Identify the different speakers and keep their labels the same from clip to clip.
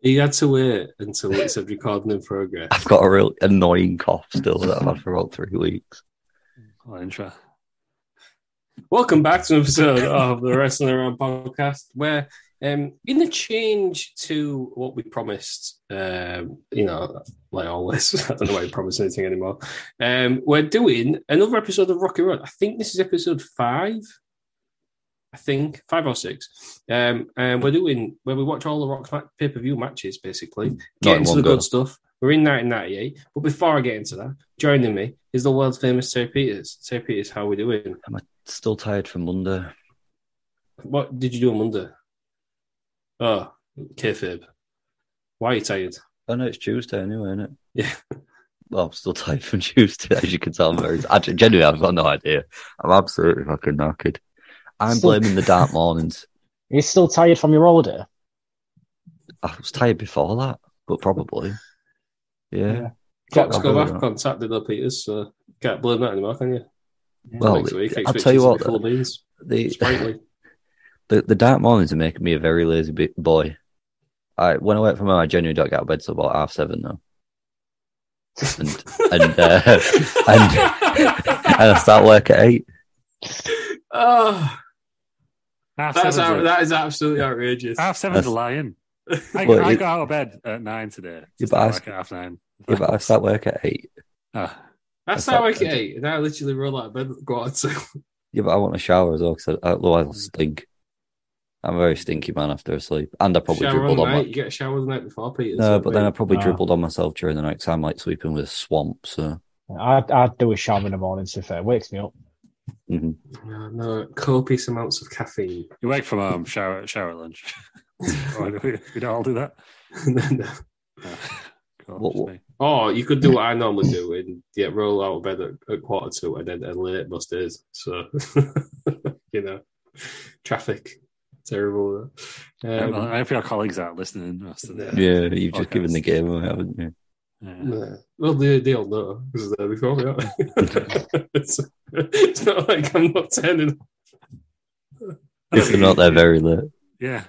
Speaker 1: He had to wait until it said recording in progress.
Speaker 2: I've got a real annoying cough still that I've had for about three weeks.
Speaker 1: What an intro. Welcome back to an episode of the Wrestling Around podcast, where um, in the change to what we promised, um, you know, like always, I don't know why we promise anything anymore. Um, we're doing another episode of Rocky Road. I think this is episode five. I think five or six. Um, and we're doing where we watch all the Rock ma- pay per view matches, basically. Get
Speaker 2: in
Speaker 1: into
Speaker 2: one
Speaker 1: the
Speaker 2: go.
Speaker 1: good stuff. We're in 1998, but before I get into that, joining me is the world famous Terry Peters. Terry Peters, how are we doing?
Speaker 2: Still tired from Monday.
Speaker 1: What did you do on Monday? Oh, kayfabe. Why are you tired?
Speaker 2: I know Oh, it's Tuesday anyway, isn't it?
Speaker 1: Yeah.
Speaker 2: Well, I'm still tired from Tuesday, as you can tell. I'm very, I, genuinely, I've got no idea. I'm absolutely fucking knackered. I'm
Speaker 3: Still-
Speaker 2: blaming the dark mornings.
Speaker 3: You're still tired from your order.
Speaker 2: I was tired before that, but probably. Yeah.
Speaker 1: Clocks
Speaker 2: I'll
Speaker 1: go
Speaker 2: do
Speaker 1: back
Speaker 2: that.
Speaker 1: on Saturday, though, Peters, so can't blame that anymore, can you?
Speaker 2: Well,
Speaker 1: Next week,
Speaker 2: I'll
Speaker 1: expect
Speaker 2: tell you
Speaker 1: it to be
Speaker 2: what,
Speaker 1: Full of beans.
Speaker 2: The,
Speaker 1: Sprightly.
Speaker 2: the the dark mornings are making me a very lazy bi- boy. I when I went from home, I genuinely don't get out of bed till about half seven now. And and uh, and I start work at eight.
Speaker 1: oh,
Speaker 4: Half
Speaker 1: that's
Speaker 4: seven's
Speaker 1: out,
Speaker 4: a-
Speaker 1: that is absolutely outrageous.
Speaker 4: half seven's a
Speaker 2: That's-
Speaker 4: lion. I,
Speaker 2: Well,
Speaker 4: I
Speaker 2: it-
Speaker 4: got out of bed at nine today.
Speaker 2: Yeah,
Speaker 4: Just
Speaker 2: but
Speaker 4: got
Speaker 2: I-
Speaker 4: back at half nine.
Speaker 2: Yeah, but I start work at eight.
Speaker 4: Ah,
Speaker 2: that's
Speaker 1: That's how I
Speaker 2: outrageous.
Speaker 1: get eight, and I literally roll out of bed, go out to
Speaker 2: Yeah, but I want a shower as well because otherwise I'll stink. I'm a very stinky man after a sleep, and I probably
Speaker 1: shower on
Speaker 2: dribbled
Speaker 1: the
Speaker 2: on
Speaker 1: night. You
Speaker 2: my
Speaker 1: get a shower the night before, Peters.
Speaker 2: no, but then I
Speaker 1: Wait.
Speaker 2: probably
Speaker 3: Ah.
Speaker 2: dribbled on myself during the night because I'm like sleeping with a swamp. So
Speaker 3: I'd, I'd do a shower in the morning, so fair. Wakes me up.
Speaker 2: mhm.
Speaker 1: No, no, copious amounts of caffeine.
Speaker 4: you wake from home, shower, shower at lunch. Or do we, we don't all do that.
Speaker 1: No, no.
Speaker 4: Ah, God,
Speaker 2: What-
Speaker 4: it's
Speaker 2: what-
Speaker 4: me.
Speaker 1: Or Oh, you could do what I normally do and yeah, roll out of bed at, at quarter to and then and late most days. So you know, traffic terrible.
Speaker 4: I don't know.
Speaker 1: Um,
Speaker 4: I hope your colleagues aren't listening. Most of the,
Speaker 2: yeah, you've just
Speaker 4: Okay.
Speaker 2: given the game away, haven't you?
Speaker 4: yeah.
Speaker 1: yeah. Well, they, they'll know because they're before me. aren't they? it's, it's not like I'm not turning. up.
Speaker 2: If you're not there very late,
Speaker 4: Yeah.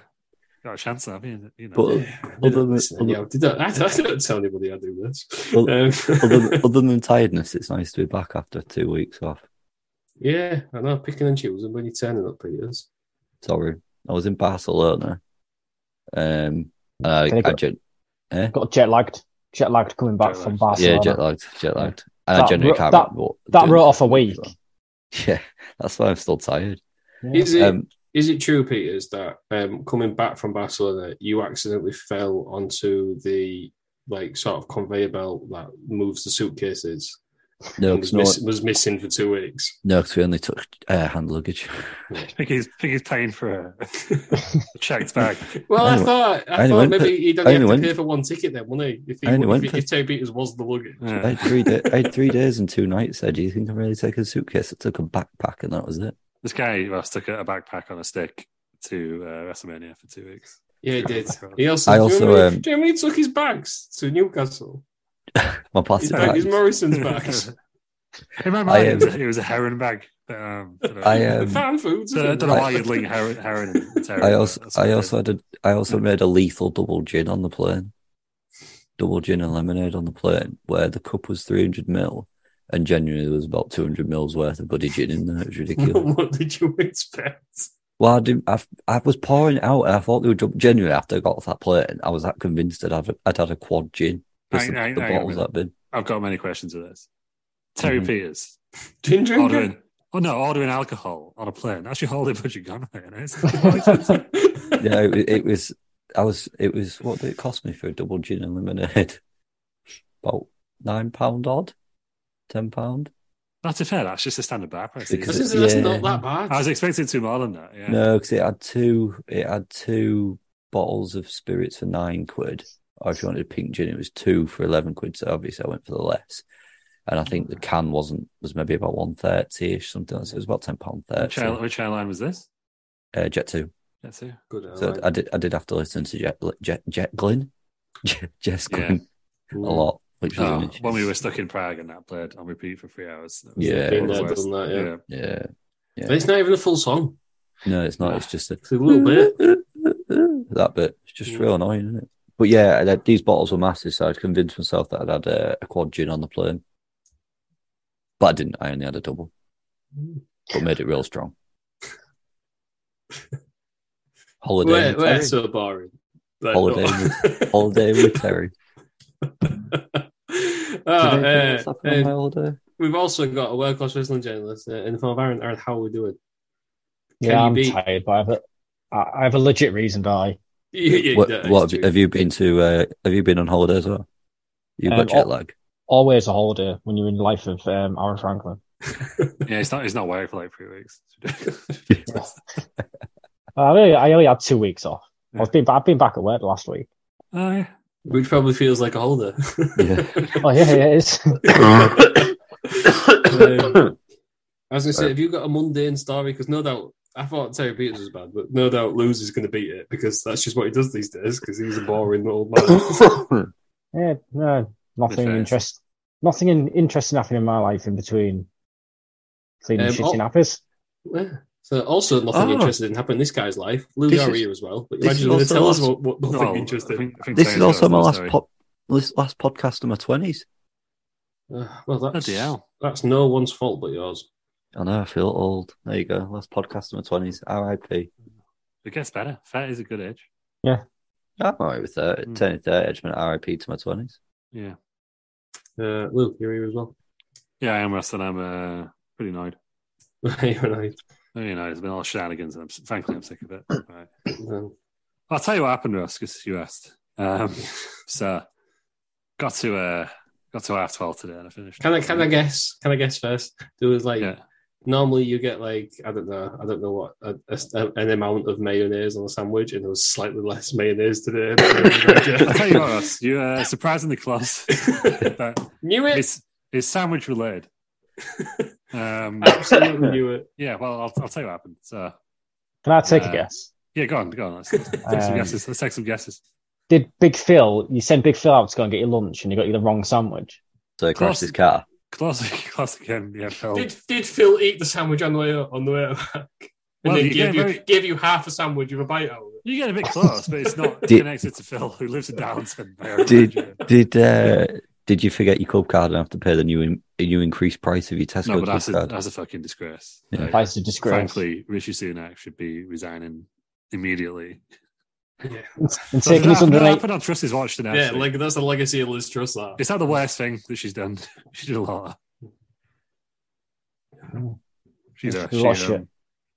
Speaker 4: Got a chance, have you? you know.
Speaker 2: but
Speaker 1: I
Speaker 2: Other
Speaker 1: don't,
Speaker 2: than-
Speaker 1: listen, yeah, I don't, I don't I don't tell anybody I do this.
Speaker 2: Other-
Speaker 1: Um,
Speaker 2: other than, other than tiredness, it's nice to be back after two weeks off.
Speaker 1: yeah, I know picking and choosing when you're turning up, Peters.
Speaker 2: Sorry, I was in Barcelona. Um, I,
Speaker 3: Can I
Speaker 2: I
Speaker 3: go-
Speaker 2: gen- eh?
Speaker 3: Got jet lagged. Jet lagged coming back
Speaker 4: Jet
Speaker 3: from
Speaker 4: lagged.
Speaker 3: Barcelona.
Speaker 2: yeah, jet lagged, jet lagged, and I
Speaker 3: That
Speaker 2: generally
Speaker 3: wrote-
Speaker 2: can't.
Speaker 3: that-
Speaker 2: remember what-
Speaker 3: that wrote off a week.
Speaker 2: Yeah, that's why I'm still tired.
Speaker 3: Yeah.
Speaker 1: Is it?
Speaker 2: Um,
Speaker 1: Is it true, Peters, that um, coming back from Barcelona, you accidentally fell onto the like sort of conveyor belt that moves the suitcases?
Speaker 2: no,
Speaker 1: and
Speaker 2: 'cause
Speaker 1: was,
Speaker 2: no,
Speaker 1: miss- was missing for two weeks.
Speaker 2: No, because we only took uh, hand luggage.
Speaker 4: I think he's, I think he's paying for a, a checked bag.
Speaker 1: Well,
Speaker 2: I
Speaker 1: I,
Speaker 2: only-
Speaker 1: thought
Speaker 2: I
Speaker 1: I,
Speaker 2: only
Speaker 1: thought
Speaker 2: went
Speaker 1: maybe
Speaker 2: for-
Speaker 1: he'd
Speaker 2: I
Speaker 1: only have to
Speaker 2: only
Speaker 1: pay
Speaker 2: went-
Speaker 1: for one ticket then, wouldn't he? If, he,
Speaker 2: I only
Speaker 1: if,
Speaker 2: went
Speaker 1: he,
Speaker 2: for-
Speaker 1: if Terry Peters was the luggage.
Speaker 4: Yeah.
Speaker 2: I had three da- I had three days and two nights there. Do you think I really take a suitcase? I took a backpack and that was it.
Speaker 4: This guy well, stuck a a backpack on a stick to uh, WrestleMania for two weeks.
Speaker 1: Yeah, he did. He also.
Speaker 2: I
Speaker 1: do you
Speaker 2: also,
Speaker 1: remember-
Speaker 2: um,
Speaker 1: do you remember he took his bags to Newcastle?
Speaker 2: My
Speaker 1: His,
Speaker 2: plastic
Speaker 1: bag,
Speaker 2: bags.
Speaker 1: his Morrison's bags.
Speaker 4: remember,
Speaker 2: I
Speaker 4: that? it,
Speaker 2: am-
Speaker 4: was a, it was a heron bag. but, Um, don't know.
Speaker 2: I am.
Speaker 1: Fan foods.
Speaker 4: So I
Speaker 1: isn't
Speaker 4: don't know
Speaker 1: it?
Speaker 4: why you'd link heron, heron and terror.
Speaker 2: I also, I also had a, I also made a lethal double gin on the plane, double gin and lemonade on the plane, where the cup was three hundred mil, and genuinely there was about two hundred mils worth of bloody gin in there. It was ridiculous.
Speaker 1: what did you expect?
Speaker 2: well, I didn't. I, I was pouring it out, and I thought they were jump. Genuinely, after I got off that plane, I was that convinced that I'd, I'd had a quad gin. 'cause
Speaker 4: Hang-
Speaker 2: the,
Speaker 4: hang-
Speaker 2: the
Speaker 4: hang on a
Speaker 2: bottle's
Speaker 4: minute.
Speaker 2: that big.
Speaker 4: I've got many questions of this. Terry
Speaker 2: Mhm.
Speaker 4: Peters
Speaker 1: Gin drinker.
Speaker 4: ordering. Oh no, ordering alcohol on a plane. That's your holiday budget gone right. isn't it?
Speaker 2: Yeah, it, it was. I was. It was. What did it cost me for a double gin and lemonade? About nine pound odd, ten pound.
Speaker 4: Not to fair. That's just a standard bar price.
Speaker 2: Because
Speaker 1: Because
Speaker 4: isn't
Speaker 2: it's-
Speaker 4: it?
Speaker 1: that's
Speaker 2: yeah.
Speaker 1: not that bad.
Speaker 4: I was expecting two more than that. Yeah.
Speaker 2: No, because it had two. It had two bottles of spirits for nine quid. Or if you wanted a pink gin, it was two for eleven quid. So obviously, I went for the less. And I think the can wasn't was maybe about one thirty ish something. like that. So it was about ten pound
Speaker 4: Which, air,
Speaker 2: thirty.
Speaker 4: which airline was this?
Speaker 2: Uh, Jet two.
Speaker 4: That's it.
Speaker 1: Good. I
Speaker 2: So
Speaker 1: like
Speaker 2: I did. I did have to listen to Jet Jet Jet Glyn, Jet Jess
Speaker 4: Yeah.
Speaker 2: Glyn
Speaker 1: that.
Speaker 2: a lot. Which was
Speaker 4: Oh,
Speaker 2: an issue.
Speaker 4: when we were stuck in Prague and that played on repeat for three hours. That
Speaker 2: Yeah.
Speaker 4: the
Speaker 2: Been
Speaker 1: there,
Speaker 4: worst.
Speaker 1: done that, yeah.
Speaker 2: Yeah.
Speaker 1: But It's not even a full song.
Speaker 2: No, it's not. It's just a,
Speaker 1: It's a little bit.
Speaker 2: that bit. It's just real annoying, isn't it? But yeah, and, uh, these bottles were massive, so I'd convinced myself that I'd had uh, a quad gin on the plane. But I didn't. I only had a double, but made it real strong. Mm-hmm. Holiday,
Speaker 1: We're,
Speaker 2: with
Speaker 1: we're
Speaker 2: Terry.
Speaker 1: so boring. Like,
Speaker 2: Holiday
Speaker 1: no.
Speaker 2: holiday with Terry. Did
Speaker 1: Ah,
Speaker 2: anything
Speaker 1: uh,
Speaker 2: else happen on
Speaker 1: uh,
Speaker 2: my holiday?
Speaker 1: we've also got a world class wrestling journalist uh, in the form of Aaron. Aaron, how are we doing? Can
Speaker 3: yeah,
Speaker 1: you
Speaker 3: I'm
Speaker 1: beat-
Speaker 3: tired, but I have, a, I I have a legit reason to I.
Speaker 1: You- you-
Speaker 2: what
Speaker 1: that is
Speaker 2: what have, you,
Speaker 1: true.
Speaker 2: have you been to? Uh, have you been on holiday as well? You've got
Speaker 3: Um,
Speaker 2: jet
Speaker 3: oh.
Speaker 2: lag.
Speaker 3: Always a holiday when you're in the life of um, Aaron Franklin.
Speaker 4: Yeah, it's not. It's not work for like three weeks. Uh,
Speaker 3: I only, I only had two weeks off. I've been I've been back at work last week.
Speaker 4: Oh, yeah.
Speaker 1: Which probably feels like a holder.
Speaker 2: Yeah.
Speaker 3: Oh yeah, yeah, it is.
Speaker 1: Um, I was going to say,
Speaker 2: Sorry.
Speaker 1: have you got a mundane story? Because no doubt, I thought Terry Peters was bad, but no doubt Lose is going to beat it because that's just what he does these days because he's a boring old man.
Speaker 3: yeah, no, nothing
Speaker 4: Fair.
Speaker 3: interest, nothing in, interesting happening in my life in between cleaning
Speaker 1: Um,
Speaker 3: shit
Speaker 1: oh-
Speaker 3: in apples.
Speaker 1: Yeah. So also nothing
Speaker 4: Oh.
Speaker 1: interesting happened in this guy's life. Lou
Speaker 2: Ah. This
Speaker 1: are
Speaker 2: is-
Speaker 1: here as well. But
Speaker 2: this
Speaker 1: imagine
Speaker 2: is also
Speaker 1: they tell us
Speaker 2: us-
Speaker 1: what, what nothing
Speaker 4: No,
Speaker 1: interesting.
Speaker 4: I think- I think
Speaker 2: this
Speaker 4: Terry's
Speaker 2: is
Speaker 4: got
Speaker 2: also my
Speaker 4: another
Speaker 2: last
Speaker 4: story.
Speaker 2: pop. This last podcast of my twenties.
Speaker 1: Uh, well, that's
Speaker 4: Bloody hell.
Speaker 1: that's no one's fault but yours.
Speaker 2: I know, I feel old. There you go. Last podcast in my twenties. R.I.P.
Speaker 4: It gets better. Thirty is a good age.
Speaker 2: I'm alright with that.
Speaker 3: Hmm.
Speaker 4: Mm.
Speaker 2: Turning thirty, I just meant R.I.P. to my twenties.
Speaker 4: Yeah.
Speaker 1: Uh, Lou, you're here as well.
Speaker 4: Yeah, I am Russ, and I'm uh, pretty annoyed.
Speaker 1: You're right.
Speaker 4: Pretty annoyed. It's been all shenanigans, and I'm, frankly, I'm sick of it.
Speaker 2: Hmm.
Speaker 4: Right.
Speaker 1: Um,
Speaker 4: I'll tell you what happened to us because you asked. Um, so, got to uh, got to half twelve today, and I finished.
Speaker 1: Can I can I guess? Can I guess first? There was like
Speaker 4: Yeah.
Speaker 1: normally you get like I don't know I don't know what a, a- an amount of mayonnaise on a sandwich, and there was slightly less mayonnaise today.
Speaker 4: I'll tell you what, Russ. You uh, surprisingly close. but
Speaker 1: knew it.
Speaker 4: it's it's sandwich related. Um,
Speaker 1: Absolutely knew it.
Speaker 4: yeah. Well, I'll, I'll tell you what happened. So,
Speaker 3: Can I take
Speaker 4: Uh,
Speaker 3: a guess?
Speaker 4: yeah, go on, go on. Let's, let's take some
Speaker 3: Um,
Speaker 4: guesses. Let's take some guesses.
Speaker 3: Did Big Phil? You sent Big Phil out to go and get your lunch, and he got you the wrong sandwich.
Speaker 2: So he crashed
Speaker 4: Close.
Speaker 2: his car.
Speaker 4: Close, close again. Yeah, Phil.
Speaker 1: Did did Phil eat the sandwich on the way on the way back? And
Speaker 4: Well,
Speaker 1: then
Speaker 4: you
Speaker 1: gave
Speaker 4: get
Speaker 1: you
Speaker 4: very-
Speaker 1: gave you half a sandwich with a bite out of it.
Speaker 4: You get a bit close, but it's not
Speaker 2: Did-
Speaker 4: connected to Phil, who lives in Downton. by our
Speaker 2: Did-
Speaker 4: measure.
Speaker 2: Did uh, did you forget your club card and have to pay the new in, new increased price of your Tesco
Speaker 4: no, but
Speaker 2: club
Speaker 4: that's a,
Speaker 2: card?
Speaker 4: that's a fucking disgrace.
Speaker 2: Yeah.
Speaker 4: Like,
Speaker 3: That's a disgrace.
Speaker 4: Frankly, Rishi Sunak should be resigning immediately.
Speaker 1: Yeah,
Speaker 3: and, and
Speaker 4: So did
Speaker 3: taking
Speaker 4: that,
Speaker 3: us under
Speaker 4: that
Speaker 3: eight.
Speaker 4: happened on Truss's watch tonight.
Speaker 1: yeah, like that's the legacy of Liz Truss. That
Speaker 4: is that the worst thing that she's done? She did a lot. She did,
Speaker 3: Did a lot of
Speaker 4: she,
Speaker 3: shit.
Speaker 4: um,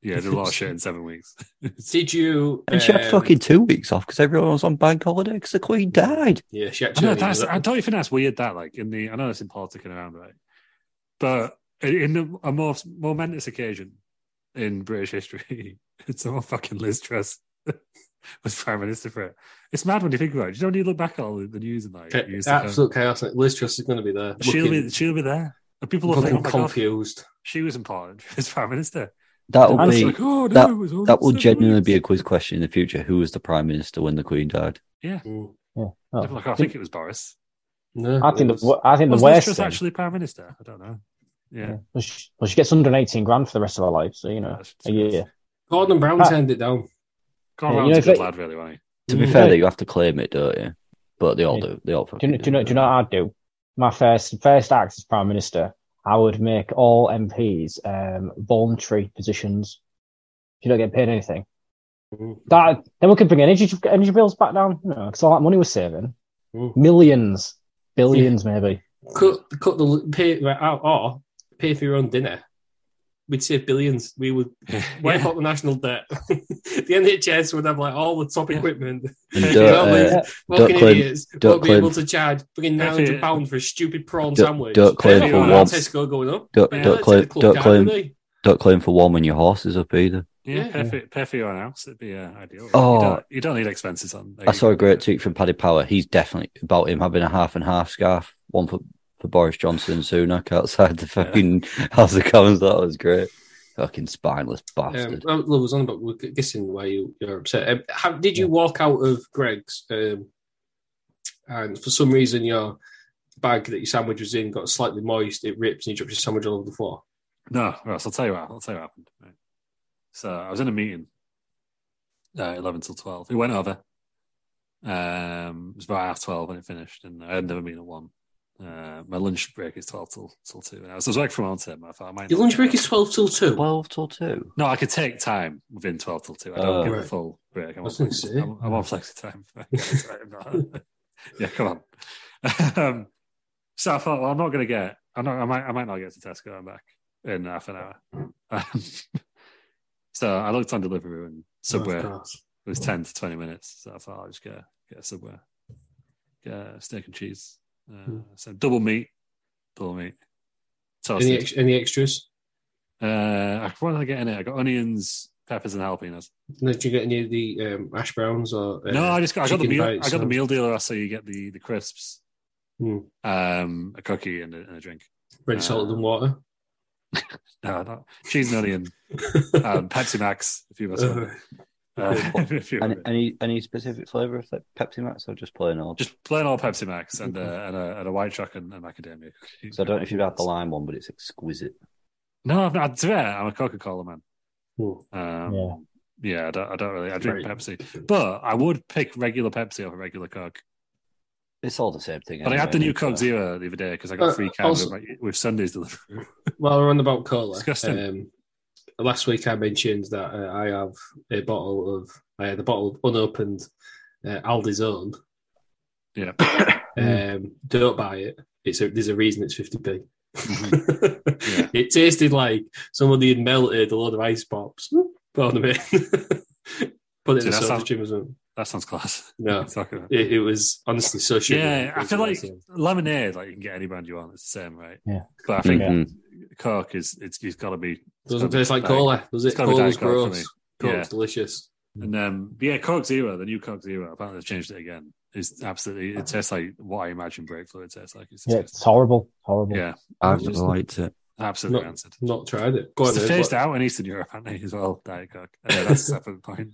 Speaker 4: Yeah, did a lot of shit in seven weeks.
Speaker 1: did you?
Speaker 2: and she had
Speaker 1: um,
Speaker 2: fucking two weeks off because everyone was on bank holiday because the Queen died.
Speaker 1: Yeah, she
Speaker 4: I, know,
Speaker 1: actually.
Speaker 4: that's, I don't even think that's weird. That like in the I know it's in politics and around right, but in in a more momentous occasion in British history, it's all fucking Liz Truss was prime minister for it. It's mad when you think about it. Do you know when you look back at all the, the news and like
Speaker 1: Ca-
Speaker 4: years to come?
Speaker 1: absolute chaos. Liz Truss is going to be there.
Speaker 4: she'll
Speaker 1: looking-
Speaker 4: be she'll be there. And people will think,
Speaker 1: looking
Speaker 4: oh my God,
Speaker 1: confused.
Speaker 4: she was important. She was prime minister.
Speaker 2: That
Speaker 4: And
Speaker 2: will
Speaker 4: it's
Speaker 2: be
Speaker 4: like, oh, no,
Speaker 2: that-
Speaker 4: it was only
Speaker 2: that will
Speaker 4: seven
Speaker 2: genuinely be a
Speaker 4: weeks.
Speaker 2: quiz question in the future. Who was the prime minister when the Queen died?
Speaker 4: yeah.
Speaker 1: Mm.
Speaker 3: Oh.
Speaker 4: People are like, oh, I think it was Boris.
Speaker 1: No,
Speaker 3: I think
Speaker 1: it was-
Speaker 3: the I think the
Speaker 4: Was Liz
Speaker 3: worst
Speaker 4: Truss
Speaker 3: thing.
Speaker 4: actually prime minister? I don't know. Yeah.
Speaker 3: Well, she, well, she gets 118 grand for the rest of her life, so you know,
Speaker 4: That's
Speaker 3: a year.
Speaker 1: Gordon Brown
Speaker 3: Ah.
Speaker 1: turned it down.
Speaker 4: Gordon
Speaker 3: Yeah, you
Speaker 4: Brown's
Speaker 3: know,
Speaker 4: a
Speaker 3: if
Speaker 4: good
Speaker 3: they-
Speaker 4: lad, really, wasn't
Speaker 2: To be
Speaker 1: Mm.
Speaker 2: fair, though, you have to claim it, don't you? But they all
Speaker 3: Yeah.
Speaker 2: do. They all
Speaker 3: Do you,
Speaker 2: fucking
Speaker 3: know, do, you know, do you know what I'd do? My first first act as prime minister, I would make all MPs um, voluntary positions. You don't get paid anything.
Speaker 1: Mm.
Speaker 3: That then we could bring energy energy bills back down, you know, because all that money was saving
Speaker 1: Mm.
Speaker 3: millions, billions maybe.
Speaker 1: Cut, cut the pay right out or pay for your own dinner. We'd save billions. We would
Speaker 4: he?
Speaker 1: wipe out the national debt. the NHS would have like all the top equipment.
Speaker 2: And
Speaker 4: If
Speaker 2: don't,
Speaker 4: you
Speaker 1: don't
Speaker 2: uh,
Speaker 1: lose-
Speaker 2: don't
Speaker 1: Fucking
Speaker 2: claim-
Speaker 1: idiots.
Speaker 2: don't
Speaker 1: Won't be
Speaker 2: claim-
Speaker 1: able to charge fucking nine
Speaker 4: If you-
Speaker 1: hundred pounds for a stupid prawn
Speaker 2: Don't-
Speaker 1: sandwich.
Speaker 2: don't claim
Speaker 1: Everyone
Speaker 4: for
Speaker 1: at
Speaker 2: once.
Speaker 1: Tesco going up.
Speaker 2: don't,
Speaker 4: Yeah,
Speaker 2: don't
Speaker 1: let's
Speaker 2: claim,
Speaker 1: hit the club
Speaker 2: don't
Speaker 1: down,
Speaker 2: claim,
Speaker 1: don't they?
Speaker 2: don't claim for warming your horses up either.
Speaker 4: Yeah,
Speaker 1: Yeah.
Speaker 4: perfect, perfect your house. It'd be uh, ideal.
Speaker 2: Oh.
Speaker 4: you don't, you don't need expenses on.
Speaker 2: I saw a great tweet from Paddy Power. He's definitely about him having a half and half scarf, one for, for Boris Johnson and Sunak outside the fucking House of Commons. That was great. Fucking spineless
Speaker 1: Um,
Speaker 2: bastard.
Speaker 1: well, look, was on about we're guessing why you, you're upset. Um, how, did you walk out of Greg's um, and for some reason your bag that your sandwich was in got slightly moist, it ripped, and you dropped your sandwich all over the floor?
Speaker 4: No, right, so I'll tell you what. I'll tell you what happened. Right. So I was in a meeting, uh, eleven till twelve. It went over. Um, it was about half twelve when it finished, and I had another meeting at one. Uh, my lunch break is twelve till till two. And I was, I was working from home today, but I thought I might.
Speaker 1: Your
Speaker 4: not
Speaker 1: lunch
Speaker 4: get
Speaker 1: break
Speaker 4: it.
Speaker 1: is twelve till two. Oh,
Speaker 2: 12 till 2.
Speaker 4: No, I could take time within twelve till two. I don't
Speaker 2: Oh.
Speaker 4: give a
Speaker 1: Right.
Speaker 4: full break. I'm
Speaker 1: I
Speaker 4: on
Speaker 1: was gonna
Speaker 4: flexi,
Speaker 1: say.
Speaker 4: I'm, I'm on flexi time. Sorry, I'm not. yeah, come on. um, so I thought, well, I'm not going to get. I'm not. I might. I might not get to Tesco and back in half an hour. Um, so I looked on delivery and Subway.
Speaker 1: Of
Speaker 4: it
Speaker 1: course.
Speaker 4: was ten to twenty minutes. So I thought I'll just get a- get a Subway, get a steak and cheese. Uh,
Speaker 1: Hmm.
Speaker 4: So double meat, double meat,
Speaker 1: Any,
Speaker 4: toasted.
Speaker 1: ex- any extras?
Speaker 4: uh, I- what did I get in it? I got onions, peppers, and jalapenos.
Speaker 1: Did you get any of the um, ash browns or? Uh,
Speaker 4: No, I just got, I got the
Speaker 1: chicken
Speaker 4: meal.
Speaker 1: bites
Speaker 4: I got the
Speaker 1: and-
Speaker 4: meal deal. So you get the the crisps,
Speaker 1: Hmm.
Speaker 4: um, a cookie, and a, and a drink.
Speaker 1: Red salted and water.
Speaker 4: No, not cheese and onion, um, Pepsi Max. If you must, Uh,
Speaker 1: Uh,
Speaker 4: if you
Speaker 2: Any,
Speaker 4: want it.
Speaker 2: any any specific flavour of like Pepsi Max or just plain old?
Speaker 4: just plain old Pepsi Max and, uh, and, a, and a white chocolate and, and macadamia. cookie.
Speaker 2: So I don't know if you've had the lime one, but it's exquisite.
Speaker 4: No, I've not. To be fair, I'm a Coca Cola man.
Speaker 1: oh,
Speaker 4: Um, yeah,
Speaker 3: Yeah.
Speaker 4: I, don't, I don't really. I drink
Speaker 1: Right.
Speaker 4: Pepsi, but I would pick regular Pepsi over regular Coke.
Speaker 2: It's all the same thing.
Speaker 4: But I had
Speaker 2: anyway,
Speaker 4: the new
Speaker 2: isn't it?
Speaker 4: Coke Zero the other day because I got
Speaker 1: Uh,
Speaker 4: a free can
Speaker 1: also-
Speaker 4: with, my- with Sunday's delivery.
Speaker 1: While we're on about cola,
Speaker 4: Disgusting.
Speaker 1: um, last week I mentioned that uh, I have a bottle of I had a bottle of unopened uh, Aldi's own.
Speaker 4: Yeah. Mm.
Speaker 1: um, don't buy it. It's a, there's a reason it's fifty p.
Speaker 4: Mm-hmm. Yeah.
Speaker 1: It tasted like somebody had melted a lot of ice pops. Pardon me. Put
Speaker 4: Dude,
Speaker 1: it in a
Speaker 4: Mm. that
Speaker 1: soda
Speaker 4: sounds-
Speaker 1: stream or something.
Speaker 4: That sounds class.
Speaker 1: No.
Speaker 4: What are you talking about?
Speaker 1: It, it was honestly so shit.
Speaker 4: yeah, I feel like lemonade, like you can get any brand you want. It's the same, right?
Speaker 3: Yeah.
Speaker 4: But I think
Speaker 2: Mhm.
Speaker 4: Coke is it's, it's got to be
Speaker 1: doesn't
Speaker 4: gotta be
Speaker 1: taste like
Speaker 4: diet-
Speaker 1: cola, does it?
Speaker 4: it's gotta be
Speaker 1: Cola's
Speaker 4: Diet Coke for
Speaker 1: gross.
Speaker 4: me.
Speaker 1: Coke's delicious.
Speaker 4: And um, but yeah, Coke Zero, the new Coke Zero. Apparently they've changed it again. It's absolutely. It tastes like what I imagine brake fluid tastes like. It's disgusting.
Speaker 3: Yeah, it's horrible, horrible.
Speaker 4: yeah,
Speaker 2: I've never liked it.
Speaker 4: absolutely
Speaker 1: No.
Speaker 4: answered.
Speaker 1: Not tried it. Go on,
Speaker 4: It's
Speaker 1: Ed,
Speaker 4: the phased
Speaker 1: what-
Speaker 4: out in Eastern Europe, aren't they, as well? Diet Coke. Anyway, that's a separate point.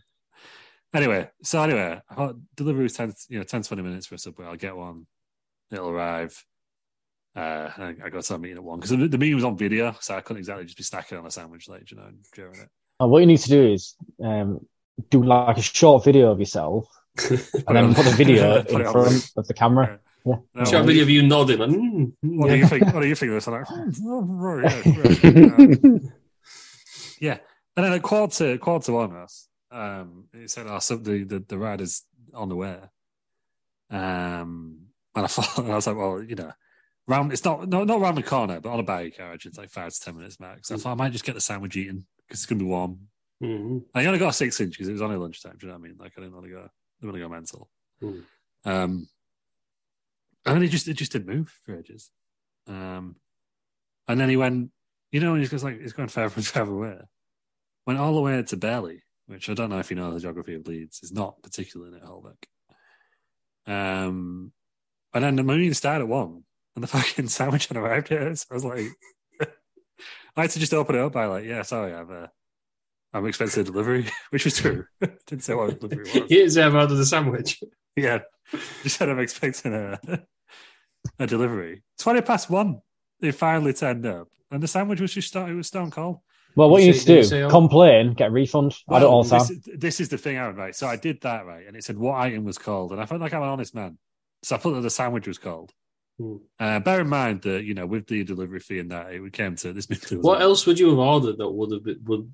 Speaker 4: Anyway, so anyway, I thought delivery was 10, you know, 10, 20 minutes for a subway. I'll get one. It'll arrive. Uh, and I I got to a meeting at one because the, the meeting was on video, so I couldn't exactly just be snacking on a sandwich, like, you know, and during it.
Speaker 3: And what you need to do is um, do like a short video of yourself, and then put the video
Speaker 4: Put it
Speaker 3: in
Speaker 4: on
Speaker 3: front of the camera. Yeah.
Speaker 4: No,
Speaker 1: Shot
Speaker 4: what, do
Speaker 1: video
Speaker 4: you,
Speaker 1: of you nodding. Like, mm, mm,
Speaker 4: what do
Speaker 1: yeah.
Speaker 4: you think? What do you think of this? I'm like, yeah, yeah. Yeah, and then at quarter quarter one, Russ, um, it said, "Oh, so the, the the ride is on the way." Um, and I thought, and I was like, "Well, you know, round it's not no not round the corner, but on a bike carriage, it's like five to ten minutes max." I thought I might just get the sandwich eaten because it's gonna be warm.
Speaker 1: Mhm.
Speaker 4: I only got a six inch because it was only lunchtime. Do you know what I mean? Like I didn't want to go, didn't want to go mental.
Speaker 1: Mm.
Speaker 4: Um, and then it just it just didn't move for ages. Um, and then he went, you know, and he's just like he's going further and further away. Went all the way to Burley, which I don't know if you know the geography of Leeds. It's not particularly near Holbeck. Um, and then the moon started at one, and the fucking sandwich had arrived here. So I was like, I had to just open it up by like, yeah, sorry, I've. Uh, I'm expecting a delivery, which was true. Didn't say what delivery was.
Speaker 1: Here's Ev out of the sandwich.
Speaker 4: Yeah. Just said I'm expecting a a delivery. Twenty past one. they finally turned up, and the sandwich was just started with Stone Cold.
Speaker 3: Well, what
Speaker 1: You
Speaker 3: you
Speaker 1: say-
Speaker 3: need to
Speaker 1: you
Speaker 3: do,
Speaker 1: say-
Speaker 3: complain, get a refund. I don't all
Speaker 4: Um, this,
Speaker 3: time.
Speaker 4: is- this is the thing, Aaron, right? So I did that, right? And it said what item was called. And I felt like I'm an honest man. So I put that the sandwich was called.
Speaker 1: Hmm.
Speaker 4: Uh, bear in mind that, you know, with the delivery fee and that, it came to this. meant it was
Speaker 1: What
Speaker 4: like-
Speaker 1: else would you have ordered that would have been, would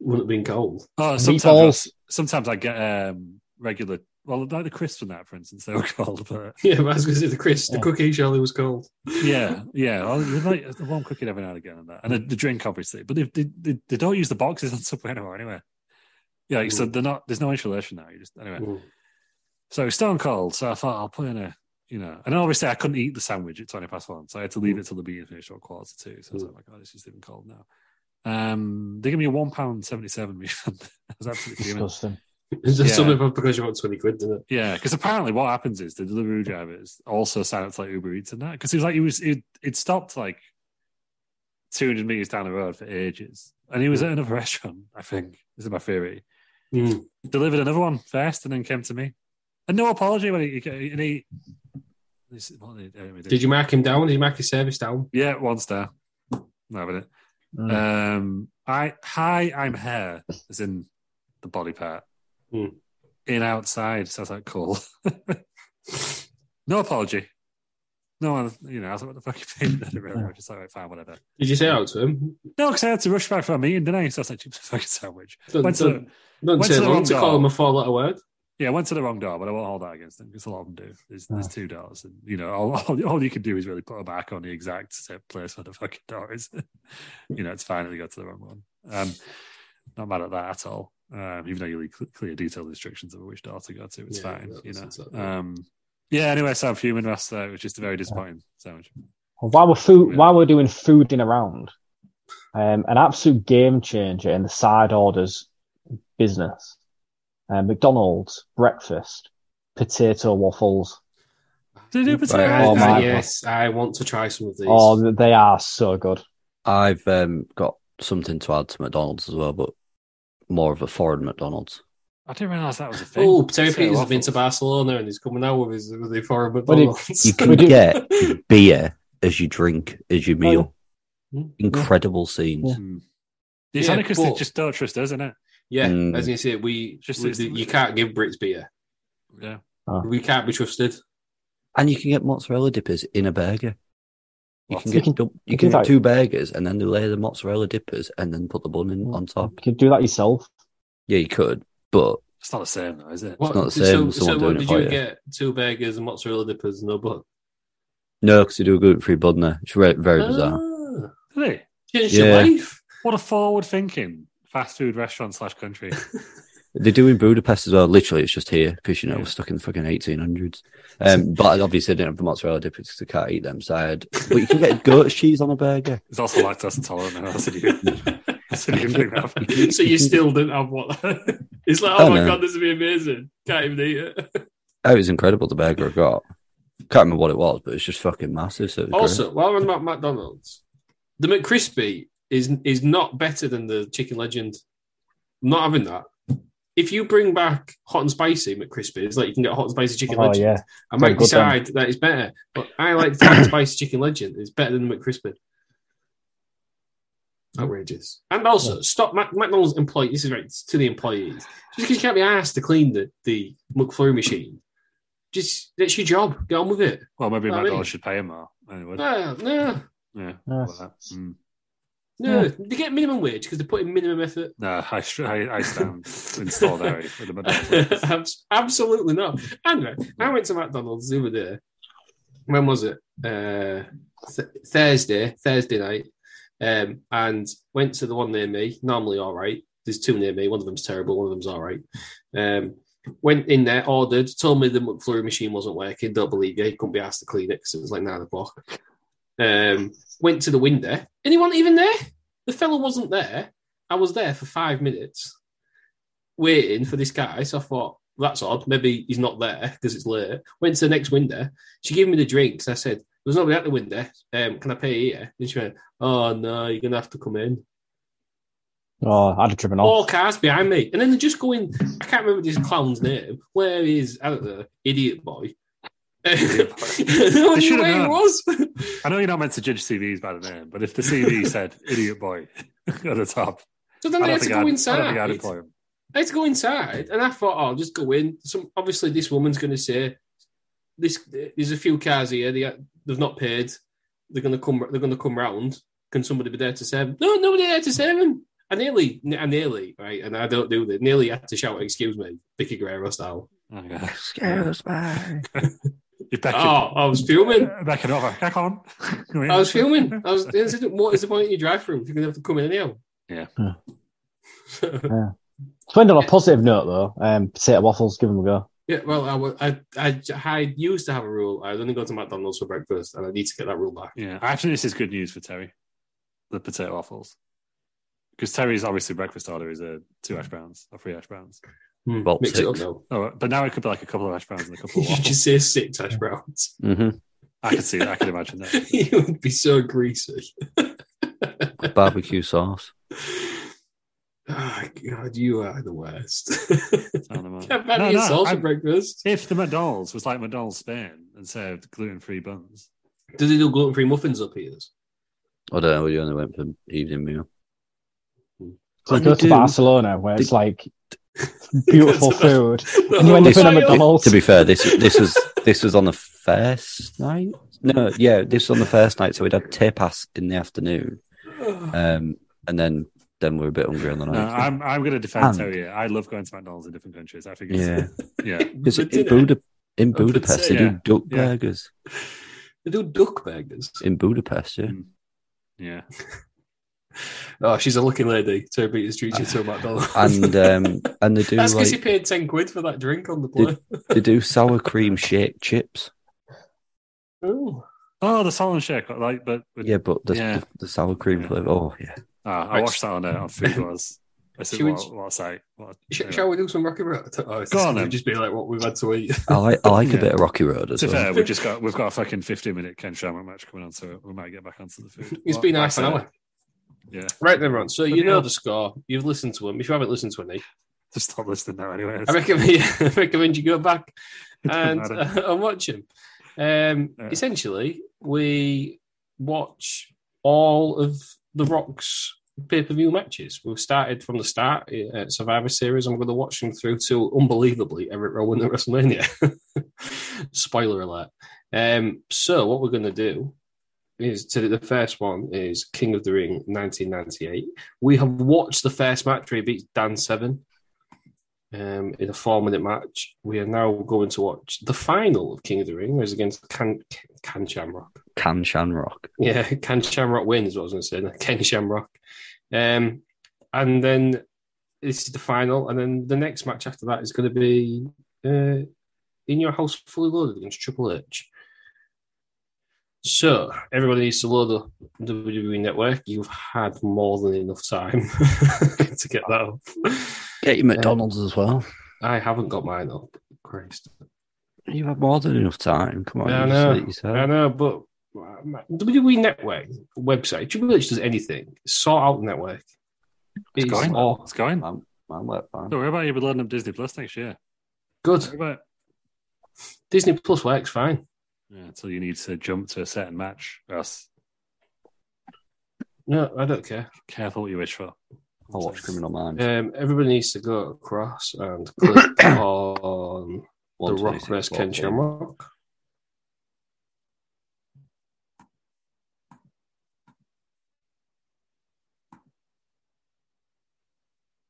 Speaker 1: would have been cold?
Speaker 4: Oh, sometimes,
Speaker 3: Meatballs.
Speaker 4: I- sometimes I get um, regular, well, like the crisps and that, for instance, they were called. But
Speaker 1: Yeah, but I was going to say the Chris, the
Speaker 3: Yeah.
Speaker 1: cookie surely was cold.
Speaker 4: yeah, yeah. Oh, I would like a warm cookie every now and again and that. And the, the drink, obviously. But they, they, they, they don't use the boxes on Subway anymore, anyway. Yeah, like, so
Speaker 1: Hmm.
Speaker 4: they're not, there's no insulation now. You just, anyway.
Speaker 1: Mm.
Speaker 4: So it was stone cold. So I thought I'll put in a, you know, and obviously I couldn't eat the sandwich at 20 past one. So I had to leave it till the meeting finished at quarter to two. So I was like, oh my God, this is even cold now. Um, they gave me a £1.77 refund. I was absolutely fuming.
Speaker 3: Disgusting.
Speaker 1: It's just
Speaker 4: Yeah.
Speaker 1: something about because you want 20 quid, didn't it?
Speaker 4: Yeah, because apparently what happens is the delivery drivers also sign up to like Uber Eats and that because it was like it was it, it stopped like two hundred meters down the road for ages, and he was at another restaurant. I think this is my theory.
Speaker 1: Mm.
Speaker 4: Delivered another one first, and then came to me, and no apology when he and he. This, what did, anyway,
Speaker 1: Did you mark him down? Did you mark his service down?
Speaker 4: Yeah, one star. Not having it.
Speaker 3: Mm.
Speaker 4: Um, I hi, I'm hair, as in the body part.
Speaker 1: Hmm.
Speaker 4: In outside sounds like cool. no apology. No one, you know, I was like, what the fuck you doing? I didn't really. I was just like, right, fine, whatever.
Speaker 1: Did you say out to him?
Speaker 4: No, because I had to rush back for a meeting, didn't I? So I was like, chips and fucking sandwich.
Speaker 1: Don't,
Speaker 4: Went to
Speaker 1: don't,
Speaker 4: the,
Speaker 1: don't
Speaker 4: went
Speaker 1: say
Speaker 4: to the
Speaker 1: long
Speaker 4: wrong
Speaker 1: to call him
Speaker 4: door.
Speaker 1: a four letter word.
Speaker 4: yeah, went to the wrong door, but I won't hold that against them because a lot of them do. There's, there's
Speaker 3: No.
Speaker 4: two doors, and you know, all, all, all you can do is really put a back on the exact same place where the fucking door is. you know, it's fine if you go to the wrong one. Um, not mad at that at all. Um, even though you leave cl- clear detailed instructions over which door to go to, it's
Speaker 1: Yeah,
Speaker 4: fine.
Speaker 1: that
Speaker 4: You
Speaker 1: was
Speaker 4: know.
Speaker 1: exactly-
Speaker 4: Um, yeah. Anyway, so I'm human rest there, which is very disappointing sandwich.
Speaker 3: Well, while we're food,
Speaker 4: Yeah.
Speaker 3: while we're doing fooding around, um, an absolute game changer in the side orders business. Uh, McDonald's breakfast potato waffles.
Speaker 4: Did it
Speaker 2: Right.
Speaker 4: potato?
Speaker 3: Oh, my
Speaker 1: yes, I want to try some of these.
Speaker 3: Oh, they are so good.
Speaker 2: I've um, got something to add to McDonald's as well, but more of a foreign McDonald's.
Speaker 4: I didn't realize that was a thing.
Speaker 1: Oh, Terry Peters has
Speaker 4: waffles.
Speaker 1: been to Barcelona and he's coming out with his with the foreign
Speaker 3: Well, you-
Speaker 1: McDonald's.
Speaker 2: You can
Speaker 3: We do-
Speaker 2: get beer as you drink, as your meal.
Speaker 3: Hmm.
Speaker 1: yeah.
Speaker 2: Incredible scenes.
Speaker 4: Hmm. It's
Speaker 1: Yeah,
Speaker 4: only because they
Speaker 1: but-
Speaker 4: just don't trust us, isn't it?
Speaker 1: yeah,
Speaker 2: Mm.
Speaker 1: as you say, we
Speaker 4: Just-
Speaker 1: we-
Speaker 4: it's-
Speaker 1: you can't give Brits beer.
Speaker 4: Yeah.
Speaker 3: Oh.
Speaker 1: We can't be trusted.
Speaker 2: And you can get mozzarella dippers in a burger. You
Speaker 4: What?
Speaker 2: can
Speaker 3: You
Speaker 2: get
Speaker 3: can-
Speaker 2: dou- you
Speaker 3: you
Speaker 2: can
Speaker 3: can
Speaker 2: get
Speaker 3: like-
Speaker 2: two burgers and then they layer the mozzarella dippers and then put the bun in on
Speaker 3: You
Speaker 2: top.
Speaker 3: could do that yourself.
Speaker 2: Yeah, you could, but
Speaker 4: It's not the same though, is it?
Speaker 1: What,
Speaker 2: not the same as
Speaker 1: So,
Speaker 2: someone
Speaker 1: so
Speaker 2: doing
Speaker 1: what
Speaker 2: it
Speaker 1: did
Speaker 2: for
Speaker 1: you
Speaker 2: you.
Speaker 1: get? Two burgers and mozzarella dippers, no bun.
Speaker 2: no, because they do a gluten free bun there. It's re- very bizarre.
Speaker 1: Ah,
Speaker 4: Do they?
Speaker 1: changed
Speaker 2: Yeah.
Speaker 1: your life.
Speaker 4: What a forward thinking fast food restaurant slash country.
Speaker 2: They do in Budapest as well. Literally, it's just here because you know
Speaker 4: Yeah.
Speaker 2: we're stuck in the fucking eighteen hundreds. Um, but I obviously didn't have the mozzarella dippers because I can't eat them. So I had, but you can get goat cheese on a burger.
Speaker 4: It's also lactose intolerant. and That's a new, that's a new thing that happened.
Speaker 1: so you still didn't have what? it's like, oh
Speaker 2: Oh,
Speaker 1: my
Speaker 2: no.
Speaker 1: god, this would be amazing. Can't even eat it.
Speaker 2: Oh, it was incredible. The burger I got. Can't remember what it was, but it's just fucking massive. So it was great.
Speaker 1: Also, while we're about McDonald's, the McCrispy is is not better than the Chicken Legend. I'm not having that. If you bring back hot and spicy McCrispy, it's like you can get hot and spicy chicken
Speaker 3: Oh
Speaker 1: legend.
Speaker 3: yeah,
Speaker 1: I might
Speaker 3: Good, good then.
Speaker 1: decide that it's better, but I like the hot and spicy chicken legend. It's better than the McCrispy. Outrageous. And also, stop Mac- McDonald's employee. This is right it's to the employees. Just because you can't be asked to clean the, the McFlurry machine, just that's your job. Get on with it.
Speaker 4: Well, maybe
Speaker 1: Well, I
Speaker 4: McDonald's
Speaker 1: mean-
Speaker 4: should pay him more. Anyway,
Speaker 1: No, no,
Speaker 4: yeah.
Speaker 3: Yeah.
Speaker 4: like that. Mm.
Speaker 1: no.
Speaker 3: Yeah.
Speaker 1: They get minimum wage because they put in minimum effort.
Speaker 4: No, I, str- I, I stand solidarity with the McDonald's.
Speaker 1: Abs- Absolutely not. Anyway, I went to McDonald's the other day. When was it? Uh, th- Thursday, Thursday night, um, and went to the one near me. Normally, all right. There's two near me. One of them's terrible. One of them's all right. Um, went in there, ordered. Told me the McFlurry machine wasn't working. Don't believe you. Couldn't be asked to clean it because it was like nine o'clock. Um, went to the window, and he wasn't even there. The fella wasn't there. I was there for five minutes waiting for this guy. So I thought, that's odd. Maybe he's not there because it's late. Went to the next window. She gave me the drinks. I said, there's nobody at the window. Um, can I pay here? And she went, oh, no, you're going to have to come in.
Speaker 3: oh, I'd have driven off.
Speaker 1: All cars behind me. And then they just go in. I can't remember this clown's name. Where is, I don't know, idiot boy. no,
Speaker 4: should
Speaker 1: you
Speaker 4: have
Speaker 1: way it
Speaker 4: known.
Speaker 1: was.
Speaker 4: I know you're not meant to judge CVs by the name, but if the CV said "idiot boy" at the top,
Speaker 1: So
Speaker 4: I
Speaker 1: then I,
Speaker 4: don't,
Speaker 1: had to
Speaker 4: think
Speaker 1: go
Speaker 4: I'd, I
Speaker 1: inside.
Speaker 4: don't think I'd employ him.
Speaker 1: I had to go inside, and I thought, oh, I'll just go in. Some obviously, this woman's going to say, "This, there's a few cars here. They, they've not paid. They're going to come. They're going to come round. Can somebody be there to save them? No, nobody there to save them. I nearly, I nearly, right, and I don't do that. Nearly had to shout, "Excuse me, Vicky Guerrero style."
Speaker 4: Oh, yeah.
Speaker 2: Excuse me.
Speaker 4: You're
Speaker 1: Oh,
Speaker 4: back
Speaker 1: I was filming.
Speaker 4: Back it over. Crack on. Go in.
Speaker 1: I was filming. I was. I said, What is the point of your drive-through? You're going to have to come in anyhow.
Speaker 4: Yeah.
Speaker 3: Yeah. To end on a positive note, though, um, potato waffles, give them a go.
Speaker 1: Yeah, well, I, wa- I, I j- I used to have a rule. I only go to McDonald's for breakfast, and I need to get that rule back.
Speaker 4: Yeah, actually, this is good news for Terry, the potato waffles, because Terry's obviously breakfast order is a two hash browns or three hash browns.
Speaker 1: Hmm,
Speaker 2: Well,
Speaker 1: Mix it up
Speaker 2: six.
Speaker 1: now.
Speaker 4: Oh, but now it could be like a couple of hash browns and a couple
Speaker 1: You
Speaker 4: of
Speaker 1: should
Speaker 4: waffles.
Speaker 1: just say six hash browns.
Speaker 2: hmm
Speaker 4: I could see that. I could imagine that.
Speaker 1: you would be so greasy.
Speaker 2: Barbecue sauce.
Speaker 1: Ah, God, you are the worst.
Speaker 4: I don't know.
Speaker 1: Can't have
Speaker 4: No,
Speaker 1: any
Speaker 4: no,
Speaker 1: sauce
Speaker 4: I-
Speaker 1: for breakfast.
Speaker 4: If the McDonald's was like McDonald's Spain and served gluten free buns,
Speaker 1: Do they do gluten-free muffins up here?
Speaker 2: I don't know. We only went for evening meal.
Speaker 3: So
Speaker 2: What
Speaker 3: go
Speaker 2: they
Speaker 3: to
Speaker 2: do-
Speaker 3: Barcelona, where it's like beautiful
Speaker 1: That's about-
Speaker 3: food, and you end up in a
Speaker 1: This-
Speaker 3: McDonald's.
Speaker 2: To be fair, this this was this was on the first night. No, yeah, this was on the first night. So we'd had tapas in the afternoon,
Speaker 1: oh.
Speaker 2: um, and then then we were a bit hungry on the
Speaker 4: no,
Speaker 2: night.
Speaker 4: I'm I'm going to defend
Speaker 2: And-
Speaker 4: Terry. here. I love going to McDonald's in different countries. I think it's,
Speaker 2: yeah,
Speaker 4: yeah.
Speaker 2: because
Speaker 1: For
Speaker 2: in,
Speaker 1: dinner,
Speaker 2: Buda- in
Speaker 1: I would
Speaker 2: Budapest
Speaker 1: say,
Speaker 2: they
Speaker 4: yeah.
Speaker 2: do duck
Speaker 4: Yeah.
Speaker 2: burgers.
Speaker 1: They do duck burgers.
Speaker 2: In Budapest, yeah.
Speaker 4: yeah.
Speaker 1: Oh, she's a lucky lady. Terry Peters treats you to a McDonald's.
Speaker 2: and um, and they do
Speaker 1: That's because
Speaker 2: like
Speaker 1: he paid 10 quid for that drink on the plane.
Speaker 2: they do sour cream shake chips.
Speaker 1: Oh.
Speaker 4: Oh, the salmon shake, like, but with,
Speaker 2: Yeah, but the,
Speaker 4: Yeah.
Speaker 2: the, sour cream
Speaker 4: Yeah.
Speaker 2: flavor. Oh yeah,
Speaker 4: Ah, I
Speaker 1: Right.
Speaker 4: watched that on uh, on Food Wars. I said,
Speaker 1: Should we-
Speaker 4: what, what site? What,
Speaker 1: Sh-
Speaker 4: anyway.
Speaker 1: Shall we do some Rocky Road? Oh, it's
Speaker 4: Go on
Speaker 1: gonna
Speaker 4: then.
Speaker 1: just be like what we've had to eat.
Speaker 2: I like I like
Speaker 4: Yeah.
Speaker 2: a bit of Rocky Road as
Speaker 4: To be fair,
Speaker 2: well.
Speaker 4: we've just got we've got a fucking fifteen minute Ken Shamrock match coming on, so we might get back onto the food.
Speaker 1: It's
Speaker 4: Well,
Speaker 1: been nice an
Speaker 4: I-
Speaker 1: hour.
Speaker 4: Yeah,
Speaker 1: Right then, Ron. So you
Speaker 4: Yeah.
Speaker 1: know the score. You've listened to them. If you haven't listened to any,
Speaker 4: just stop listening now. Anyway,
Speaker 1: I recommend, I recommend you go back and,
Speaker 4: Doesn't
Speaker 1: uh, and watch them. Um,
Speaker 4: Yeah.
Speaker 1: Essentially, we watch all of The Rock's pay per view matches. We've started from the start uh, Survivor Series. I'm going to watch them through to unbelievably Eric Rowan at WrestleMania. Spoiler alert. Um, so, what we're going to do is to the first one is King of the Ring 1998. We have watched the first match where he beats Dan Seven um, in a four minute match. We are now going to watch the final of King of the Ring, which is against Can, Can Shamrock.
Speaker 2: Can Shamrock.
Speaker 1: Yeah, Can Shamrock win is what I was going to say. no, Ken Shamrock. Um, and then this is the final. And then the next match after that is going to be uh, In Your House Fully Loaded against Triple H. So, everybody needs to load up the WWE Network. You've had more than enough time to get that up.
Speaker 2: Get your McDonald's as well.
Speaker 1: I haven't got mine up. Christ.
Speaker 2: You have more than enough time. Come on,
Speaker 1: I
Speaker 2: you just
Speaker 1: know.
Speaker 2: let yourself.
Speaker 1: I know, but uh, WWE E Network website, Triple H does anything. Sort out network.
Speaker 4: it's going.
Speaker 1: all
Speaker 4: It's going.
Speaker 2: Man, man, work fine.
Speaker 4: Don't worry about it, you'll be loading up Disney Plus next year.
Speaker 1: good.
Speaker 4: Don't worry about it.
Speaker 1: Disney Plus works fine.
Speaker 4: Yeah, until you need to jump to a certain match. or else
Speaker 1: No, I don't care.
Speaker 4: careful what you wish for.
Speaker 2: I'll watch Criminal Minds.
Speaker 1: Um, everybody needs to go across and click on The Rock
Speaker 2: 126,
Speaker 1: vs. Ken
Speaker 2: 14.
Speaker 1: Shamrock.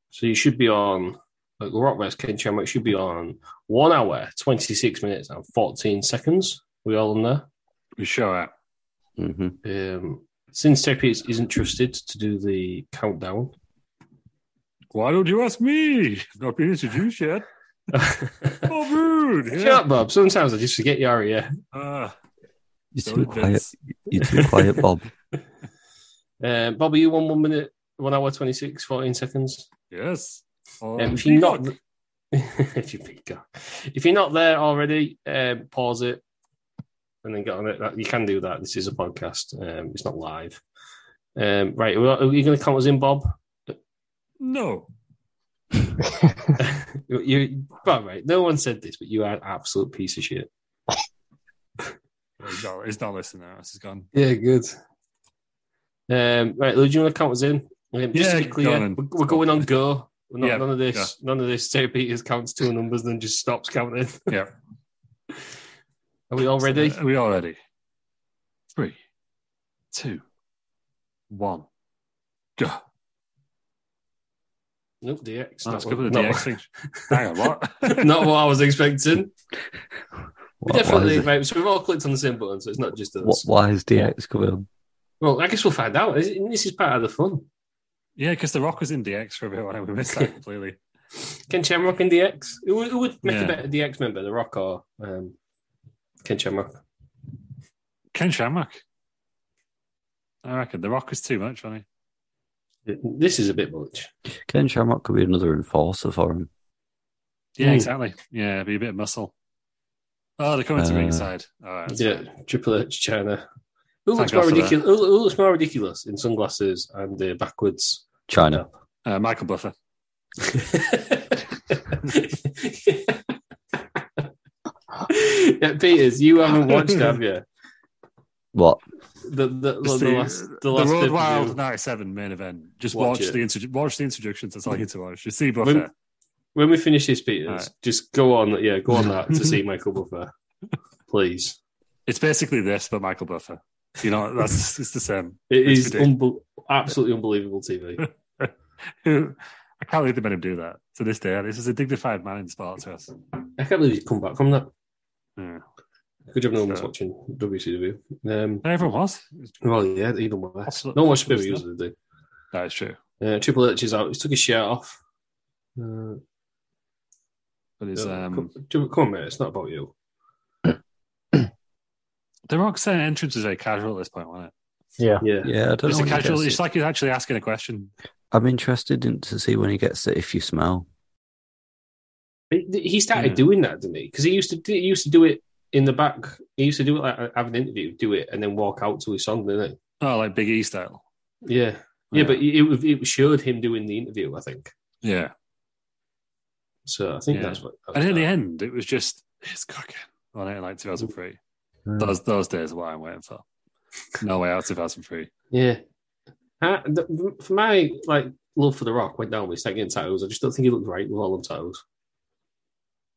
Speaker 1: So you should be on like, The Rock vs. Ken Shamrock should be on one hour, twenty six minutes and fourteen seconds. We all on there.
Speaker 4: We show up.
Speaker 2: Mhm.
Speaker 1: Um, since Terry Peters isn't trusted to do the countdown,
Speaker 4: Why don't you ask me? I've not been introduced yet. Oh, rude.
Speaker 1: Shut
Speaker 4: Yeah.
Speaker 1: up, Bob. Sometimes I just forget you are here.
Speaker 4: Uh,
Speaker 2: You're
Speaker 4: so
Speaker 2: too
Speaker 4: it's-
Speaker 2: quiet. You're too quiet, Bob.
Speaker 1: Um, Bobby, you won one minute, one hour, 26, 14 seconds.
Speaker 4: Yes. Oh,
Speaker 1: Um, if, you're not,
Speaker 4: Peacock.
Speaker 1: if, you peacock. if you're not there already, um, pause it and then get on it. That- You can do that. This is a podcast, um, it's not live. Um, right, are are you going to count us in, Bob?
Speaker 4: No.
Speaker 1: you, you, all right, no one said this, but you are an absolute piece of shit.
Speaker 4: He's not, he's not listening now. He's gone.
Speaker 1: Yeah, good. Um, right, Lou, do you want to count us in? Um, just
Speaker 4: Yeah,
Speaker 1: to be
Speaker 4: go
Speaker 1: clear,
Speaker 4: on then.
Speaker 1: we're, we're going on go. We're not,
Speaker 4: Yeah,
Speaker 1: none of this, none of this. Terry Peters counts two numbers, then just stops counting.
Speaker 4: Yeah.
Speaker 1: Are we all ready?
Speaker 4: Are uh, we all ready? Three, two, one, go.
Speaker 1: Nope, DX.
Speaker 4: That's
Speaker 1: not
Speaker 4: good with
Speaker 1: what-
Speaker 4: the
Speaker 1: not
Speaker 4: DX thing. Hang on, what?
Speaker 1: not what I was expecting.
Speaker 2: What-
Speaker 1: we
Speaker 2: why is
Speaker 1: definitely,
Speaker 2: it-
Speaker 1: right, so we've all clicked on the same button, so it's not just
Speaker 2: what-
Speaker 1: us.
Speaker 2: why is DX coming on?
Speaker 1: Well, I guess we'll find out. Is it- This is part of the fun.
Speaker 4: Yeah, because The Rock was in DX for a bit when we missed that completely.
Speaker 1: Ken Shamrock and DX. Who, would- who would make
Speaker 4: Yeah.
Speaker 1: a better DX member, The Rock or um, Ken Shamrock?
Speaker 4: Ken Shamrock. I reckon The Rock is too much, funny.
Speaker 1: This is a bit much.
Speaker 2: Ken Shamrock could be another enforcer for him.
Speaker 4: Yeah,
Speaker 1: Hmm.
Speaker 4: exactly. Yeah, be a bit of muscle. Oh, they're coming to
Speaker 2: Uh,
Speaker 4: ringside. All right. that's
Speaker 1: Yeah,
Speaker 4: fine.
Speaker 1: Triple H China. Who
Speaker 4: Thank
Speaker 1: looks
Speaker 4: God
Speaker 1: more
Speaker 4: for that.
Speaker 1: ridiculous? Who, who looks more ridiculous in sunglasses and uh, backwards?
Speaker 2: China.
Speaker 4: Uh, Michael Buffer.
Speaker 1: yeah, Peters, you haven't watched, have you?
Speaker 2: What?
Speaker 1: The the, the,
Speaker 4: Just
Speaker 1: the last the last
Speaker 4: Road
Speaker 1: pay-per-view.
Speaker 4: Wild 97 main event. Just
Speaker 1: Watch
Speaker 4: watch,
Speaker 1: it.
Speaker 4: the intro- watch the introductions. That's all you need to watch. You see Buffer.
Speaker 1: When, when we finish this, Peters,
Speaker 4: Alright.
Speaker 1: just go on. Yeah, go on that to see Michael Buffer, please.
Speaker 4: It's basically this, but Michael Buffer. You know, that's it's the same.
Speaker 1: It
Speaker 4: It's
Speaker 1: is
Speaker 4: ridiculous.
Speaker 1: unbe- absolutely unbelievable TV.
Speaker 4: I can't believe they made him do that to this day. This is a dignified man in sports to us.
Speaker 1: I can't believe he's come back from that.
Speaker 4: Yeah.
Speaker 1: Good job, no one was
Speaker 4: So-
Speaker 1: watching WCW. Um,
Speaker 4: Everyone was. It was-
Speaker 1: well, yeah, even worse.
Speaker 4: Absolute-
Speaker 1: No one watched
Speaker 4: absolute
Speaker 1: pay-per-views
Speaker 4: stuff.
Speaker 1: did they?
Speaker 4: That is true.
Speaker 1: Uh, Triple H is out. He's took his shirt off. Uh,
Speaker 4: But it's um,
Speaker 1: come, come on, mate. It's not about you.
Speaker 4: The Rock's uh, entrance was very casual at this point, wasn't it?
Speaker 3: Yeah.
Speaker 1: Yeah.
Speaker 2: Yeah, I
Speaker 4: It's
Speaker 2: don't know.
Speaker 4: a
Speaker 2: when he
Speaker 4: casual.
Speaker 2: gets
Speaker 4: It's
Speaker 2: it.
Speaker 4: like he's actually asking a question.
Speaker 2: I'm interested in to see when he gets it. If you smell,
Speaker 1: He- He started
Speaker 4: Yeah.
Speaker 1: doing that, didn't he? Because he used to do, he used to do it in the back. He used to do it like have an interview, do it, and then walk out to his song, didn't
Speaker 4: Oh, like Big E style.
Speaker 1: he? Yeah. Yeah, but it, was- it showed him doing the interview, I think.
Speaker 4: yeah.
Speaker 1: So I think
Speaker 4: Yeah.
Speaker 1: that's what. that
Speaker 4: And
Speaker 1: was
Speaker 4: in the
Speaker 1: that.
Speaker 4: end, it was just his cooking on it, like 2003. Those those days are what I'm waiting for. No way out 2003.
Speaker 1: yeah. I, the, for my like love for the Rock went down with second getting tattoos. I just don't think he looked right with all them tattoos.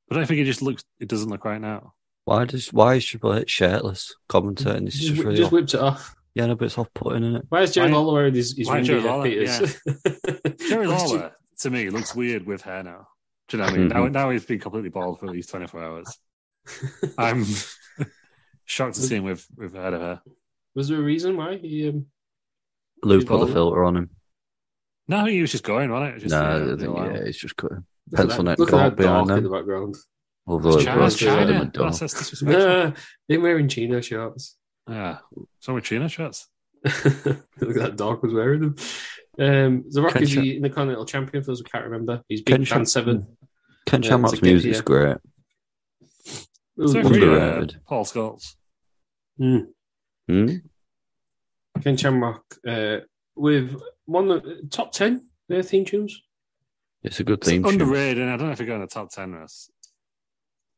Speaker 4: But I think it just looks. It doesn't look right now.
Speaker 2: why does why is Triple H shirtless? Commentating this is
Speaker 1: Just,
Speaker 2: just
Speaker 1: whi-
Speaker 2: really
Speaker 1: just
Speaker 2: off.
Speaker 1: whipped it off.
Speaker 2: yeah, no, but it's off putting in it.
Speaker 1: Why is Jerry
Speaker 4: Why-
Speaker 1: Lawler wearing his, his
Speaker 4: why
Speaker 1: ringy
Speaker 4: Jerry
Speaker 1: Jeff
Speaker 4: Lawler?
Speaker 1: Peters?
Speaker 4: Jerry
Speaker 1: Question-
Speaker 4: Lawler to me looks weird with hair now. Do you know what I
Speaker 2: Mm-hmm.
Speaker 4: mean? Now, now he's been completely bald for at least 24 hours. I'm shocked to see him with with head of hair.
Speaker 1: Was there a reason why he? Um,
Speaker 2: Lou
Speaker 1: He's
Speaker 2: put the
Speaker 1: bald.
Speaker 2: filter on him.
Speaker 4: No, he was just going on it. Just,
Speaker 2: no,
Speaker 4: uh,
Speaker 2: I
Speaker 4: the
Speaker 2: think,
Speaker 4: alarm.
Speaker 2: yeah, it's just cutting.
Speaker 1: look at
Speaker 2: Pencil
Speaker 1: that-
Speaker 2: neck
Speaker 1: Look at
Speaker 2: dog
Speaker 1: that dog
Speaker 2: behind
Speaker 1: in
Speaker 2: them.
Speaker 1: the background.
Speaker 2: Although
Speaker 4: It's
Speaker 2: it
Speaker 4: China,
Speaker 2: was
Speaker 4: it's China.
Speaker 2: certainly done.
Speaker 4: That's, that's disrespectful.
Speaker 1: Ah, him wearing chino shorts.
Speaker 4: yeah, so with China shirts.
Speaker 1: look at that dog was wearing them. Um, the Rock
Speaker 2: Ken
Speaker 1: is
Speaker 2: Sha-
Speaker 1: the Intercontinental Champion. For those who can't remember, he's
Speaker 2: Ken
Speaker 1: Big
Speaker 2: Sha-
Speaker 1: Fan Seven.
Speaker 2: Ken
Speaker 1: Yeah,
Speaker 2: Shamrock's
Speaker 1: it's a good
Speaker 2: music is
Speaker 1: idea.
Speaker 2: great.
Speaker 4: It's
Speaker 2: Wonder
Speaker 1: Ooh,
Speaker 4: very, uh,
Speaker 2: Underrated.
Speaker 4: Paul Scholes.
Speaker 1: Hmm.
Speaker 2: Hmm?
Speaker 1: Ken Shamrock uh, with one of the uh, top ten their theme tunes.
Speaker 2: It's a good
Speaker 4: It's
Speaker 2: theme tune.
Speaker 4: underrated, and I don't know if it got in the top ten list.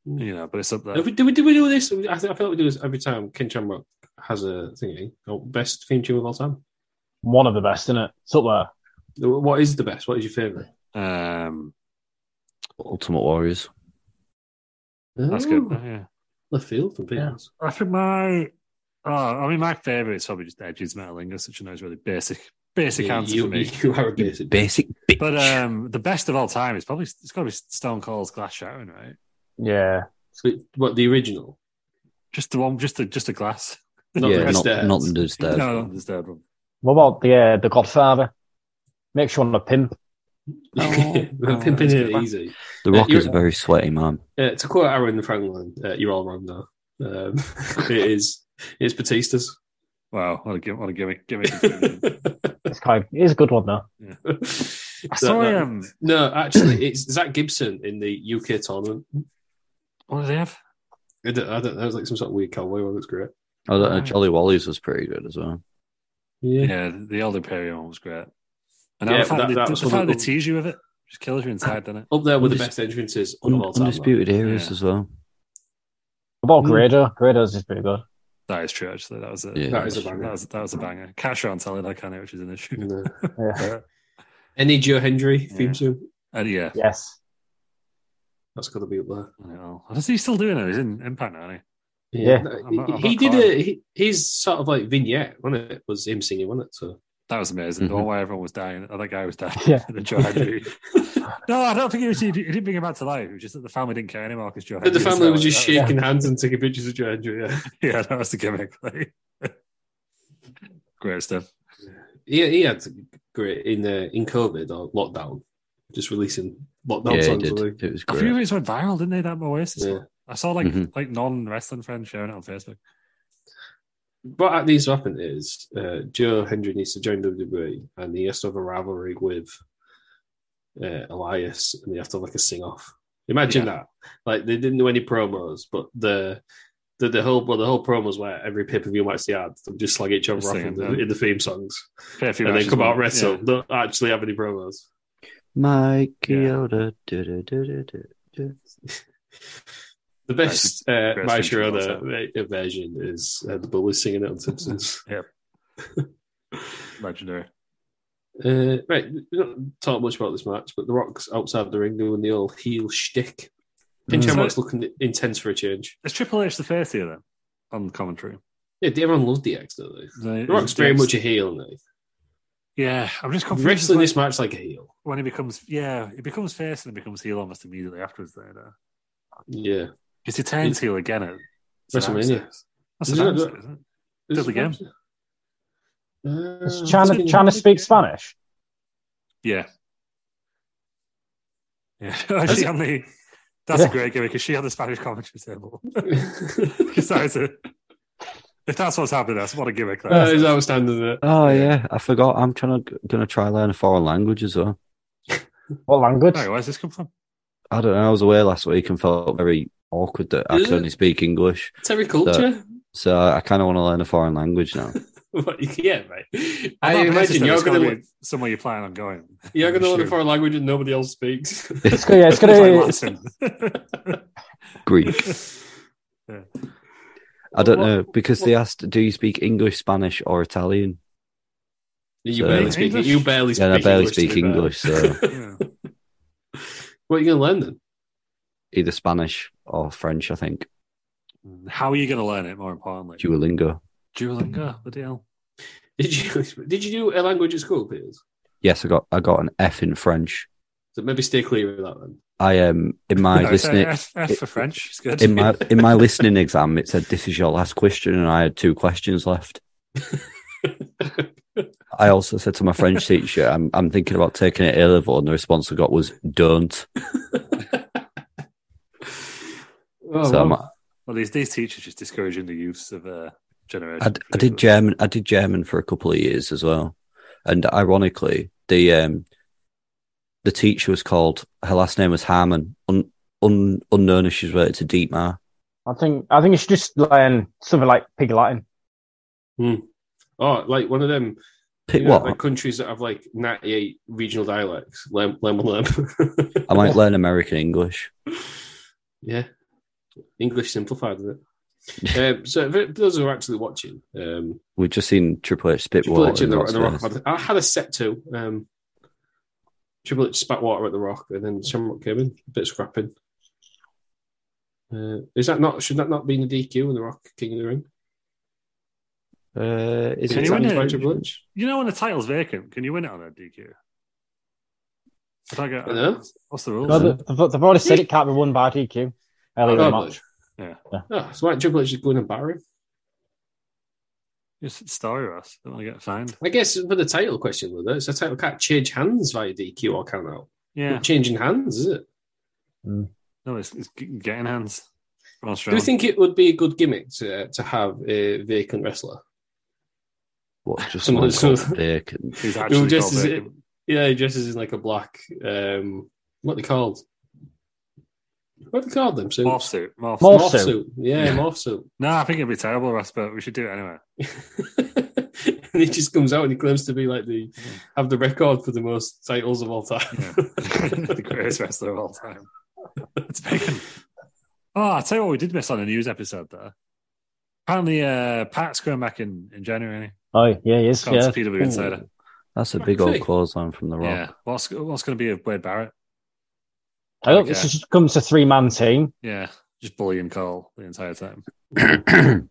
Speaker 4: You know, but it's up there.
Speaker 1: Have we- Do we, do we do this? I, think, I feel like we do this every time Ken Shamrock has a thingy. Oh, best theme tune of all time.
Speaker 3: One of the best, isn't it? It's up there.
Speaker 1: What is the best? What is your favorite?
Speaker 4: Um,
Speaker 2: Ultimate Warriors.
Speaker 4: that's good. Oh, Yeah.
Speaker 1: Left field from
Speaker 4: Yeah.
Speaker 1: Peters.
Speaker 4: I think my, oh, I mean, my favorite is probably just Edge's Metalingus, which I know is really basic, basic answer
Speaker 1: you,
Speaker 4: for me.
Speaker 1: you are a basic.
Speaker 2: Basic bitch.
Speaker 4: But um, the best of all time is probably it's got to be Stone Cold's Glass Shattering, right?
Speaker 3: Yeah.
Speaker 1: But What the original?
Speaker 4: Just the one, just the just the glass.
Speaker 1: Not
Speaker 2: yeah,
Speaker 1: the
Speaker 2: not,
Speaker 1: stairs.
Speaker 2: not under stairs.
Speaker 4: No, not the third one.
Speaker 3: What about the uh, the Godfather? Makes you want to pimp.
Speaker 1: I'm pimping it easy.
Speaker 2: The
Speaker 1: Uh,
Speaker 2: Rock
Speaker 1: you're-
Speaker 2: is a very sweaty man.
Speaker 1: Uh, to quote Aaron Franklin, uh, you're all wrong though. Um, it is it's Batista's.
Speaker 4: Wow, what a gimmick! What a gimmick! gimmick improvement.
Speaker 1: I
Speaker 3: It's kind. Of, it's a good one though.
Speaker 4: I saw um,
Speaker 1: uh, No, actually, it's Zach Gibson in the UK tournament.
Speaker 4: what do they have?
Speaker 1: I don't, I don't know. It's like some sort of weird cowboy one. That's great.
Speaker 2: I don't know.
Speaker 4: Right.
Speaker 2: Jolly uh, Wally's was pretty good as well.
Speaker 1: Yeah.
Speaker 4: Yeah, the Elder Perry one was great. And
Speaker 1: Yeah,
Speaker 4: I
Speaker 1: but that-
Speaker 4: found
Speaker 1: that
Speaker 4: the,
Speaker 1: was
Speaker 4: the
Speaker 1: one of
Speaker 4: fact they
Speaker 1: the-
Speaker 4: tease you with it just kills you inside, doesn't it?
Speaker 1: Up there with the
Speaker 2: Undis-
Speaker 1: best entrances of
Speaker 2: Un-
Speaker 1: all time. though.
Speaker 2: Undisputed Eras
Speaker 4: Yeah.
Speaker 2: as well.
Speaker 3: What about
Speaker 1: Hmm.
Speaker 3: Grado? Grado's is pretty good.
Speaker 4: That is true, actually. That was a,
Speaker 2: Yeah.
Speaker 1: That is a banger.
Speaker 4: That was, that was a banger. Cash on telling I can which is an issue.
Speaker 1: No.
Speaker 3: Yeah.
Speaker 1: Any Joe Hendry theme
Speaker 4: Yeah.
Speaker 1: tune?
Speaker 4: and uh, yeah,
Speaker 3: Yes.
Speaker 1: That's got to be up there.
Speaker 4: I know. Is he still doing it? He's in Impact now, isn't
Speaker 3: Yeah.
Speaker 1: No,
Speaker 4: I'm not- I'm
Speaker 1: he, he
Speaker 4: not
Speaker 1: did
Speaker 4: quite-
Speaker 1: a he, his sort of like vignette, wasn't it? Was him singing, wasn't it? So
Speaker 4: he? That was amazing. The
Speaker 2: Mhm.
Speaker 4: one where everyone was dying. Oh, that guy was dying.
Speaker 3: Yeah.
Speaker 4: the Joe Hendry. no, I don't think it was. He didn't bring him back to life. It was just that the family didn't care anymore because Joe.
Speaker 1: but the
Speaker 4: Hendry
Speaker 1: family was
Speaker 4: out.
Speaker 1: just
Speaker 4: That
Speaker 1: shaking hands and taking pictures of Joe Hendry. Yeah.
Speaker 4: Yeah, that was the gimmick. Like. Great stuff.
Speaker 1: He, he had great in uh, in COVID or lockdown, just releasing lockdown
Speaker 2: yeah, it
Speaker 1: songs.
Speaker 2: did.
Speaker 1: wasn't
Speaker 2: It was
Speaker 4: A few of
Speaker 2: great.
Speaker 4: these went viral, didn't they? That Oasis.
Speaker 1: he? Yeah.
Speaker 4: one? I saw like
Speaker 2: Mhm.
Speaker 4: like non wrestling friends sharing it on Facebook.
Speaker 1: What needs to happen is uh, Joe Hendry needs to join WWE and he has to have a rivalry with uh, Elias and they have to have like a sing off. Imagine
Speaker 4: Yeah.
Speaker 1: that. Like they didn't do any promos, but the the, the whole well, the whole promos where every pay per view match they had, they just slag each other
Speaker 4: Just
Speaker 1: off in
Speaker 4: singing,
Speaker 1: the,
Speaker 4: yeah.
Speaker 1: in the theme songs
Speaker 4: Yeah, a few
Speaker 1: and then
Speaker 4: matches
Speaker 1: come out
Speaker 4: went-
Speaker 1: wrestle.
Speaker 4: yeah.
Speaker 1: Don't actually have any promos.
Speaker 2: Mike
Speaker 4: Yeah.
Speaker 2: Kyoto. do-do-do-do-do-do.
Speaker 1: The best uh,
Speaker 4: Great
Speaker 1: My
Speaker 4: theme tune also.
Speaker 1: Sharona uh, version is uh, the Bullies singing it on Simpsons.
Speaker 4: Legendary.
Speaker 1: Uh, right, we don't talk much about this match, but The Rock's outside the ring doing the old heel shtick. Pinch
Speaker 4: Mm.
Speaker 1: mm. Rock's looking intense for a change.
Speaker 4: Is Triple H the face here then on commentary?
Speaker 1: Yeah, everyone loves DX, don't they?
Speaker 4: The,
Speaker 1: The Rock's very much a heel now.
Speaker 4: yeah. I'm just confused.
Speaker 1: Wrestling
Speaker 4: when,
Speaker 1: this match like a heel.
Speaker 4: when he becomes yeah, he becomes face and he becomes heel almost immediately afterwards. uh. There, though.
Speaker 1: Yeah.
Speaker 4: because he turns heel again at
Speaker 1: WrestleMania.
Speaker 4: Survivor Series. That's
Speaker 1: Is it
Speaker 4: Survivor
Speaker 1: not-
Speaker 4: Series, isn't it? Does it again?
Speaker 1: Uh,
Speaker 3: Is China, China speak Spanish?
Speaker 4: Yeah. Yeah. Actually, on the, that's a
Speaker 3: Yeah.
Speaker 4: great gimmick. Is she on the Spanish commentary table? Because that
Speaker 1: that
Speaker 4: is a, if that's what's happening, that's what a gimmick. That
Speaker 3: Uh,
Speaker 4: is.
Speaker 1: Uh, is outstanding, isn't it?
Speaker 2: Oh yeah, I forgot. I'm trying to gonna try learn a foreign language as well.
Speaker 3: What language?
Speaker 4: Sorry, where's this come from?
Speaker 2: I don't know. I was away last week and felt very awkward that I
Speaker 1: Is
Speaker 2: could
Speaker 1: it?
Speaker 2: only speak English.
Speaker 1: It's every culture.
Speaker 2: So I kind of want to learn a foreign language now.
Speaker 1: What you yeah, right.
Speaker 4: I'm not racist,
Speaker 1: I
Speaker 4: though,
Speaker 1: imagine you're
Speaker 4: it's
Speaker 1: going
Speaker 4: gotta
Speaker 1: to
Speaker 4: be somewhere you're planning on going.
Speaker 1: you're going to learn a
Speaker 4: Sure.
Speaker 1: foreign language and nobody else speaks.
Speaker 3: It's gonna, yeah, it's gonna.
Speaker 4: It's like
Speaker 2: Greek.
Speaker 4: Latin.
Speaker 2: I don't
Speaker 1: What-
Speaker 2: know because they asked, "Do you speak English, Spanish, or Italian?"
Speaker 1: You
Speaker 2: So-
Speaker 1: barely speak.
Speaker 4: English?
Speaker 1: You barely speak.
Speaker 2: Yeah, and I barely
Speaker 1: English to
Speaker 2: speak
Speaker 1: be fair.
Speaker 2: English, so-
Speaker 4: Yeah.
Speaker 1: what are you going to learn then?
Speaker 2: Either Spanish or French, I think.
Speaker 4: Yeah. How are you going to learn it? More importantly,
Speaker 2: Duolingo.
Speaker 4: Duolingo, the deal.
Speaker 1: Did you did you do a language at school, Piers?
Speaker 2: Yes, I got I got an F in French.
Speaker 1: So maybe stay clear of that then.
Speaker 2: I am um, in my
Speaker 4: No, it's
Speaker 2: listening
Speaker 4: F, F for French. It's good.
Speaker 2: in my in my listening exam. It said this is your last question, and I had two questions left. I also said to my French teacher, "I'm I'm thinking about taking it A level," and the response I got was "Don't."
Speaker 1: Oh,
Speaker 2: so I'm-
Speaker 1: well,
Speaker 4: well, these these teachers just discouraging the use of uh, generation.
Speaker 2: I, I did German. I did German for a couple of years as well, and ironically, the um, the teacher was called. Her last name was Harmon. Un, un, unknown if she's related to Dietmar.
Speaker 3: I think I think you should just learn something like Pig Latin.
Speaker 1: oh, like one of them
Speaker 2: Pick
Speaker 1: you know,
Speaker 2: what?
Speaker 1: like countries that have like ninety eight regional dialects. Learn learn one of them.
Speaker 2: I might learn American English.
Speaker 1: yeah, English simplified, isn't it? um, so for for those who are actually watching, um,
Speaker 2: We've just seen Triple H spit
Speaker 1: Triple
Speaker 2: water.
Speaker 1: H and the,
Speaker 2: in Rock's
Speaker 1: and the Rock.
Speaker 2: face.
Speaker 1: had- I had a set two. Um, Triple H spat water at the Rock, and then Shamrock came in, a bit scrapping. Uh, is that not? Should that not be in the DQ and the Rock King of the Ring?
Speaker 2: Uh, is
Speaker 4: Can
Speaker 2: it
Speaker 4: you
Speaker 1: challenged
Speaker 4: win
Speaker 1: by
Speaker 4: it?
Speaker 1: Triple H?
Speaker 4: You know when the title's vacant, can you win it on a DQ? It's like a-
Speaker 1: I know.
Speaker 4: uh, What's the rules?
Speaker 3: No, they- they've, they've already said it can't be won by DQ earlier in the
Speaker 1: Oh,
Speaker 3: match.
Speaker 1: Oh, so why don't Triple H just go in and bar him?
Speaker 4: It's story, Ross. Don't want to get fined.
Speaker 1: I guess for the title question, though, it's a title can't change hands via DQ or count out.
Speaker 4: Yeah.
Speaker 1: Changing hands, is it?
Speaker 4: No, it's, it's g- getting hands. Braun
Speaker 1: Do you
Speaker 4: Strowman.
Speaker 1: think it would be a good gimmick to to have a vacant wrestler?
Speaker 2: what? Just
Speaker 1: Some of
Speaker 2: someone
Speaker 1: the-
Speaker 2: called bacon.
Speaker 4: He's
Speaker 1: Who
Speaker 4: actually
Speaker 1: just
Speaker 4: called
Speaker 1: is
Speaker 4: vacant.
Speaker 1: Yeah, he dresses in like a black. Um, what are they called? What are they called them? So
Speaker 4: Morph suit. Morph
Speaker 3: Morph
Speaker 4: suit.
Speaker 3: suit.
Speaker 1: Yeah,
Speaker 4: Yeah.
Speaker 1: morph suit.
Speaker 4: No, I think it'd be terrible, Ross, but we should do it anyway.
Speaker 1: and he just comes out and he claims to be like the have the record for the most titles of all time.
Speaker 4: Yeah. the greatest wrestler of all time. It's bacon. Oh, I'll tell you what we did miss on a news episode there. Apparently, uh, Pat's going back in in January.
Speaker 3: Oh, yeah, he is.
Speaker 4: Can't
Speaker 3: Yeah.
Speaker 4: PW Insider.
Speaker 2: That's a big old
Speaker 1: Really?
Speaker 2: clothesline from The Rock.
Speaker 4: Yeah, what's what's going to be of Wade Barrett?
Speaker 3: I hope
Speaker 4: Okay.
Speaker 3: this just comes to three man team.
Speaker 4: Yeah, just bullying Cole the entire time. And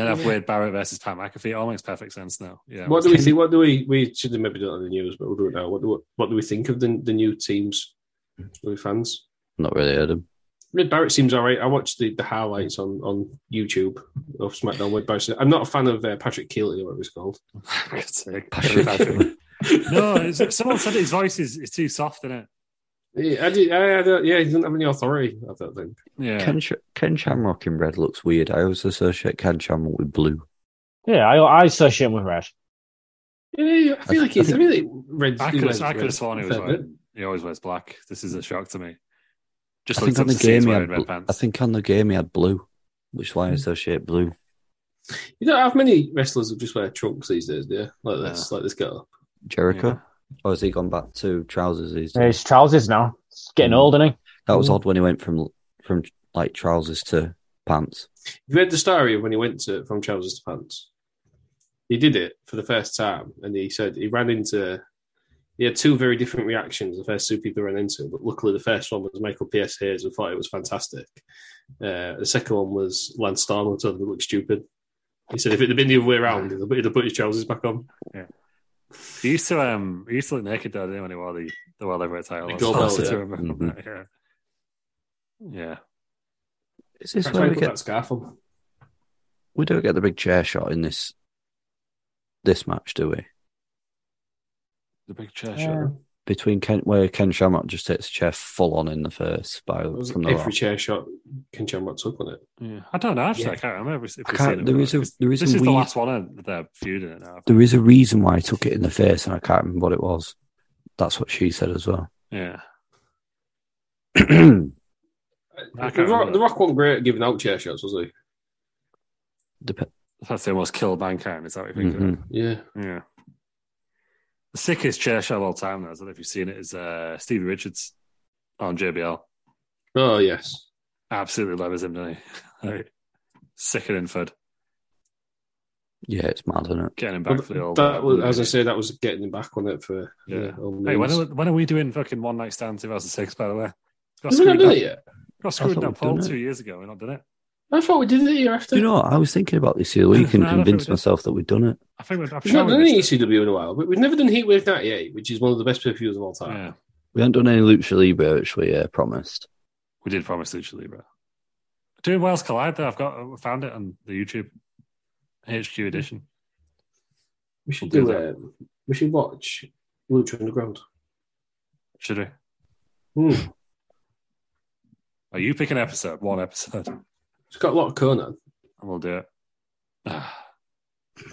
Speaker 4: then have Wade Barrett versus Pat McAfee. It all makes perfect sense now. Yeah.
Speaker 1: What do we think? What do we? We should have maybe done it on the news, but we'll do it now. What do what do we think of the the new teams?
Speaker 4: Mm.
Speaker 1: We fans.
Speaker 2: Not really heard him.
Speaker 1: Red Barrett seems all right. I watched the, the highlights on, on YouTube of SmackDown with Barrett. I'm not a fan of uh, Patrick Keelty, whatever he's called.
Speaker 4: For God's sake.
Speaker 2: Patrick.
Speaker 4: no, it's, someone said his voice is, is too soft, isn't it?
Speaker 1: Yeah, I did, I, I don't, yeah, he doesn't have any authority. I don't think.
Speaker 4: Yeah.
Speaker 2: Ken, Sh- Ken Shamrock in red looks weird. I always associate Ken Shamrock with blue.
Speaker 3: Yeah, I, I associate him with Red.
Speaker 1: Yeah, I feel
Speaker 2: I-
Speaker 1: like he's.
Speaker 2: I
Speaker 1: I,
Speaker 2: think-
Speaker 1: feel like Red.
Speaker 4: I
Speaker 1: he
Speaker 4: could
Speaker 1: wears
Speaker 4: have, I could
Speaker 1: red
Speaker 4: have sworn he
Speaker 1: a
Speaker 4: was
Speaker 1: fair bit.
Speaker 4: wearing, he always wears black. This is a shock to me. Just
Speaker 2: I
Speaker 4: looks
Speaker 2: think
Speaker 4: up
Speaker 2: on the
Speaker 4: to see he's
Speaker 2: game he
Speaker 4: wearing
Speaker 2: had.
Speaker 4: red
Speaker 2: Bl-
Speaker 4: pants.
Speaker 2: I think on the game he had blue, which is why I associate blue.
Speaker 1: You don't have many wrestlers who just wear trunks these days, do you? Like this, like this girl.
Speaker 2: Jericho, or has he gone back to trousers these
Speaker 3: Yeah,
Speaker 2: days?
Speaker 3: His trousers now. He's getting
Speaker 2: Mm.
Speaker 3: old, isn't he?
Speaker 2: That was odd when he went from from like trousers to pants.
Speaker 1: You read the story of when he went to from trousers to pants. He did it for the first time, and he said he ran into. He had two very different reactions. The first two people he ran into, but luckily the first one was Michael P.S. Hayes, who thought it was fantastic. Uh, the second one was Lance Storm, who told him it looked stupid. He said if it had been the other way around, he'd have put- he'd have put his trousers back on.
Speaker 4: He used to um he used to look naked though, didn't he, when he wore the, the world heavyweight title.
Speaker 1: The
Speaker 4: That's
Speaker 1: gold
Speaker 4: all
Speaker 1: belt,
Speaker 4: I
Speaker 1: yeah.
Speaker 4: remember from that, yeah. Yeah.
Speaker 2: Is this
Speaker 1: That's why
Speaker 2: where
Speaker 1: he
Speaker 2: we
Speaker 1: put that
Speaker 2: get
Speaker 1: scarf on.
Speaker 2: we don't get the big chair shot in this this match, do we?
Speaker 4: The big chair
Speaker 3: Yeah.
Speaker 4: shot.
Speaker 2: Between Ken, where Ken Shamrock just takes a chair full on in the face by
Speaker 1: That was
Speaker 2: from the
Speaker 1: every
Speaker 2: rock.
Speaker 1: chair shot Ken Shamrock took on it.
Speaker 4: Yeah. I don't know, actually
Speaker 1: Yeah.
Speaker 4: I can't remember if we've
Speaker 2: I
Speaker 4: seen
Speaker 2: can't.
Speaker 4: him
Speaker 2: There
Speaker 4: or
Speaker 2: is a
Speaker 4: not.
Speaker 2: there is
Speaker 4: This
Speaker 2: a
Speaker 4: is the
Speaker 2: weird-
Speaker 4: last one of their feud in it now.
Speaker 2: there is a reason why I took it in the face, and I can't remember what it was. That's what she said as well.
Speaker 4: Yeah. I
Speaker 1: The
Speaker 4: can't
Speaker 1: Rock,
Speaker 4: remember.
Speaker 1: the Rock wasn't great at giving out chair shots, was
Speaker 2: Dep-
Speaker 4: That's the almost kill Mankind, is that what you think
Speaker 2: Mhm.
Speaker 1: he? Yeah.
Speaker 4: of it? Yeah. The sickest chair shot of all time though, I don't know if you've seen it, is uh Stevie Richards on JBL.
Speaker 1: Oh yes.
Speaker 4: Absolutely levers him, doesn't he? like, sickening Fud.
Speaker 2: Yeah, it's mad, isn't it?
Speaker 4: Getting him back for the old
Speaker 1: That was, as I say, that was getting him back on it for.
Speaker 4: Yeah.
Speaker 1: Yeah. all
Speaker 4: Hey, when
Speaker 1: means.
Speaker 4: are, when are we doing fucking One Night Stand 2006, by the way? Got
Speaker 1: Have we not
Speaker 4: screwed
Speaker 1: done
Speaker 4: up,
Speaker 1: it yet?
Speaker 4: got screwed up
Speaker 2: thought we'd done
Speaker 4: poll
Speaker 2: it.
Speaker 4: two years ago. We're not done it.
Speaker 1: I thought we did it here after.
Speaker 2: Do you know what? I was thinking about this the other week and
Speaker 4: No, I don't think we
Speaker 2: convinced
Speaker 4: did.
Speaker 2: myself that we'd done it.
Speaker 4: I think we're, I'm
Speaker 1: We've
Speaker 4: sure
Speaker 1: not
Speaker 4: we
Speaker 1: done any
Speaker 4: missed it.
Speaker 1: ECW in a while, but we've never done Heatwave 98, which is one of the best pay per views of all time.
Speaker 4: Yeah,
Speaker 2: We haven't done any Lucha Libre, which we uh, promised.
Speaker 4: we did promise Lucha Libre. Doing Wales Collide, though. I've got I found it on the YouTube HQ edition.
Speaker 1: We should
Speaker 4: We'll do
Speaker 1: do it. We should watch Lucha Underground.
Speaker 4: Should we?
Speaker 1: Hmm.
Speaker 4: Are you pick an episode? One episode, and
Speaker 1: It's got a lot of Conan,
Speaker 4: we'll do it.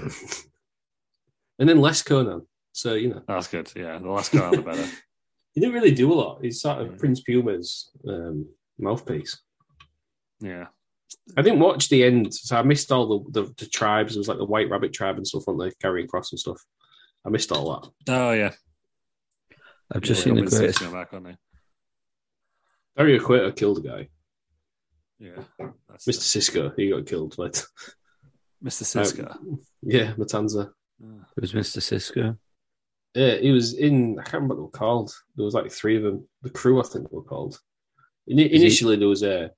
Speaker 1: and then less Conan. So you know,
Speaker 4: That's good. Yeah, the last go out, the better.
Speaker 1: he didn't really do a lot. He's sort of
Speaker 4: Yeah.
Speaker 1: Prince Puma's um, mouthpiece.
Speaker 4: Yeah,
Speaker 1: I didn't watch the end, so I missed all the, the, the tribes. It was like the White Rabbit tribe and stuff on the carrying cross and stuff. I missed all that.
Speaker 4: oh, yeah.
Speaker 2: I've just
Speaker 4: Yeah,
Speaker 2: seen the
Speaker 4: Winston's
Speaker 2: greatest.
Speaker 4: coming Back, aren't they?
Speaker 1: Dario Cueto killed a guy.
Speaker 4: Yeah, that's
Speaker 1: Mr. Cisco, he got killed. But
Speaker 4: Mr. Siska.
Speaker 1: yeah, Matanza.
Speaker 4: Yeah.
Speaker 2: It was Mr. Cisco.
Speaker 1: Yeah, he was in. I can't remember what they were called. There was like three of them. The crew, I think, they were called. In,
Speaker 2: he-
Speaker 1: initially, there was a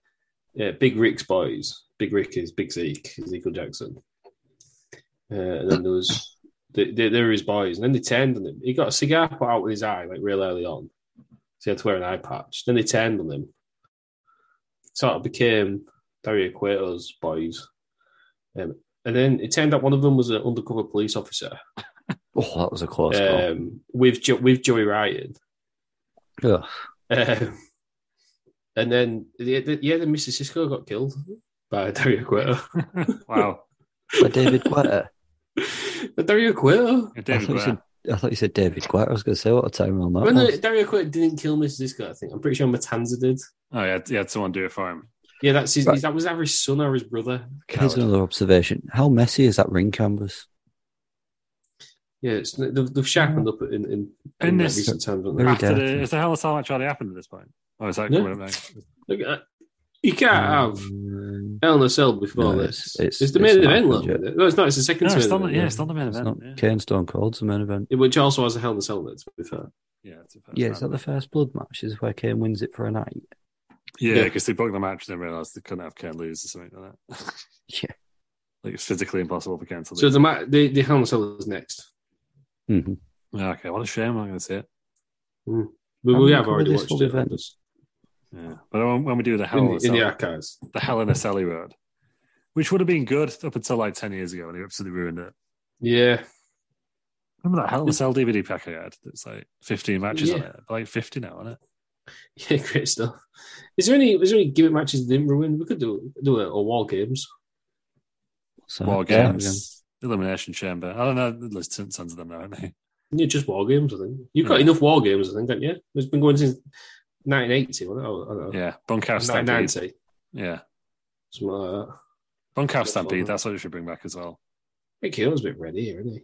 Speaker 1: uh, Big Rick's boys. Big Rick is Big Zeke, Ezekiel Jackson. Uh, and then there was they, they, they were his boys, and then they turned on him. He got a cigar put out with his eye like real early on, so he had to wear an eye patch. Then they turned on him. Sort of became Dario Cueto's boys, um, and then it turned out one of them was an undercover police officer
Speaker 2: Oh, that was a close
Speaker 1: um, with jo- with Joey Ryan.
Speaker 2: call. Ugh.
Speaker 1: Um, and then, the, the, yeah, then Mr. Cisco got killed by Dario Cueto.
Speaker 4: wow.
Speaker 2: But David Guetta.
Speaker 1: But Dario Cueto?
Speaker 4: Yeah,
Speaker 2: I
Speaker 4: David
Speaker 2: thought, you said,
Speaker 4: Guetta.
Speaker 2: I thought you said David Guetta. I was going to say what a time on that
Speaker 1: Well, no,
Speaker 2: was.
Speaker 1: Dario Cueto didn't kill Mr. Cisco, I think. I'm pretty sure Matanza did.
Speaker 4: Oh, yeah. He had someone do it for him.
Speaker 1: Yeah, that's his,
Speaker 2: Right.
Speaker 1: that was either his son or his brother.
Speaker 2: Here's another observation. How messy is that ring canvas?
Speaker 1: Yeah, it's, they've, they've sharpened up in, in, in,
Speaker 4: In this-
Speaker 1: recent times. haven't
Speaker 2: Very
Speaker 4: After the,
Speaker 2: dirty.
Speaker 4: is the Hell of Cell match already happened at this point? Or is that
Speaker 1: Yeah.
Speaker 4: coming up next?
Speaker 1: they? Look, I, You can't have
Speaker 2: Um,
Speaker 1: Hell in a Cell before
Speaker 2: No,
Speaker 1: this.
Speaker 2: it's-
Speaker 1: It's,
Speaker 2: it's-
Speaker 1: the
Speaker 2: it's
Speaker 1: main
Speaker 2: not
Speaker 1: event, look.
Speaker 2: legit.
Speaker 1: No, it's not. It's the second
Speaker 4: No, it's
Speaker 1: main
Speaker 4: not,
Speaker 1: event,
Speaker 4: yeah, it's not the main
Speaker 2: it's
Speaker 4: event.
Speaker 2: not
Speaker 4: yeah.
Speaker 2: Kane Stone Cold's the main event.
Speaker 1: Which also has a Hell in a Cell in it, to be fair.
Speaker 4: Yeah, it's a fair
Speaker 2: Yeah, is that
Speaker 4: round.
Speaker 2: the first blood match? Is where Kane wins it for a night.
Speaker 4: Yeah,
Speaker 1: Yeah.
Speaker 4: because they booked the match and then realised they couldn't have Ken lose or something like that.
Speaker 2: Yeah.
Speaker 4: like it's physically impossible for Ken to lose.
Speaker 1: So the, ma- the, the Hell in a Cell is next.
Speaker 2: hmm
Speaker 4: Yeah, okay, what a shame. I'm going to say it.
Speaker 1: But
Speaker 2: How
Speaker 1: we
Speaker 2: many
Speaker 1: have
Speaker 2: cover
Speaker 1: already
Speaker 2: this
Speaker 1: watched
Speaker 2: whole
Speaker 1: it
Speaker 2: event?
Speaker 4: Yeah, but when, when we do the Hell
Speaker 1: in,
Speaker 4: in, a
Speaker 1: the, in
Speaker 4: Cell-
Speaker 1: the archives.
Speaker 4: the Hell in a Celly Road, which would have been good up until like 10 years ago and he absolutely ruined it.
Speaker 1: Yeah.
Speaker 4: Remember that Hell in a Cell DVD pack I had? It's like 15 matches on
Speaker 1: Yeah.
Speaker 4: it. Like 50 now, isn't it?
Speaker 1: Yeah, great stuff. Is there any was there any gimmick matches that didn't ruin? We could do do it or war games.
Speaker 2: So,
Speaker 4: War
Speaker 2: yeah,
Speaker 4: Games, Elimination Chamber. I don't know. There's tons tons of them now, aren't they?
Speaker 1: Yeah, just war games. I think you've got
Speaker 4: Yeah.
Speaker 1: enough war games. I think, haven't you? It's been going since 1980. Wasn't it? Oh, I don't know.
Speaker 4: Yeah, Bunkhouse Stampede.
Speaker 1: 1990.
Speaker 4: Yeah,
Speaker 1: Something like that.
Speaker 4: Bunkhouse
Speaker 1: That's
Speaker 4: Stampede.
Speaker 1: all.
Speaker 4: That's what you should bring back as well.
Speaker 1: Rick Hill's a bit red here, isn't he?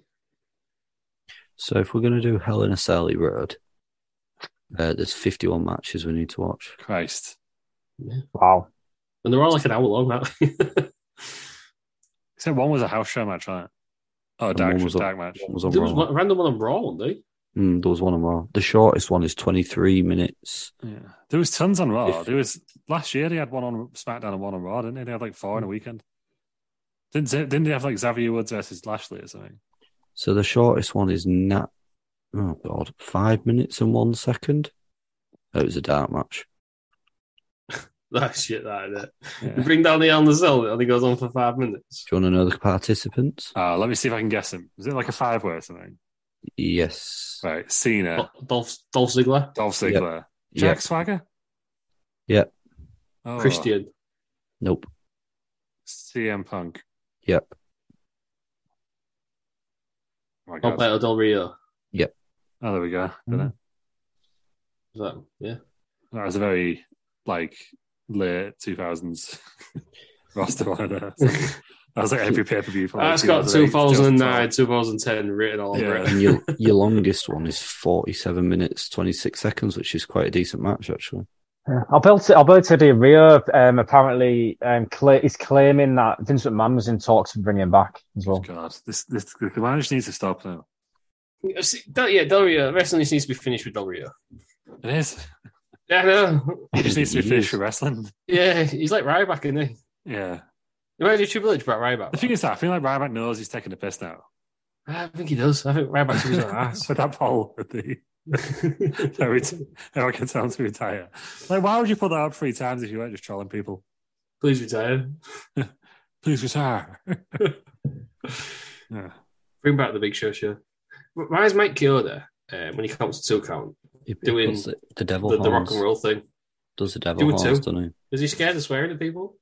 Speaker 2: So if we're gonna do Hell in a Sally Road, uh, there's 51 matches we need to watch.
Speaker 4: Christ.
Speaker 3: Wow.
Speaker 1: And they're all like an hour long. That
Speaker 4: Except one was a house show match, right? Oh, a
Speaker 2: And
Speaker 4: dark,
Speaker 2: one was a-
Speaker 4: dark match.
Speaker 2: One was on
Speaker 1: there was
Speaker 2: Raw.
Speaker 1: one, a random one on Raw one day.
Speaker 2: Mm, there was one on Raw. The shortest one is 23 minutes.
Speaker 4: Yeah. There was tons on Raw.
Speaker 1: If-
Speaker 4: There was last year they had one on SmackDown and one on Raw, didn't they? They had like four
Speaker 2: Hmm.
Speaker 4: in a weekend. Didn't they, didn't they have like Xavier Woods versus Lashley or something?
Speaker 2: So the shortest one is not. Oh God, five minutes and one second. That was a dark match.
Speaker 1: That shit, that innit? You
Speaker 4: Yeah.
Speaker 1: bring down the Hell in the Cell, and it goes on for five minutes.
Speaker 2: Do you want to know the participants?
Speaker 4: Uh, let me see if I can guess him. Is it like a five way or something?
Speaker 2: Yes.
Speaker 4: Right. Cena,
Speaker 2: Oh.
Speaker 1: Dol- Dolph, Dolph Ziggler,
Speaker 4: Dolph Ziggler, Jack Swagger?
Speaker 2: Yeah.
Speaker 4: Oh,
Speaker 1: Christian,
Speaker 2: Yep. Nope.
Speaker 4: CM Punk.
Speaker 2: Yep.
Speaker 4: Oh, my God.
Speaker 1: Alberto Del Rio.
Speaker 4: oh there we go. Done it.
Speaker 1: Is that, yeah.
Speaker 4: That was a very like late 2000s roster on there. That was like every pay per view.
Speaker 1: That's got 2009, 2010 written all over
Speaker 4: Yeah.
Speaker 1: it.
Speaker 2: And your your longest one is 47 minutes 26 seconds, which is quite a decent match actually.
Speaker 3: Yeah. Alberto, Alberto Di Rio um, apparently um, cla- is claiming that Vince McMahon was in talks to bring him back as well.
Speaker 4: oh, God, this this the manager needs to stop now.
Speaker 1: Yeah, Oh, see, Del, yeah, Del Rio. Wrestling just needs to be finished with Del Rio.
Speaker 4: It is.
Speaker 1: Yeah, I know.
Speaker 4: It just needs to be
Speaker 2: Yes.
Speaker 4: finished with wrestling.
Speaker 1: Yeah, he's like Ryback, isn't he?
Speaker 4: Yeah.
Speaker 1: Imagine if Triple H brought Ryback.
Speaker 4: The thing is that I feel like Ryback knows he's taking a piss now.
Speaker 1: I think he does. I think Ryback's his own ass.
Speaker 4: "Ah, With that poll at the every t- everyone gets down to retire. Like why would you put that up three times if you weren't just trolling people?
Speaker 1: Please retire.
Speaker 4: Please retire. yeah.
Speaker 1: Bring back the Big Show show. Why is Mike Kyoda, um, when he counts to two count,
Speaker 2: He- he
Speaker 1: Doing
Speaker 2: puts the, the devil
Speaker 1: the, the rock
Speaker 2: horns.
Speaker 1: and roll thing?
Speaker 2: Does the devil
Speaker 1: Doing
Speaker 2: horns,
Speaker 1: two.
Speaker 2: doesn't he?
Speaker 1: Is he scared of swearing at people?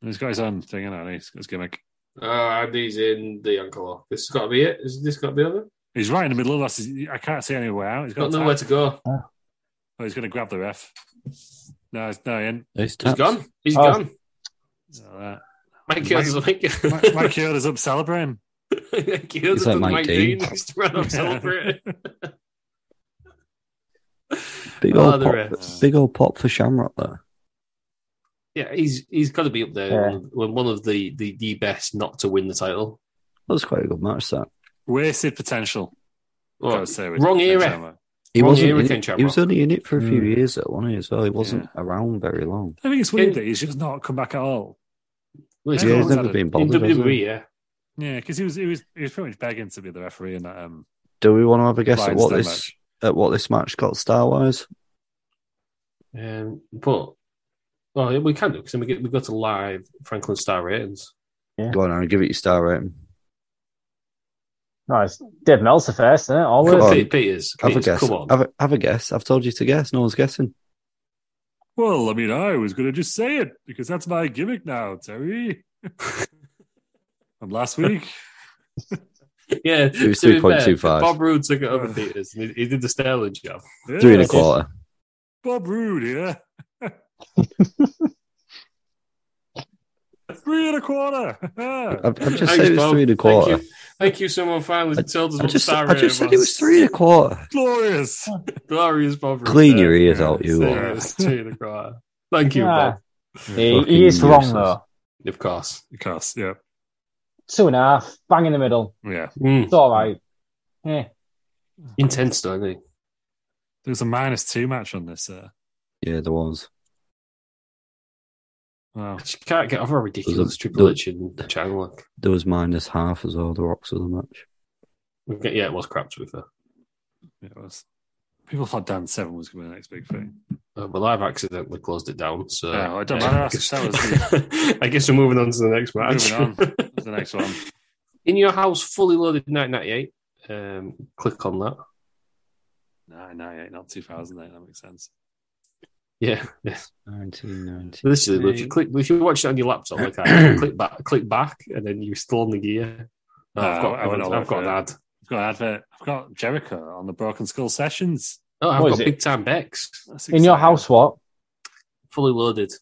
Speaker 4: He's got his own thing in it, he's got his gimmick.
Speaker 1: Uh, Andy's in the Uncle Law. This has got to be it. Is this got to be over?
Speaker 4: He's right in the middle of us. He's- I can't see any way out. He's got,
Speaker 1: Got nowhere to
Speaker 4: tap.
Speaker 1: go.
Speaker 4: Oh, he's going to grab the ref. No, it's no in.
Speaker 2: He's
Speaker 1: He's
Speaker 2: tapped.
Speaker 1: gone. He's
Speaker 3: Oh.
Speaker 1: gone.
Speaker 4: So
Speaker 1: Mike Kyoda's Mike
Speaker 4: that. Mike, Mike
Speaker 1: Kyoda's
Speaker 4: Kyoto's up celebrating.
Speaker 1: Kyoda's
Speaker 2: He's like
Speaker 1: done
Speaker 2: Mike
Speaker 1: Mike
Speaker 2: Dean.
Speaker 1: Dean. He's run up celebrating.
Speaker 2: Big
Speaker 1: Oh,
Speaker 2: old,
Speaker 1: the
Speaker 2: pop,
Speaker 1: refs.
Speaker 2: big old pop for Shamrock there.
Speaker 1: Yeah, he's he's got to be up there
Speaker 3: Yeah.
Speaker 1: when one of the, the the best not to win the title.
Speaker 2: That was quite a good match. That
Speaker 4: Wasted potential.
Speaker 1: Well,
Speaker 4: Gotta say, with
Speaker 1: wrong
Speaker 4: Ken
Speaker 1: era.
Speaker 4: Shamrock.
Speaker 2: he
Speaker 1: Wrong
Speaker 2: wasn't.
Speaker 1: era,
Speaker 2: in it-
Speaker 1: Ken
Speaker 2: he
Speaker 1: Shamrock. Hmm.
Speaker 2: was only in it for a few
Speaker 3: Mm.
Speaker 2: years, though, wasn't he? As well, he wasn't around very long.
Speaker 4: I think it's weird
Speaker 1: Ken-
Speaker 4: that he's just not come back at all.
Speaker 1: Well, he's
Speaker 2: yeah, he's
Speaker 4: always
Speaker 2: never
Speaker 4: had a-
Speaker 2: been
Speaker 1: in
Speaker 2: bothered. has he?
Speaker 1: WWE, yeah.
Speaker 4: Yeah, because he was he was he was pretty much begging to be the referee in that. Um,
Speaker 2: Do we want to have a guess at
Speaker 4: Lions
Speaker 2: what
Speaker 4: Den
Speaker 2: this
Speaker 4: match.
Speaker 2: at what this match got star wise?
Speaker 1: Um, but well, we can do because we get we go to live Franklin Star ratings.
Speaker 2: Go on, Aaron, give it your star rating.
Speaker 3: No, it's Dave Meltzer first, isn't it? Always.
Speaker 2: Come
Speaker 1: Come
Speaker 2: on.
Speaker 1: Pete, Peters,
Speaker 2: um, Have a
Speaker 1: Peters,
Speaker 2: guess.
Speaker 1: come on.
Speaker 2: Have a, have a guess. I've told you to guess. No one's guessing.
Speaker 4: well, I mean, I was going to just say it because that's my gimmick now, Terry. From last week,
Speaker 1: yeah,
Speaker 2: It was
Speaker 1: to be fair,
Speaker 2: 3.25.
Speaker 1: Bob Roode took it over Peters. And he, he did the Sterling job.
Speaker 4: Yeah,
Speaker 2: Three and a
Speaker 4: this is
Speaker 2: quarter.
Speaker 4: Bob Roode here. Three and a quarter.
Speaker 2: I've, I've just
Speaker 1: Thanks,
Speaker 2: said it was
Speaker 1: Bob.
Speaker 2: three and a quarter.
Speaker 1: Thank you, Thank you someone finally told us
Speaker 2: I
Speaker 1: what the
Speaker 2: just,
Speaker 1: star
Speaker 2: I
Speaker 1: rating
Speaker 2: just said it was three and a quarter.
Speaker 4: Glorious.
Speaker 1: Oh. Glorious Bob Roode.
Speaker 2: Clean
Speaker 1: there.
Speaker 2: your ears out, you
Speaker 1: Yeah,
Speaker 2: lot.
Speaker 1: it's three and a quarter. Thank you,
Speaker 3: Yeah.
Speaker 1: Bob.
Speaker 3: He, he is
Speaker 2: Fucking
Speaker 3: wrong
Speaker 2: useless.
Speaker 3: though.
Speaker 1: Of course.
Speaker 4: Of course, yeah,
Speaker 3: Two and a half, bang in the middle.
Speaker 4: yeah.
Speaker 1: Mm.
Speaker 3: It's all right. Yeah.
Speaker 1: Intense, though, isn't it?
Speaker 4: There was a minus two match on this. Uh,
Speaker 2: Yeah, there was.
Speaker 4: wow,
Speaker 1: I just can't get over how ridiculous
Speaker 2: Doesn't-
Speaker 1: Triple H and Chang look.
Speaker 2: There was minus half as well, the rocks of the match.
Speaker 1: Okay, yeah, it was crap, to be fair.
Speaker 4: it was. People thought Dan Seven was going to be the next big thing.
Speaker 1: Uh, well, I've accidentally closed it down, so
Speaker 4: Oh, it don't matter, that was
Speaker 1: I guess we're moving on to the next match.
Speaker 4: Moving on to the next one.
Speaker 1: In your house, fully loaded, 1998. Um, click on that.
Speaker 4: No, no, yeah, not two thousand eight. That makes sense.
Speaker 1: Yeah, yeah.
Speaker 2: 1990.
Speaker 1: literally. If you click, if you watch it on your laptop, like I click back, click back, and then you're still on the gear. Oh,
Speaker 4: No,
Speaker 1: I've got,
Speaker 4: I went all
Speaker 1: I've, I've
Speaker 4: over
Speaker 1: got an ad.
Speaker 4: I've got an advert. I've got Jericho on the Broken Skull Sessions.
Speaker 1: Oh, I've
Speaker 3: What
Speaker 1: got
Speaker 3: is it?
Speaker 1: big time Bex,
Speaker 4: That's
Speaker 3: In your
Speaker 4: exciting.
Speaker 3: house, what?
Speaker 1: fully loaded.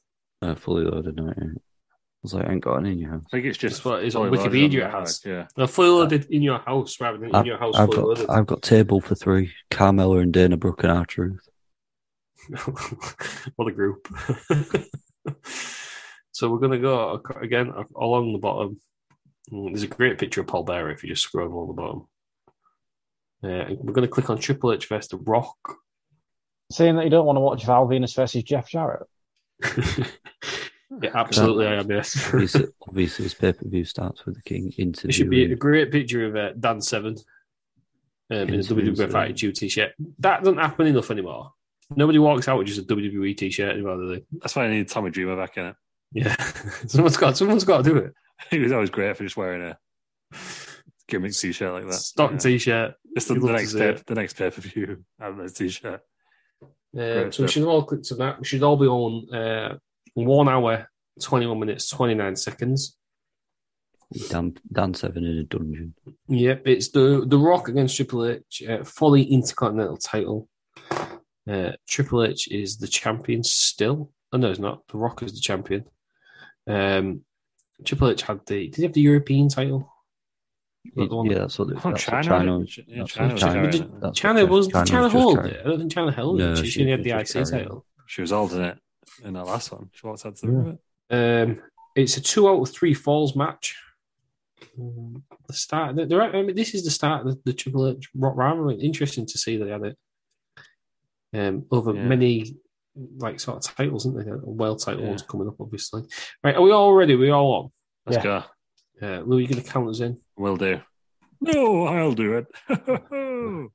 Speaker 2: Uh, fully loaded 98. I was like, I ain't got any in your house.
Speaker 4: I think it's just
Speaker 1: That's what it's on
Speaker 4: fully loaded
Speaker 1: Wikipedia
Speaker 4: the
Speaker 1: it
Speaker 4: network,
Speaker 1: has.
Speaker 4: Yeah,
Speaker 1: No, fully loaded in your house rather than in
Speaker 2: I've,
Speaker 1: your house.
Speaker 2: I've
Speaker 1: fully
Speaker 2: got,
Speaker 1: loaded.
Speaker 2: I've got Table for Three, Carmella and Dana Brooke and R Truth.
Speaker 1: what a group. so we're going to go ac- again ac- along the bottom. Mm, There's a great picture of Paul Bearer if you just scroll along the bottom. Uh, we're going to click on Triple H versus The Rock.
Speaker 3: Saying that you don't want to watch Val Venus versus Jeff Jarrett.
Speaker 1: yeah, absolutely, I am, yes.
Speaker 2: Obviously, obviously his pay per view starts with the King into
Speaker 1: It should be a great picture of uh, Dan Seven um, in a
Speaker 2: Interviews,
Speaker 1: WWF
Speaker 2: yeah.
Speaker 1: Attitude t shirt. That doesn't happen enough anymore. Nobody walks out with just a WWE t shirt anymore, do they?
Speaker 4: that's why I need Tommy Dreamer back in it.
Speaker 1: Yeah. someone's got someone's got to do it.
Speaker 4: He was always great for just wearing a gimmick t-shirt like that.
Speaker 1: Stock Uh,
Speaker 4: Yeah.
Speaker 1: t shirt.
Speaker 4: It's the,
Speaker 1: You'd
Speaker 4: the
Speaker 1: love to
Speaker 4: next
Speaker 1: see
Speaker 4: pay,
Speaker 1: it.
Speaker 4: the next pay per view. And the t-shirt.
Speaker 1: Um,
Speaker 4: Great
Speaker 1: so we
Speaker 4: stuff.
Speaker 1: should all click to that. We should all be on uh, one hour, 21 minutes, 29 seconds.
Speaker 2: Dan, Dan Seven in a dungeon.
Speaker 1: Yep, it's the the Rock against Triple H, uh, fully intercontinental title. Uh, Triple H is the champion still. Oh, no, he's not. The Rock is the champion. Um, Triple H had the. Did he have the European title? Not the one
Speaker 2: yeah,
Speaker 1: that-
Speaker 2: that's what, the,
Speaker 4: Oh,
Speaker 2: that's
Speaker 4: China,
Speaker 2: what China,
Speaker 4: Ch- yeah,
Speaker 2: that's
Speaker 4: China
Speaker 2: what
Speaker 4: was
Speaker 2: China,
Speaker 4: carrying
Speaker 2: that's
Speaker 4: it.
Speaker 2: what
Speaker 1: China was. China, China
Speaker 2: was just
Speaker 1: hold
Speaker 2: carrying
Speaker 1: it. I don't think China held
Speaker 2: No,
Speaker 1: it. She,
Speaker 2: she
Speaker 1: she only had
Speaker 2: was
Speaker 1: the
Speaker 2: just
Speaker 1: IC
Speaker 2: carrying it.
Speaker 1: title.
Speaker 4: She was old in it in that last one. She walked out to the
Speaker 1: Yeah.
Speaker 4: river.
Speaker 1: Um, it's a two out of three falls match. Um, the start. The, the, I mean, this is the start of the, the Triple H Rock rivalry. Interesting to see they had it um, over
Speaker 4: Yeah.
Speaker 1: many like sort of titles, isn't there? Well, title
Speaker 4: Yeah.
Speaker 1: ones coming up, obviously. Right? Are we all ready? we all
Speaker 4: Let's
Speaker 3: Yeah.
Speaker 4: go.
Speaker 1: on? Uh, Lou, you going to count us in?
Speaker 4: Will do. No, I'll do it.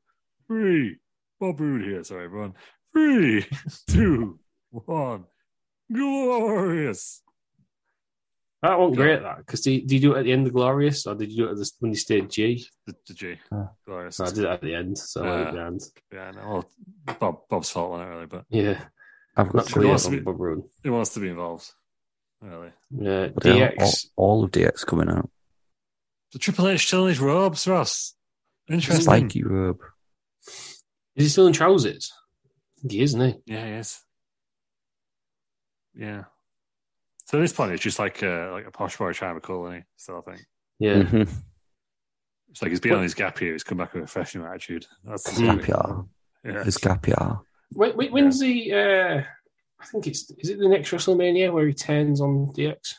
Speaker 4: Three. Bob Roode here. Sorry, everyone. Three, two, one. Glorious.
Speaker 1: That wasn't
Speaker 4: Go.
Speaker 1: great, that because did, did you do it at the end of Glorious, or did you do it at the, when you stayed G?
Speaker 4: The, the G.
Speaker 3: Uh,
Speaker 4: Glorious.
Speaker 1: No, I did it at the end, so I
Speaker 4: Uh,
Speaker 1: did it at the end.
Speaker 4: Yeah, no, well, Bob, Bob's fault on it, really, but
Speaker 1: Yeah,
Speaker 2: I've got
Speaker 1: not
Speaker 2: three.
Speaker 4: course.
Speaker 2: of
Speaker 1: Glorious on Bob Roode.
Speaker 4: he wants to be involved, really.
Speaker 1: Uh,
Speaker 2: them. Bloody hell,
Speaker 1: DX.
Speaker 2: All, all of DX coming out.
Speaker 4: The Triple H still in his robes, Ross. Interesting.
Speaker 2: Spiky robe.
Speaker 1: Is he still in trousers? I think he is, isn't he?
Speaker 4: Yeah, he is. Yeah. So at this point, it's just like a, like a posh boy trying to call, isn't he? Still, I think.
Speaker 1: Yeah.
Speaker 2: Mhm.
Speaker 4: It's like he's been on his gap here. He's come back with a fresh new attitude. That's
Speaker 2: It's gap year.
Speaker 4: Yeah.
Speaker 2: It's gap year.
Speaker 1: When, when- when's the? Uh, I think it's is it the next WrestleMania where he turns on DX?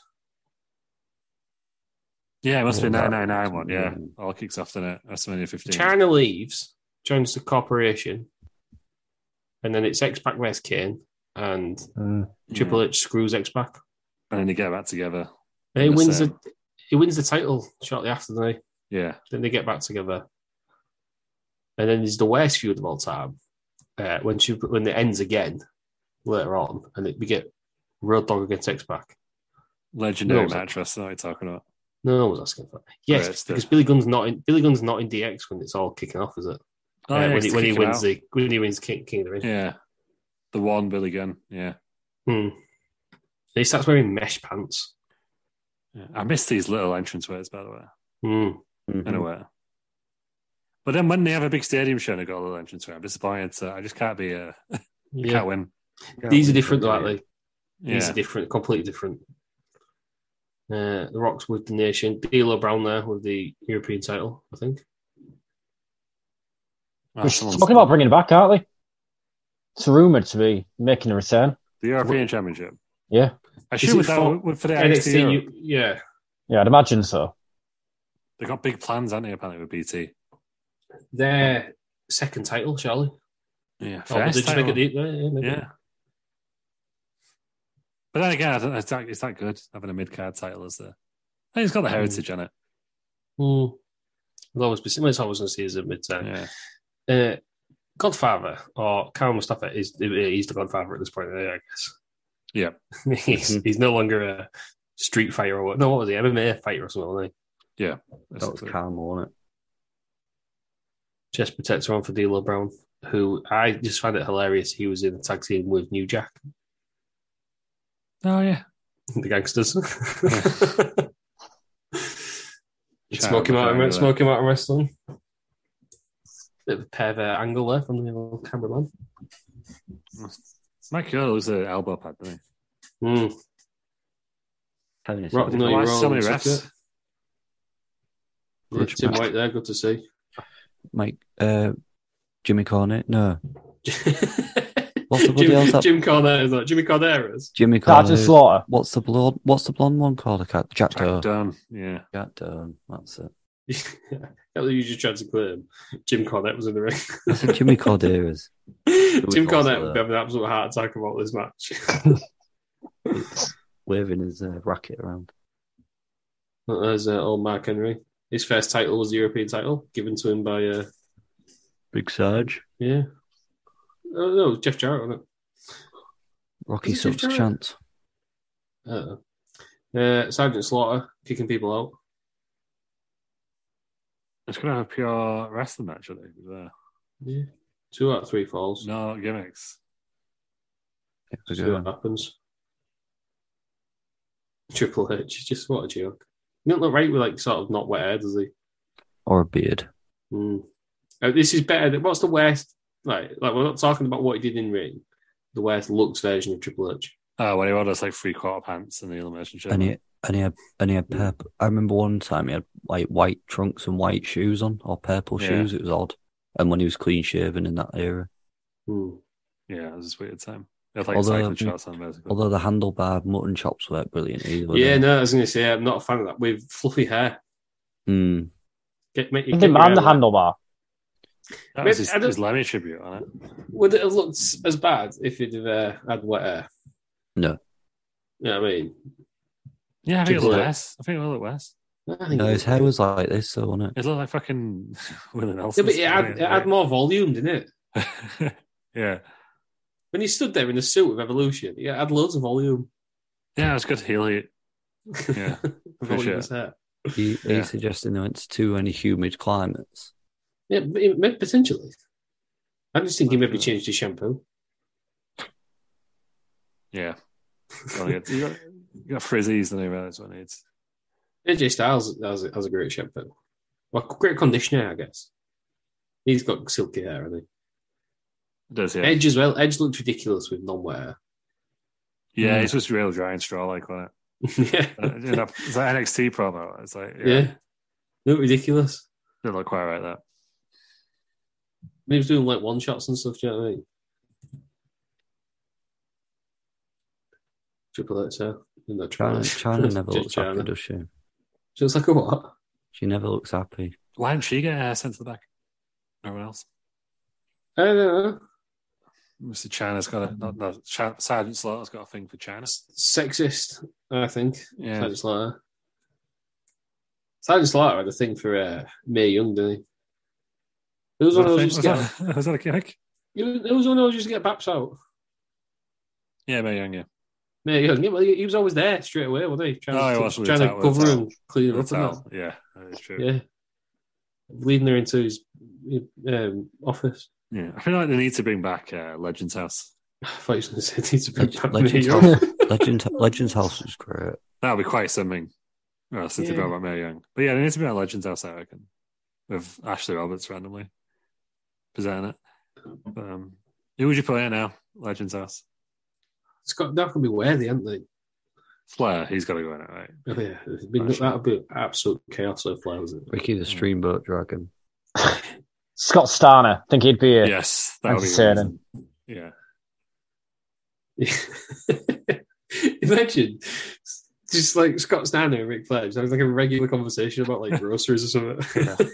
Speaker 4: yeah, it must be
Speaker 2: Oh, that-
Speaker 4: 999 one. Yeah. All kicks off, doesn't it? WrestleMania 15.
Speaker 1: China leaves, joins the corporation, and then it's X Pac vs Kane, and
Speaker 3: Mm.
Speaker 4: Yeah.
Speaker 1: Triple H screws X Pac,
Speaker 4: And then they get back together.
Speaker 1: and he
Speaker 4: The
Speaker 1: wins the
Speaker 4: same.
Speaker 1: he wins the title shortly after they
Speaker 4: Yeah.
Speaker 1: then they get back together, and then there's the worst feud of all time uh, when she when it ends again later on, and it, we get Road Dog against X Pac.
Speaker 4: Legendary
Speaker 1: No,
Speaker 4: match. That's what we're talking about.
Speaker 1: No, no one's asking for that. Yes,
Speaker 4: it's the-
Speaker 1: because Billy Gunn's not in Billy Gunn's not in DX when it's all kicking off, is it?
Speaker 4: Oh,
Speaker 1: Uh,
Speaker 4: yeah,
Speaker 1: when
Speaker 4: he's
Speaker 1: he, when he
Speaker 4: kicking
Speaker 1: wins
Speaker 4: out.
Speaker 1: the when he wins King, King of the Ring,
Speaker 4: Yeah. The one Billy Gunn. Yeah.
Speaker 1: Hmm. he starts wearing mesh pants.
Speaker 4: yeah. I miss these little entrance ways, by the way.
Speaker 1: Hmm.
Speaker 2: Mhm.
Speaker 4: Anyway. But then when they have a big stadium show and they got a little entrance way, I'm disappointed. So I just can't be a
Speaker 1: Yeah,
Speaker 4: can't win.
Speaker 1: these are different, though, aren't they? These
Speaker 4: Yeah.
Speaker 1: are different, completely different. Uh, the Rocks with the Nation, D'Lo Brown there with the European title, I think.
Speaker 4: Oh,
Speaker 3: We're
Speaker 4: someone's-
Speaker 3: talking about bringing it back, aren't they? It's rumored to be making a return.
Speaker 4: the European Championship.
Speaker 3: Yeah.
Speaker 4: I
Speaker 1: Is
Speaker 4: assume
Speaker 1: it
Speaker 4: that
Speaker 1: for
Speaker 4: would- would for the NXT,
Speaker 1: NXT,
Speaker 4: Europe,
Speaker 1: you- yeah.
Speaker 3: Yeah, I'd imagine so.
Speaker 4: uh, they got big plans, aren't they? Apparently with BT.
Speaker 1: Their second title, Charlie.
Speaker 4: Yeah,
Speaker 1: Oh, they
Speaker 4: first
Speaker 1: just make
Speaker 4: title.
Speaker 1: it deep there. Yeah. maybe.
Speaker 4: yeah. But then again, I don't know. It's that, it's that good having a mid card title as the. I think it's got
Speaker 1: Mm.
Speaker 4: the heritage on it.
Speaker 1: Hmm. It'll always be similar. It's always going to see as a mid-term.
Speaker 4: Yeah.
Speaker 1: Uh, Godfather or Karen Mustafa is he's the Godfather at this point, I guess.
Speaker 4: Yeah.
Speaker 1: he's he's no longer a street fighter or what? No, what was he? MMA fighter or something? Wasn't he?
Speaker 2: That was
Speaker 4: basically.
Speaker 2: calm, wasn't
Speaker 1: Chest protector on for D'Lo Brown, who I just find it hilarious. He was in the tag team with New Jack,
Speaker 4: Oh yeah.
Speaker 1: the gangsters.
Speaker 4: Child
Speaker 1: Smoke him out,
Speaker 4: behind
Speaker 1: and-
Speaker 4: there.
Speaker 1: smoke him out and wrestling. Bit of a pervert angle there from the old cameraman.
Speaker 4: Mike Cole was an elbow pad, didn't
Speaker 1: Hmm.
Speaker 2: it? Having a
Speaker 1: Rock
Speaker 2: second.
Speaker 4: he?
Speaker 1: No, you're
Speaker 4: Why so
Speaker 1: wrong,
Speaker 4: many
Speaker 1: it's
Speaker 4: refs?
Speaker 1: Yeah, Tim White there, good to see.
Speaker 2: Mike, uh, Jimmy Cornett? No, What's the bloody hell's
Speaker 1: Jim,
Speaker 2: that-
Speaker 1: Jim Cornette is that Jimmy Corderas?
Speaker 2: Jimmy Cornett.
Speaker 3: Sergeant Slaughter.
Speaker 2: What's the blonde? What's the blonde one called? I can't- Jack Doe.
Speaker 4: Jack Dunn. Yeah.
Speaker 2: Jack Doe. That's it.
Speaker 1: you just tried to clear him. Jim Cornette was in the ring.
Speaker 2: I said Jimmy Corderas.
Speaker 1: Jim
Speaker 2: was uh, also
Speaker 1: Cornette would be
Speaker 2: there.
Speaker 1: having an absolute heart attack about this match.
Speaker 2: waving his uh, racket around.
Speaker 1: There's uh, old Mark Henry. His first title was the European title, given to him by uh,
Speaker 2: Big Sarge.
Speaker 1: yeah. Oh, no, it was Jeff Jarrett on it.
Speaker 2: Rocky
Speaker 1: Is it Jeff
Speaker 2: sucks
Speaker 1: Jarrett?
Speaker 2: chance.
Speaker 1: I don't know. Uh, Sergeant Slaughter kicking people out.
Speaker 4: It's gonna have a pure wrestling match, I think. There.
Speaker 1: Yeah, two out of three falls.
Speaker 4: No gimmicks.
Speaker 2: Here we
Speaker 1: See
Speaker 2: go.
Speaker 1: what happens. Triple H, just what a joke. You don't look right with like sort of not wet hair, does he?
Speaker 2: Or a beard. Hmm.
Speaker 1: Mm. Uh, This is better. Than, what's the worst? Like, like we're not talking about what he did in ring. The worst looks version of Triple H.
Speaker 4: Oh, when he wore those like three quarter pants and the elimination chamber.
Speaker 2: And he and he had and he had purple. I remember one time he had like white trunks and white shoes on, or purple
Speaker 4: Yeah.
Speaker 2: shoes. It was odd. And when he was clean shaven in that era, Hmm.
Speaker 1: Mm.
Speaker 4: Yeah, it was just a weird time. They had like
Speaker 2: Although-
Speaker 4: cycling shorts on basically.
Speaker 2: although the handlebar mutton chops weren't brilliant either. were
Speaker 1: Yeah,
Speaker 2: they?
Speaker 1: no, I was going to say I'm not a fan of that with fluffy hair.
Speaker 2: Hmm.
Speaker 1: Get, make,
Speaker 3: Didn't mind the handlebar.
Speaker 4: that was
Speaker 1: Maybe-
Speaker 4: his,
Speaker 1: I don't-
Speaker 4: his Lemmy tribute on it.
Speaker 1: Would it have looked as bad if he'd have uh, had wet hair?
Speaker 2: No.
Speaker 1: You know what I mean?
Speaker 4: Yeah, I think it
Speaker 1: Triple
Speaker 4: looked
Speaker 1: H.
Speaker 4: less. I think it looked less.
Speaker 1: I think
Speaker 2: No,
Speaker 1: it-
Speaker 2: his hair was like this, though, wasn't it?
Speaker 4: It looked like fucking Willie Nelson.
Speaker 1: Yeah, but it had, it had more volume, didn't it?
Speaker 4: yeah.
Speaker 1: When he stood there in the suit with Evolution, he had loads of volume.
Speaker 4: Yeah, it's good to heal it. Yeah,
Speaker 1: volume
Speaker 4: sure.
Speaker 1: his hair.
Speaker 2: He,
Speaker 4: Yeah.
Speaker 2: He's suggesting they went to too many humid climates.
Speaker 1: Yeah, but it- maybe potentially. I'm just thinking maybe change his shampoo.
Speaker 4: Yeah. Well, you got, you got, you got frizzies than anyone else one needs.
Speaker 1: AJ Styles has, a- has a great shampoo. Well, great conditioner, I guess. He's got silky hair, hasn't
Speaker 4: It does,
Speaker 1: he?
Speaker 4: yeah.
Speaker 1: Edge as well. Edge looked ridiculous with non wet hair.
Speaker 4: Yeah,
Speaker 2: Mm.
Speaker 4: it's just real dry and straw like on it. Uh, you
Speaker 1: yeah.
Speaker 4: know, it's like NXT promo. It's like, yeah,
Speaker 1: yeah. Looked ridiculous.
Speaker 4: they look quite right that.
Speaker 1: He was doing like one shots and stuff, do you know what I mean? Triple H, so. No, Triple
Speaker 2: China,
Speaker 1: H.
Speaker 2: China never
Speaker 1: Just
Speaker 2: looks happy,
Speaker 1: China.
Speaker 2: does she?
Speaker 1: She looks like a what?
Speaker 2: She never looks happy.
Speaker 4: Why didn't she get her hair sent to the back? Everyone else.
Speaker 1: I don't know.
Speaker 4: Mr. China's got a, not, not, Cha- Sergeant Slaughter's got a thing for China.
Speaker 1: Sexist, I think.
Speaker 4: Yeah.
Speaker 1: Sergeant Slaughter. Sergeant Slaughter had a thing for uh, Mae Young, didn't he? It
Speaker 4: Was
Speaker 1: was
Speaker 4: that,
Speaker 1: one
Speaker 4: a
Speaker 1: of those
Speaker 4: thing?
Speaker 1: used
Speaker 4: was,
Speaker 1: to
Speaker 4: that,
Speaker 1: get.
Speaker 4: was that a gimmick?
Speaker 1: It was it was one of those used to get baps out.
Speaker 4: Yeah, Mae Young, yeah.
Speaker 1: Mae Young, yeah, well, he he was always there straight away, wasn't he? Trying
Speaker 4: Oh,
Speaker 1: to,
Speaker 4: he was with
Speaker 1: trying
Speaker 4: the
Speaker 1: to
Speaker 4: towel, with the
Speaker 1: cover
Speaker 4: towel.
Speaker 1: and clean her up
Speaker 4: That's
Speaker 1: and
Speaker 4: how-
Speaker 1: that.
Speaker 4: yeah, that is true.
Speaker 1: Yeah, leading her into his um, office.
Speaker 4: Yeah, I feel like they need to bring back uh, Legends House.
Speaker 1: I thought he was going to say need to bring
Speaker 2: Leg-
Speaker 1: back Mae
Speaker 2: Legends
Speaker 1: Young.
Speaker 2: House, Legend, Legends House was great.
Speaker 4: That would be quite something. Uh, Or else it's
Speaker 1: Yeah.
Speaker 4: about Mae Young. But yeah, they need to bring out Legends House, I reckon, with Ashley Roberts randomly presenting it. But, um, who would you put in now? Legends House.
Speaker 1: It's got that could be worthy, haven't they?
Speaker 4: Flair, he's got to go in it, right?
Speaker 1: Oh, yeah, It'd be- that would be absolute chaos if Flair was it.
Speaker 2: Ricky the Streamboat Dragon.
Speaker 3: Scott Starner. Think he'd be a
Speaker 4: Yes, that would be
Speaker 3: Entertaining.
Speaker 4: amazing. Yeah,
Speaker 1: Imagine just like Scott Steiner and Rick Flair, just having like a regular conversation about like groceries or something,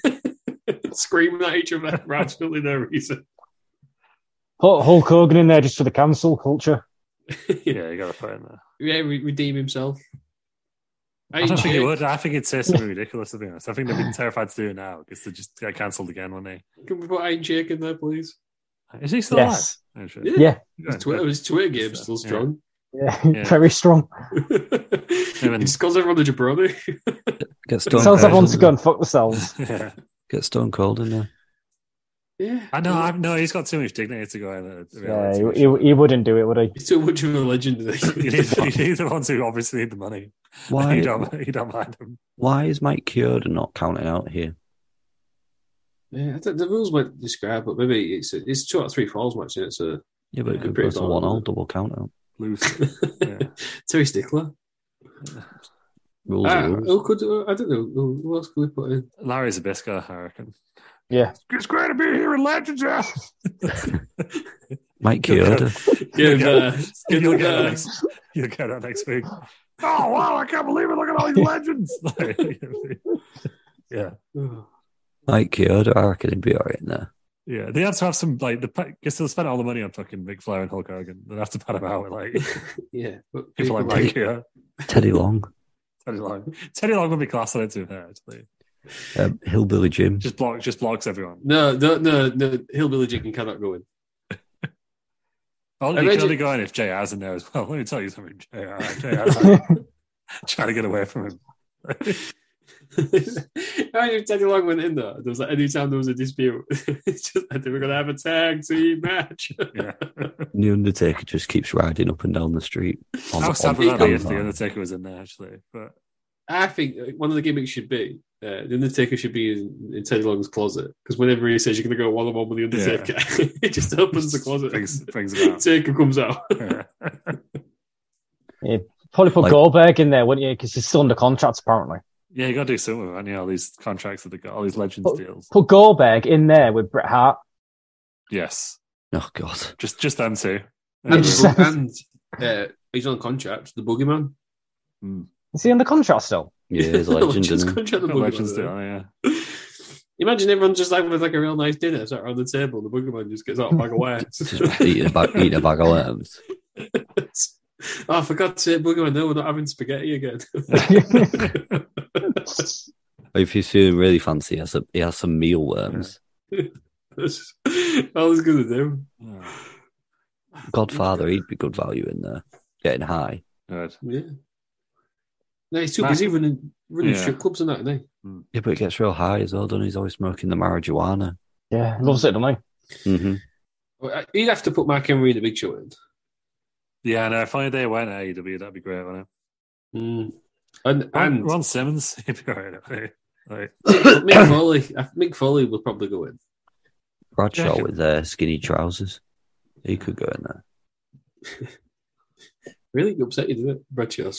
Speaker 1: screaming at each other for absolutely no reason.
Speaker 3: Put Hulk Hogan in there just for the cancel culture.
Speaker 4: Yeah, you gotta put it in there.
Speaker 1: yeah, re- redeem himself.
Speaker 4: I don't think it would. I think it'd say something ridiculous, to be honest. I think they've been terrified to do it now because they just get cancelled again, wouldn't
Speaker 1: Can we put Iron Jake in there, please?
Speaker 4: they? Is he still
Speaker 3: yes.
Speaker 4: alive? Oh, shit.
Speaker 1: Yeah.
Speaker 3: Yeah.
Speaker 4: Yeah.
Speaker 1: His Twitter, his Twitter game's still
Speaker 4: Yeah.
Speaker 1: strong.
Speaker 3: Yeah.
Speaker 4: Yeah.
Speaker 3: Very strong.
Speaker 1: he just calls everyone a jabroni.
Speaker 2: Get Stone
Speaker 3: It sounds like
Speaker 2: Cold.
Speaker 3: everyone's
Speaker 2: in
Speaker 3: go
Speaker 2: there.
Speaker 3: and fuck themselves.
Speaker 4: yeah.
Speaker 2: Get Stone Cold in there.
Speaker 1: yeah,
Speaker 4: I know. I no. He's got too much dignity to go in. a
Speaker 3: yeah,
Speaker 4: reality
Speaker 3: he,
Speaker 4: show.
Speaker 3: he, he wouldn't do it, would he?
Speaker 1: He's too much of a legend.
Speaker 4: you, need, you need the ones who obviously need the money.
Speaker 2: Why?
Speaker 4: You don't. You don't mind them.
Speaker 2: Why is Mike Kyoda not counting out here?
Speaker 1: yeah, I think the rules weren't described, but maybe it's it's two out of three falls match, isn't it? So
Speaker 2: Yeah, but
Speaker 1: Yeah,
Speaker 2: it could
Speaker 1: pretty
Speaker 2: go to
Speaker 1: far,
Speaker 2: one all
Speaker 1: wouldn't it?
Speaker 2: double count out.
Speaker 4: Loose. Yeah.
Speaker 1: Terry Stickler.
Speaker 2: Rules
Speaker 1: Ah,
Speaker 2: are rules.
Speaker 1: who could I don't know who, who else could we put in?
Speaker 4: Larry Zabisco, I reckon.
Speaker 3: Yeah.
Speaker 4: It's great to be here in Legends House.
Speaker 2: Mike Kyoda.
Speaker 1: Give, uh, give
Speaker 4: you'll,
Speaker 1: him,
Speaker 4: get that
Speaker 1: uh,
Speaker 4: next, you'll get that next week. Oh, wow. I can't believe it. Look at all these legends. yeah.
Speaker 2: Mike Kyoda, I reckon he'd be all right in there.
Speaker 4: Yeah. They have to have some, like, the because they'll spend all the money on fucking Mick Flair and Hulk Hogan. They'll have to pad them out with, like,
Speaker 1: yeah, but
Speaker 4: people like Mike here.
Speaker 2: Teddy Long,
Speaker 4: Teddy Long. Teddy Long would be class on it to her, actually.
Speaker 2: um, Hillbilly Jim.
Speaker 4: Just blocks, just blocks everyone.
Speaker 1: No, no, no, no. Hillbilly Chicken cannot go in.
Speaker 4: Oh,
Speaker 1: I
Speaker 4: you can
Speaker 1: imagine-
Speaker 4: only go in if JR's in there as well. Let me tell you something, uh, JR. JR's trying to get away from him.
Speaker 1: How did Teddy Long went in there? There was like any time there was a dispute, it's just like they were gonna have a tag team match.
Speaker 4: Yeah.
Speaker 2: And The Undertaker just keeps riding up and down the street. on-
Speaker 4: How sad
Speaker 2: on
Speaker 4: would that be if
Speaker 2: standby.
Speaker 4: the Undertaker was in there actually? But
Speaker 1: I think uh, one of the gimmicks should be uh, the Undertaker should be in, in Teddy Long's closet because whenever he says you're gonna go one on one with the Undertaker, he just opens the closet.
Speaker 4: brings brings him out.
Speaker 1: Undertaker comes out.
Speaker 4: Yeah.
Speaker 3: Probably put
Speaker 2: Like-
Speaker 3: Goldberg in there, wouldn't you? Because he's still under contract, apparently.
Speaker 4: yeah, you got to do something. with it, haven't you? all these contracts that they got, all these legends
Speaker 3: Oh.
Speaker 4: deals.
Speaker 3: Put Goldberg in there with Bret Hart.
Speaker 4: Yes,
Speaker 2: Oh, God.
Speaker 4: just just them two.
Speaker 1: And,
Speaker 3: Yeah.
Speaker 1: and uh, he's on contract, the Boogeyman.
Speaker 3: Is he under contract still?
Speaker 2: Yeah, he's a legend,
Speaker 1: Just
Speaker 2: isn't he?
Speaker 1: contract, the
Speaker 4: Got legends deal.
Speaker 1: Boogeyman.
Speaker 4: Yeah,
Speaker 1: Imagine everyone just like with like a real nice dinner sat around the table. The Boogeyman just gets out a bag of
Speaker 2: Just eating a bag, eating a bag of lambs.
Speaker 1: wires. oh, I forgot to say, Boogeyman, no, we're not having spaghetti again.
Speaker 2: If he's feeling really fancy, he has, some he has some mealworms.
Speaker 1: That's all he's gonna do.
Speaker 4: yeah.
Speaker 2: Godfather, he'd be good value in there. Getting high.
Speaker 4: Good.
Speaker 1: Yeah. No, he's too
Speaker 4: Matt-
Speaker 1: busy running running
Speaker 4: Yeah.
Speaker 1: strip clubs and that, isn't he?
Speaker 2: Yeah, but it gets real high as well, doesn't he? He's always smoking the marijuana.
Speaker 3: Yeah, loves it, doesn't
Speaker 4: Mm-hmm.
Speaker 2: hmm
Speaker 1: Well, I- He'd have to put Mark Henry in the big show in.
Speaker 4: Yeah, no. If only they went AEW, E that'd be great, wouldn't it?
Speaker 1: Mm. And
Speaker 4: And
Speaker 1: and
Speaker 4: Ron Simmons, he'd be alright. wouldn't he? Like,
Speaker 1: Mick Foley, I- Mick Foley will probably go in.
Speaker 2: Bradshaw
Speaker 4: Yeah.
Speaker 2: with uh, skinny trousers. He could go in there.
Speaker 1: Really upset you, didn't it? Bradshaw's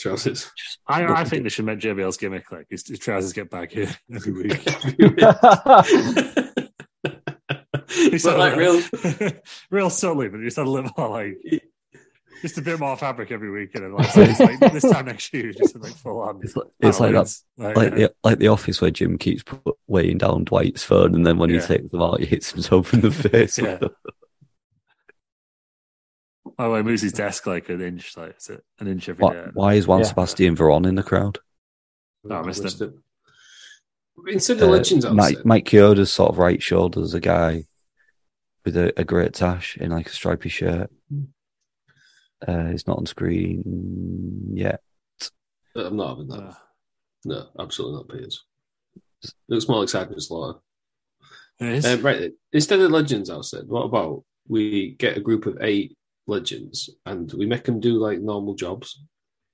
Speaker 1: trousers.
Speaker 4: I, I think they should make JBL's gimmick like his, his trousers get back here every week.
Speaker 3: he?
Speaker 4: He
Speaker 1: but
Speaker 4: said
Speaker 1: like
Speaker 4: like
Speaker 1: real,
Speaker 4: real, real subtly, but he said a little more like just a bit more fabric every week, and like, so it's like this time next year, just like full on.
Speaker 2: It's like, it's like that.
Speaker 4: It's Like,
Speaker 2: Like the, like the office where Jim keeps put, weighing down Dwight's phone, and then when
Speaker 4: Yeah.
Speaker 2: he takes them out, he hits himself in the face.
Speaker 4: Yeah. oh, well, he moves his desk like an inch, like is it an inch every
Speaker 2: Why,
Speaker 4: day?
Speaker 2: why is Juan
Speaker 3: Yeah.
Speaker 2: Sebastian Veron in the crowd?
Speaker 4: No, I missed it.
Speaker 1: Instead of
Speaker 2: Uh,
Speaker 1: legends, I'll say.
Speaker 2: Mike, Mike Chioda's sort of right shoulder is a guy with a, a great tash in like a stripy shirt. Uh, he's not on screen yet.
Speaker 1: I'm not having that.
Speaker 4: Uh,
Speaker 1: No, absolutely not, Piers. Looks more exciting slaughter.
Speaker 4: it is.
Speaker 1: Um, right, instead of legends, I said, what about we get a group of eight legends and we make them do like normal jobs,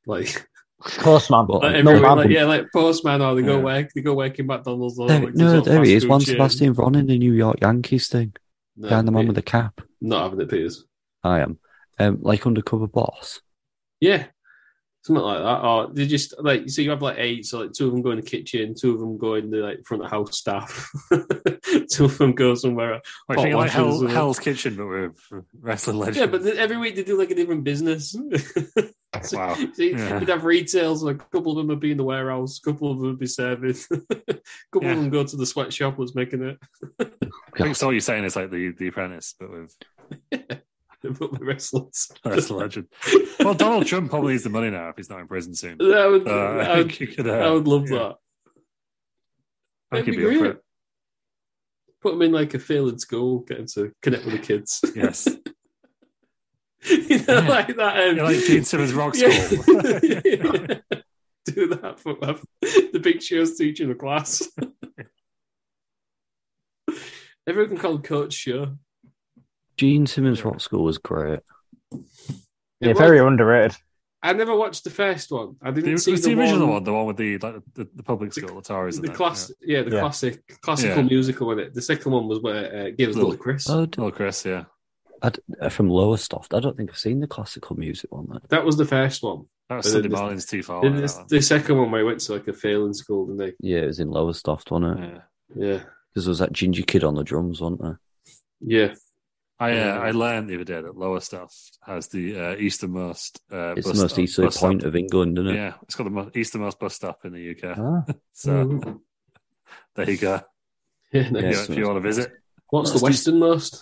Speaker 1: like,
Speaker 3: Postman.
Speaker 2: Well,
Speaker 1: like
Speaker 2: No,
Speaker 1: every,
Speaker 3: man.
Speaker 1: like yeah, like postman or they go
Speaker 4: Yeah.
Speaker 1: work, they go work in McDonald's. Or,
Speaker 2: There,
Speaker 1: like,
Speaker 2: no,
Speaker 1: there's
Speaker 2: there
Speaker 1: fast
Speaker 2: he is.
Speaker 1: food
Speaker 2: One
Speaker 1: chain.
Speaker 2: Sebastian Veron in the New York Yankees thing.
Speaker 1: No,
Speaker 2: behind the man with
Speaker 1: Piers.
Speaker 2: the cap.
Speaker 1: not having it, Piers.
Speaker 2: I am. Um, like undercover boss.
Speaker 1: Yeah. Something like that. Or they just like so you have like eight, so like two of them go in the kitchen, two of them go in the like front of house staff, two of them go somewhere.
Speaker 4: Like, I think
Speaker 1: Hot
Speaker 4: like Hell-
Speaker 1: Washes, uh,
Speaker 4: Hell's Kitchen, but with wrestling legends.
Speaker 1: Yeah, but then every week they do like a different business.
Speaker 4: Wow.
Speaker 1: See,
Speaker 4: Yeah.
Speaker 1: You'd have retails, like a couple of them would be in the warehouse, a couple of them would be serving, a couple
Speaker 4: Yeah.
Speaker 1: of them go to the sweatshop that's making it,
Speaker 4: I think so all you're saying is like the, the apprentice, but with
Speaker 1: but the wrestlers.
Speaker 4: that's a legend. Well, Donald Trump probably needs the money now if he's not in prison soon.
Speaker 1: I would,
Speaker 4: Uh,
Speaker 1: I,
Speaker 4: I
Speaker 1: would,
Speaker 4: think you could, uh,
Speaker 1: I would love
Speaker 4: yeah.
Speaker 1: that.
Speaker 4: I think
Speaker 1: That'd
Speaker 4: he'd
Speaker 1: be
Speaker 4: be up for
Speaker 1: great.
Speaker 4: it.
Speaker 1: Put them in like a failing school, get them to connect with the kids.
Speaker 4: Yes.
Speaker 1: you know,
Speaker 4: Yeah.
Speaker 1: like that. Um,
Speaker 4: You're like Gene Simmons Rock School.
Speaker 1: Do that for uh, the big show's teaching the class. Everyone can call him Coach Show.
Speaker 2: Gene Simmons Rock School was great.
Speaker 3: Yeah,
Speaker 1: It
Speaker 3: very
Speaker 1: was-
Speaker 3: underrated.
Speaker 1: I never watched the first one. I
Speaker 4: The,
Speaker 1: didn't
Speaker 4: was
Speaker 1: see
Speaker 4: the,
Speaker 1: the,
Speaker 4: original one, the one with the like the, the public school, the Tories,
Speaker 1: The class, yeah, the
Speaker 3: Yeah.
Speaker 1: classic, classical
Speaker 4: Yeah.
Speaker 1: musical with it. The second one was where uh, gave us
Speaker 4: Little-
Speaker 1: little Chris.
Speaker 2: Oh,
Speaker 4: Yeah. Oh, Chris, yeah.
Speaker 2: uh, from Lowestoft. I don't think I've seen the classical music one. Though.
Speaker 1: that was the first one.
Speaker 4: That was
Speaker 1: But
Speaker 4: Sunday
Speaker 1: then this-
Speaker 4: Marlin's too far.
Speaker 1: Then
Speaker 4: Oh, that
Speaker 1: this-
Speaker 4: one.
Speaker 1: the second one where he went to like a failing school, didn't they?
Speaker 2: Yeah, it was in Lowestoft, wasn't it?
Speaker 4: Yeah.
Speaker 1: Yeah,
Speaker 2: Because there was that ginger kid on the drums, wasn't there?
Speaker 1: yeah.
Speaker 4: I uh,
Speaker 1: Yeah.
Speaker 4: I learned the other day that Lowestoft has the uh, easternmost. Uh,
Speaker 2: It's
Speaker 4: bus
Speaker 2: the most
Speaker 4: stop-
Speaker 2: easterly
Speaker 4: bus stop.
Speaker 2: point of England, isn't it?
Speaker 4: Yeah, it's got the most, easternmost bus stop in the UK.
Speaker 3: Ah.
Speaker 4: So
Speaker 2: Mm-hmm.
Speaker 4: there you go.
Speaker 1: Yeah, no.
Speaker 2: Yeah,
Speaker 4: You know,
Speaker 2: it's
Speaker 4: if
Speaker 2: the
Speaker 4: you
Speaker 2: most-
Speaker 4: want to visit,
Speaker 1: What's
Speaker 4: Let's
Speaker 1: the
Speaker 4: do-
Speaker 1: westernmost?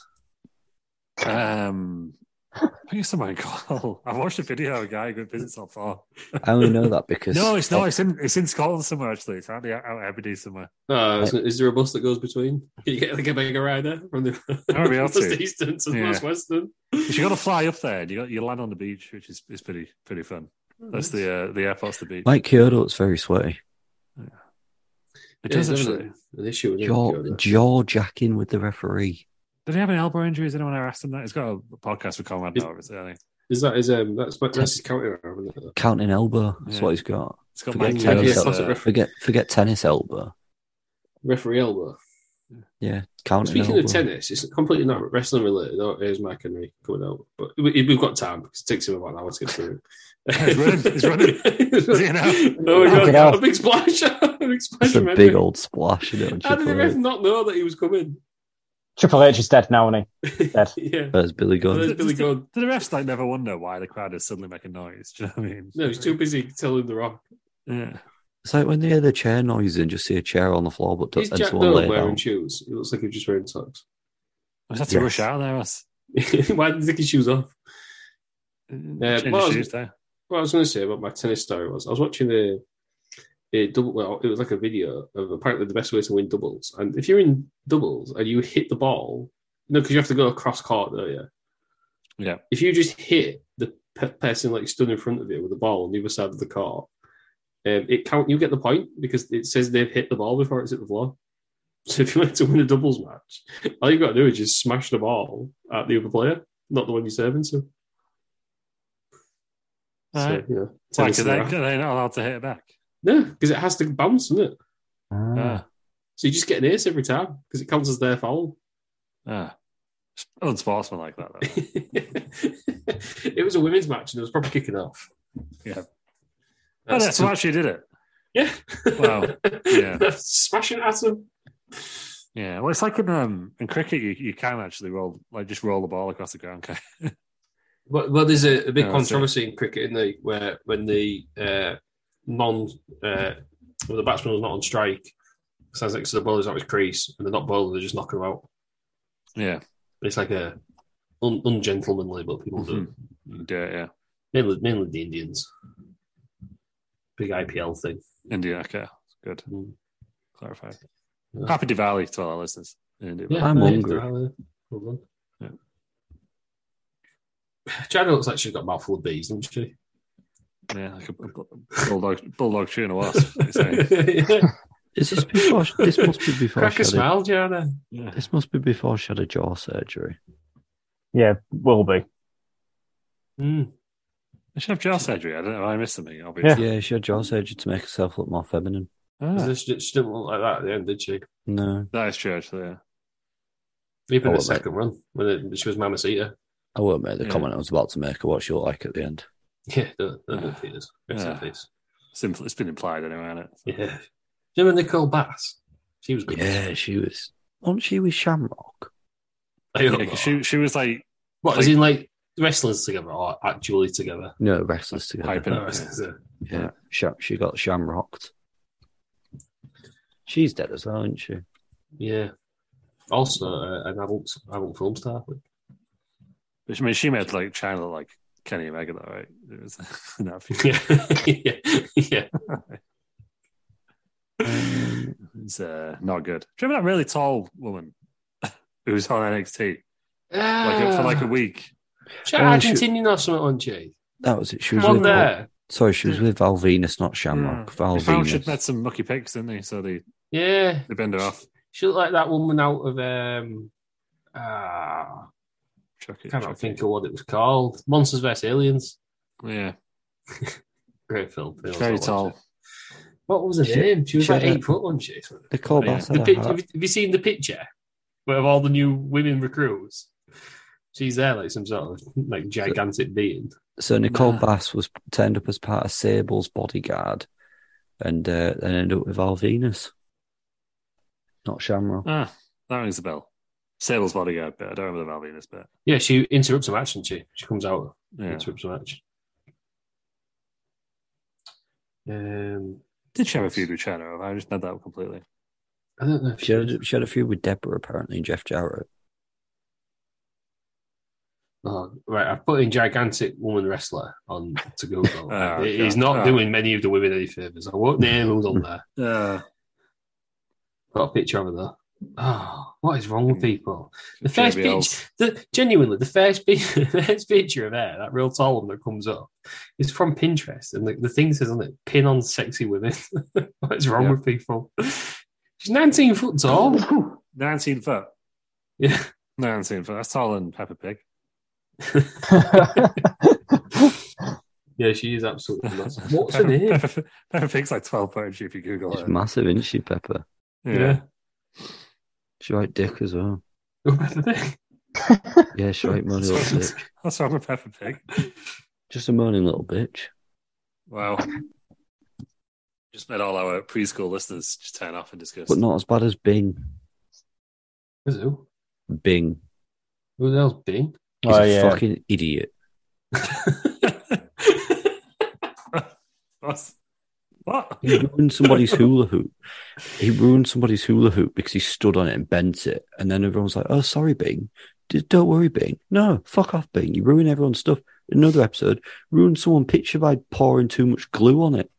Speaker 4: um, I think it's somewhere in Cornwall. I watched a video of a guy who visits not far.
Speaker 2: I only know that because
Speaker 4: No, it's not. It's in it's in most somewhere actually. It's out, the- out Aberdeen somewhere.
Speaker 1: Oh, is, is there a bus that goes between? Can you get like a mega rider from the
Speaker 4: That'd be awesome.
Speaker 1: most eastern to the
Speaker 4: Yeah.
Speaker 1: most western?
Speaker 4: If you got to fly up there, and you got you land on the beach, which is, is pretty pretty fun. That's the uh, the airport's the beach.
Speaker 2: Mike Kyoto, it's very sweaty.
Speaker 4: it
Speaker 1: Yeah,
Speaker 4: does
Speaker 1: there's
Speaker 4: actually.
Speaker 1: an issue. With
Speaker 2: Jaw,
Speaker 1: it.
Speaker 2: jaw jacking with the referee.
Speaker 4: Did he have any elbow injuries? Anyone ever asked him that? He's got a podcast with Conrad
Speaker 1: Is-
Speaker 4: now. It's, uh,
Speaker 1: Is that his um? That's that's his county round, isn't it?
Speaker 2: Counting elbow. That's
Speaker 4: Yeah.
Speaker 2: what he's got.
Speaker 4: it's got
Speaker 2: Forget
Speaker 4: Mike
Speaker 1: tennis
Speaker 4: Taylor's,
Speaker 1: elbow.
Speaker 4: uh,
Speaker 2: Forget forget tennis elbow.
Speaker 1: Referee elbow.
Speaker 2: Yeah, counting
Speaker 1: Speaking
Speaker 2: elbow.
Speaker 1: of tennis, it's completely not wrestling related. Oh, here's Mike Henry coming out, but we, we've got time because it takes him about an hour to get through.
Speaker 4: He's running, he's running. Is he an hour?
Speaker 1: Oh my
Speaker 3: Fucking
Speaker 1: god!
Speaker 3: hell.
Speaker 1: A big splash! a big splash!
Speaker 2: It's a
Speaker 1: from
Speaker 2: big
Speaker 1: Henry.
Speaker 2: old splash in it. on
Speaker 1: How did the
Speaker 2: Triple H.
Speaker 1: ref not know that he was coming?
Speaker 3: Triple H is dead now, isn't Dead.
Speaker 1: yeah.
Speaker 2: There's Billy
Speaker 1: And
Speaker 2: Gunn.
Speaker 1: there's Billy Gunn.
Speaker 4: Do the refs like never wonder why the crowd is suddenly making noise? Do you know what I mean?
Speaker 1: No, he's too busy telling the rock.
Speaker 4: Yeah.
Speaker 2: It's like when they hear the chair noise and just see a chair on the floor, but
Speaker 1: Is
Speaker 2: doesn't
Speaker 1: Jack
Speaker 2: someone
Speaker 1: Dolan
Speaker 2: lay
Speaker 1: wearing
Speaker 2: down.
Speaker 1: shoes? It looks like he's just wearing socks.
Speaker 4: We just have to
Speaker 2: Yes.
Speaker 4: rush out of there. Us.
Speaker 1: Why did he take his shoes off? Uh,
Speaker 4: Change
Speaker 1: what
Speaker 4: your
Speaker 1: was-
Speaker 4: shoes there.
Speaker 1: What I was going to say about my tennis story was I was watching the a double. Well, it was like a video of apparently the best way to win doubles. And if you're in doubles and you hit the ball, no, because you have to go across court, don't you?
Speaker 4: Yeah.
Speaker 1: If you just hit the pe- person like stood in front of you with the ball on the other side of the court, um, it count. You get the point because it says they've hit the ball before it's hit the floor. So if you wanted to win a doubles match, all you got to do is just smash the ball at the other player, not the one you're serving. So,
Speaker 4: Alright.
Speaker 1: so you know,
Speaker 4: Why, cause
Speaker 1: tennis in
Speaker 4: they,
Speaker 1: the rough.
Speaker 4: Uh, they're not allowed to hit it back.
Speaker 1: No, because it has to bounce, doesn't it?
Speaker 3: Ah.
Speaker 4: Ah,
Speaker 1: So you just get an ace every time because it counts as their foul.
Speaker 4: ah. Unsportsman like that. Though.
Speaker 1: it was a women's match and it was probably kicking off.
Speaker 4: Yeah. oh,
Speaker 1: That's
Speaker 4: no, so actually did it.
Speaker 1: yeah.
Speaker 4: Wow. Yeah.
Speaker 1: Smashing at him.
Speaker 4: Yeah. Well, it's like in um in cricket, you, you can actually roll like just roll the ball across the ground. can't you?
Speaker 1: Well, well, there's a, a big
Speaker 4: Yeah, that's it.
Speaker 1: controversy in cricket, isn't there, where when the uh, non, uh, when the batsman was not on strike, sounds like so the bowler's out his crease and they're not bowling, they're just knocking him out.
Speaker 4: yeah.
Speaker 1: It's like a un- ungentlemanly, but people
Speaker 4: Mm-hmm.
Speaker 1: do. it.
Speaker 4: You do it, yeah.
Speaker 1: Mainly, mainly the Indians. Big IPL thing.
Speaker 4: India. Okay. Good.
Speaker 1: Mm.
Speaker 4: Clarified.
Speaker 1: Yeah.
Speaker 4: Happy Diwali to all our listeners. in India.
Speaker 1: Yeah,
Speaker 2: I'm
Speaker 1: yeah,
Speaker 2: hungry.
Speaker 1: Hold on.
Speaker 4: Yeah.
Speaker 1: China looks like she's got a mouthful of bees, doesn't she?
Speaker 4: Yeah, like a bu- bu- bulldog, bulldog chewing a wasp. they say.
Speaker 2: Is this before? This must be before.
Speaker 1: Crack
Speaker 2: She
Speaker 1: a
Speaker 2: had a,
Speaker 1: smile, China.
Speaker 4: Yeah.
Speaker 2: this must be before she had a jaw surgery.
Speaker 3: Yeah, will be.
Speaker 4: Hmm.
Speaker 1: Mm.
Speaker 4: They should have jaw surgery. I don't know. I missed something. Obviously.
Speaker 2: Yeah, she had jaw surgery to make herself look more feminine.
Speaker 4: Ah,
Speaker 1: She, she didn't look like that at the end, did she?
Speaker 2: No,
Speaker 4: that is true. Actually, yeah.
Speaker 1: Even
Speaker 2: Oh,
Speaker 1: in the
Speaker 2: well,
Speaker 1: second run, when it, she was Mamacita.
Speaker 2: I won't make the
Speaker 4: Yeah.
Speaker 2: comment I was about to make of what she looked like at the end.
Speaker 1: Yeah, don't, don't do it, Peters. Rest in
Speaker 4: Yeah.
Speaker 1: peace.
Speaker 4: Simple. It's been implied anyway, isn't it?
Speaker 1: Yeah. Do you remember Nicole Bass? She was good.
Speaker 2: Yeah, she was. Wasn't she with Shamrock?
Speaker 1: I don't
Speaker 4: Yeah,
Speaker 1: know.
Speaker 4: 'cause she she was like
Speaker 1: what, as in like wrestlers together or actually together?
Speaker 2: No, wrestlers together.
Speaker 4: Hyping
Speaker 1: No,
Speaker 4: up.
Speaker 1: wrestlers, uh,
Speaker 2: Yeah, Sha she got shamrocked. She's dead as well, isn't she?
Speaker 1: yeah. Also, uh, an adult adult film star.
Speaker 4: Which I mean, she made like China look like Kenny Omega, though, right? It was in that feud.
Speaker 1: yeah, yeah, yeah.
Speaker 4: It's uh, not good. Do you remember that really tall woman who was on NXT like, for like a week?
Speaker 1: She
Speaker 2: Oh,
Speaker 1: Argentinian or something, wasn't she?
Speaker 2: That was it. She was
Speaker 1: One
Speaker 2: with Val-
Speaker 1: there.
Speaker 2: sorry, she was with Val Venus, not Shamrock. Val
Speaker 4: They found she'd
Speaker 2: Venus.
Speaker 4: had some mucky pics, didn't they? So they,
Speaker 1: Yeah.
Speaker 4: they bend her off.
Speaker 1: She looked like that woman out of um uh,
Speaker 4: Chuck
Speaker 1: I
Speaker 4: it.
Speaker 1: cannot
Speaker 4: chuck
Speaker 1: think
Speaker 4: it.
Speaker 1: of what it was called. Monsters vs. Aliens.
Speaker 4: Yeah,
Speaker 1: Great film.
Speaker 4: she's very tall.
Speaker 1: What was her
Speaker 2: She-
Speaker 1: name? She was
Speaker 2: she
Speaker 1: like
Speaker 2: had a- Oh,
Speaker 1: eight foot, wasn't she?
Speaker 2: They call
Speaker 4: Yeah.
Speaker 2: Bass
Speaker 1: The
Speaker 2: had
Speaker 1: pic-
Speaker 2: a
Speaker 1: have,
Speaker 2: heart.
Speaker 1: you, have you seen the picture where of all the new women recruits? She's there like some sort of like gigantic being.
Speaker 2: So Nicole Bass was turned up as part of Sable's bodyguard, and uh, then ended up with Val Venus, not Shamrock.
Speaker 3: Oh,
Speaker 4: Ah, that rings a bell. Sable's bodyguard bit. I don't remember the Val Venus bit.
Speaker 1: Yeah, she interrupts a match, doesn't she? She comes out,
Speaker 4: Yeah.
Speaker 1: interrupts a match. Um,
Speaker 4: Did she have a feud with China? Or have I just made that up completely.
Speaker 1: I don't know. If
Speaker 2: She had, she had a feud with Deborah apparently and Jeff Jarrett.
Speaker 1: Oh, right, I've put in gigantic woman wrestler on to Google.
Speaker 4: Oh,
Speaker 1: He- He's
Speaker 4: God.
Speaker 1: not
Speaker 4: Oh.
Speaker 1: doing many of the women any favors. I won't name who's on there.
Speaker 4: Uh,
Speaker 1: Got a picture of her though. Oh, what is wrong
Speaker 4: Hmm.
Speaker 1: with people? The first
Speaker 4: JBLs.
Speaker 1: picture, the, genuinely, the first, pi- the first picture of her, that real tall one that comes up, is from Pinterest, and the, the thing says on it, "Pin on sexy women." what is wrong
Speaker 4: Yeah.
Speaker 1: with people? She's nineteen foot tall.
Speaker 4: 19 foot.
Speaker 1: yeah,
Speaker 4: 19 foot. That's taller than Peppa Pig.
Speaker 1: yeah, she is absolutely. nuts. What's her name?
Speaker 4: Peppa, Peppa Pig's like 12 foot, isn't she, if you
Speaker 3: Oh,
Speaker 4: Google
Speaker 2: She's
Speaker 4: it.
Speaker 2: massive, isn't she, Pepper?
Speaker 4: yeah.
Speaker 2: She like dick as well.
Speaker 1: Yeah.
Speaker 2: Yeah, she like money
Speaker 4: That's
Speaker 2: little
Speaker 4: what-
Speaker 2: dick.
Speaker 4: What's wrong with Peppa Pig?
Speaker 2: Just a moaning little bitch.
Speaker 4: Wow. Just made all our preschool listeners just turn off in disgust.
Speaker 2: But not as bad as Bing.
Speaker 1: Who?
Speaker 2: Bing.
Speaker 1: Who the hell's Bing?
Speaker 2: He's
Speaker 3: Oh,
Speaker 2: a
Speaker 3: yeah.
Speaker 2: fucking idiot.
Speaker 4: What's- What?
Speaker 2: He ruined somebody's hula hoop. He ruined somebody's hula hoop because he stood on it and bent it. And then everyone's like, oh, sorry, Bing. D- Don't worry, Bing. No, fuck off, Bing. You ruin everyone's stuff. Another episode, ruin someone's picture by pouring too much glue on it.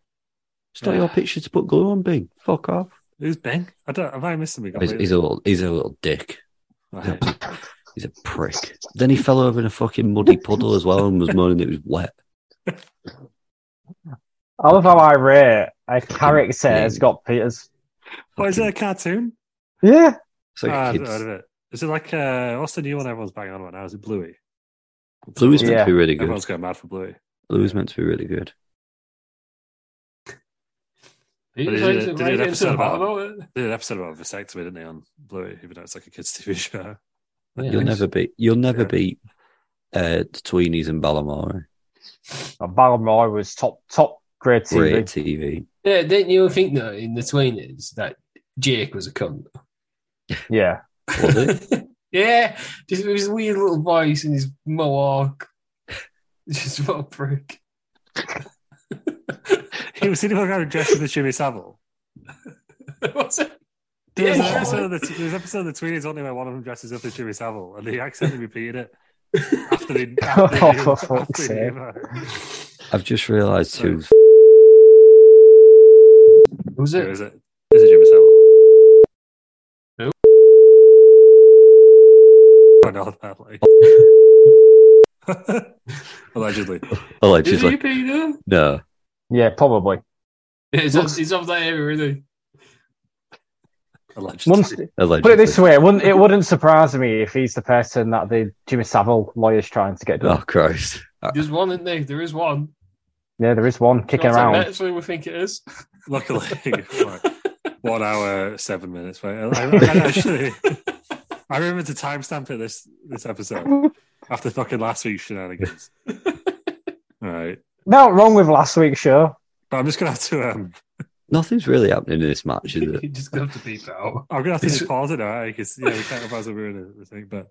Speaker 2: It's not your picture to put glue on, Bing. Fuck off.
Speaker 4: Who's Bing? I don't. Have I missed something?
Speaker 2: He's, he's a little, he's a little dick.
Speaker 4: Right.
Speaker 2: He's a prick. Then he fell over in a fucking muddy puddle as well and was moaning it was wet.
Speaker 3: I love how I rate a character as Scott Peters.
Speaker 4: What Oh, is it? A cartoon?
Speaker 3: Yeah.
Speaker 2: It's like
Speaker 4: Ah,
Speaker 2: a
Speaker 4: I've
Speaker 2: kids.
Speaker 4: heard of it. Is it like uh, what's the new one everyone's banging on about now? Is it Bluey?
Speaker 2: Bluey's meant
Speaker 3: Yeah.
Speaker 2: to be really good.
Speaker 4: Everyone's going mad for Bluey.
Speaker 2: Bluey's meant to be really good.
Speaker 1: He
Speaker 4: But
Speaker 1: was
Speaker 4: they
Speaker 1: like,
Speaker 4: did- they did an
Speaker 1: right into
Speaker 4: episode
Speaker 1: the
Speaker 4: about
Speaker 1: bottom of it.
Speaker 4: They did an episode about vasectomy, didn't they, on Bluey? Even though it's like a kids' TV show.
Speaker 2: You'll never beat. You'll never
Speaker 4: Yeah.
Speaker 2: beat uh, Tweenies and Balamore.
Speaker 3: Balmoral was top top grade TV.
Speaker 2: Great TV.
Speaker 1: Yeah, didn't you think though in the tweenies that Jake was a cunt?
Speaker 3: Yeah.
Speaker 2: Was it?
Speaker 1: yeah, just with his weird little voice and his mohawk. Just what a prick.
Speaker 4: He was sitting there kind of dressed as Jimmy Savile.
Speaker 1: What's it?
Speaker 4: There's an
Speaker 1: Yeah.
Speaker 4: episode of the there's an episode of the Tweenies on there where one of them dresses up as Jimmy Savile, and they accidentally repeated it after they. After they
Speaker 3: Oh,
Speaker 4: knew-
Speaker 3: for
Speaker 4: after
Speaker 3: fuck's
Speaker 4: they
Speaker 3: sake.
Speaker 4: knew about it.
Speaker 2: I've just realised who.
Speaker 1: Was
Speaker 4: Who
Speaker 1: it?
Speaker 4: is it? Is it Jimmy Savile?
Speaker 1: Who?
Speaker 4: I know that, like. Allegedly.
Speaker 2: Oh, like,
Speaker 1: Is
Speaker 2: she's
Speaker 1: it you,
Speaker 2: like,
Speaker 1: Peter?
Speaker 2: no.
Speaker 3: Yeah, probably.
Speaker 1: It's of it's of that area, really.
Speaker 4: Allegedly.
Speaker 3: Once, put
Speaker 2: Allegedly.
Speaker 3: it this way, it wouldn't, it wouldn't surprise me if he's the person that the Jimmy Savile lawyer's trying to get done.
Speaker 2: Oh Christ!
Speaker 1: There's one, isn't there? There is one.
Speaker 3: Yeah, there is one kicking
Speaker 1: Shorter than
Speaker 3: around.
Speaker 1: Actually, we think it is.
Speaker 4: Luckily, like, one hour seven minutes. Wait, I, I I actually, I remember to timestamp it this this episode after fucking last week's shenanigans. All right,
Speaker 3: Nothing wrong with last week's show.
Speaker 4: but I'm just gonna have to. Um,
Speaker 2: Nothing's really happening in this match, is it?
Speaker 1: you just gonna have to beep it out.
Speaker 4: I'm gonna have to
Speaker 1: It's-
Speaker 4: just pause it now because yeah, we can't advise ruin it. I think, but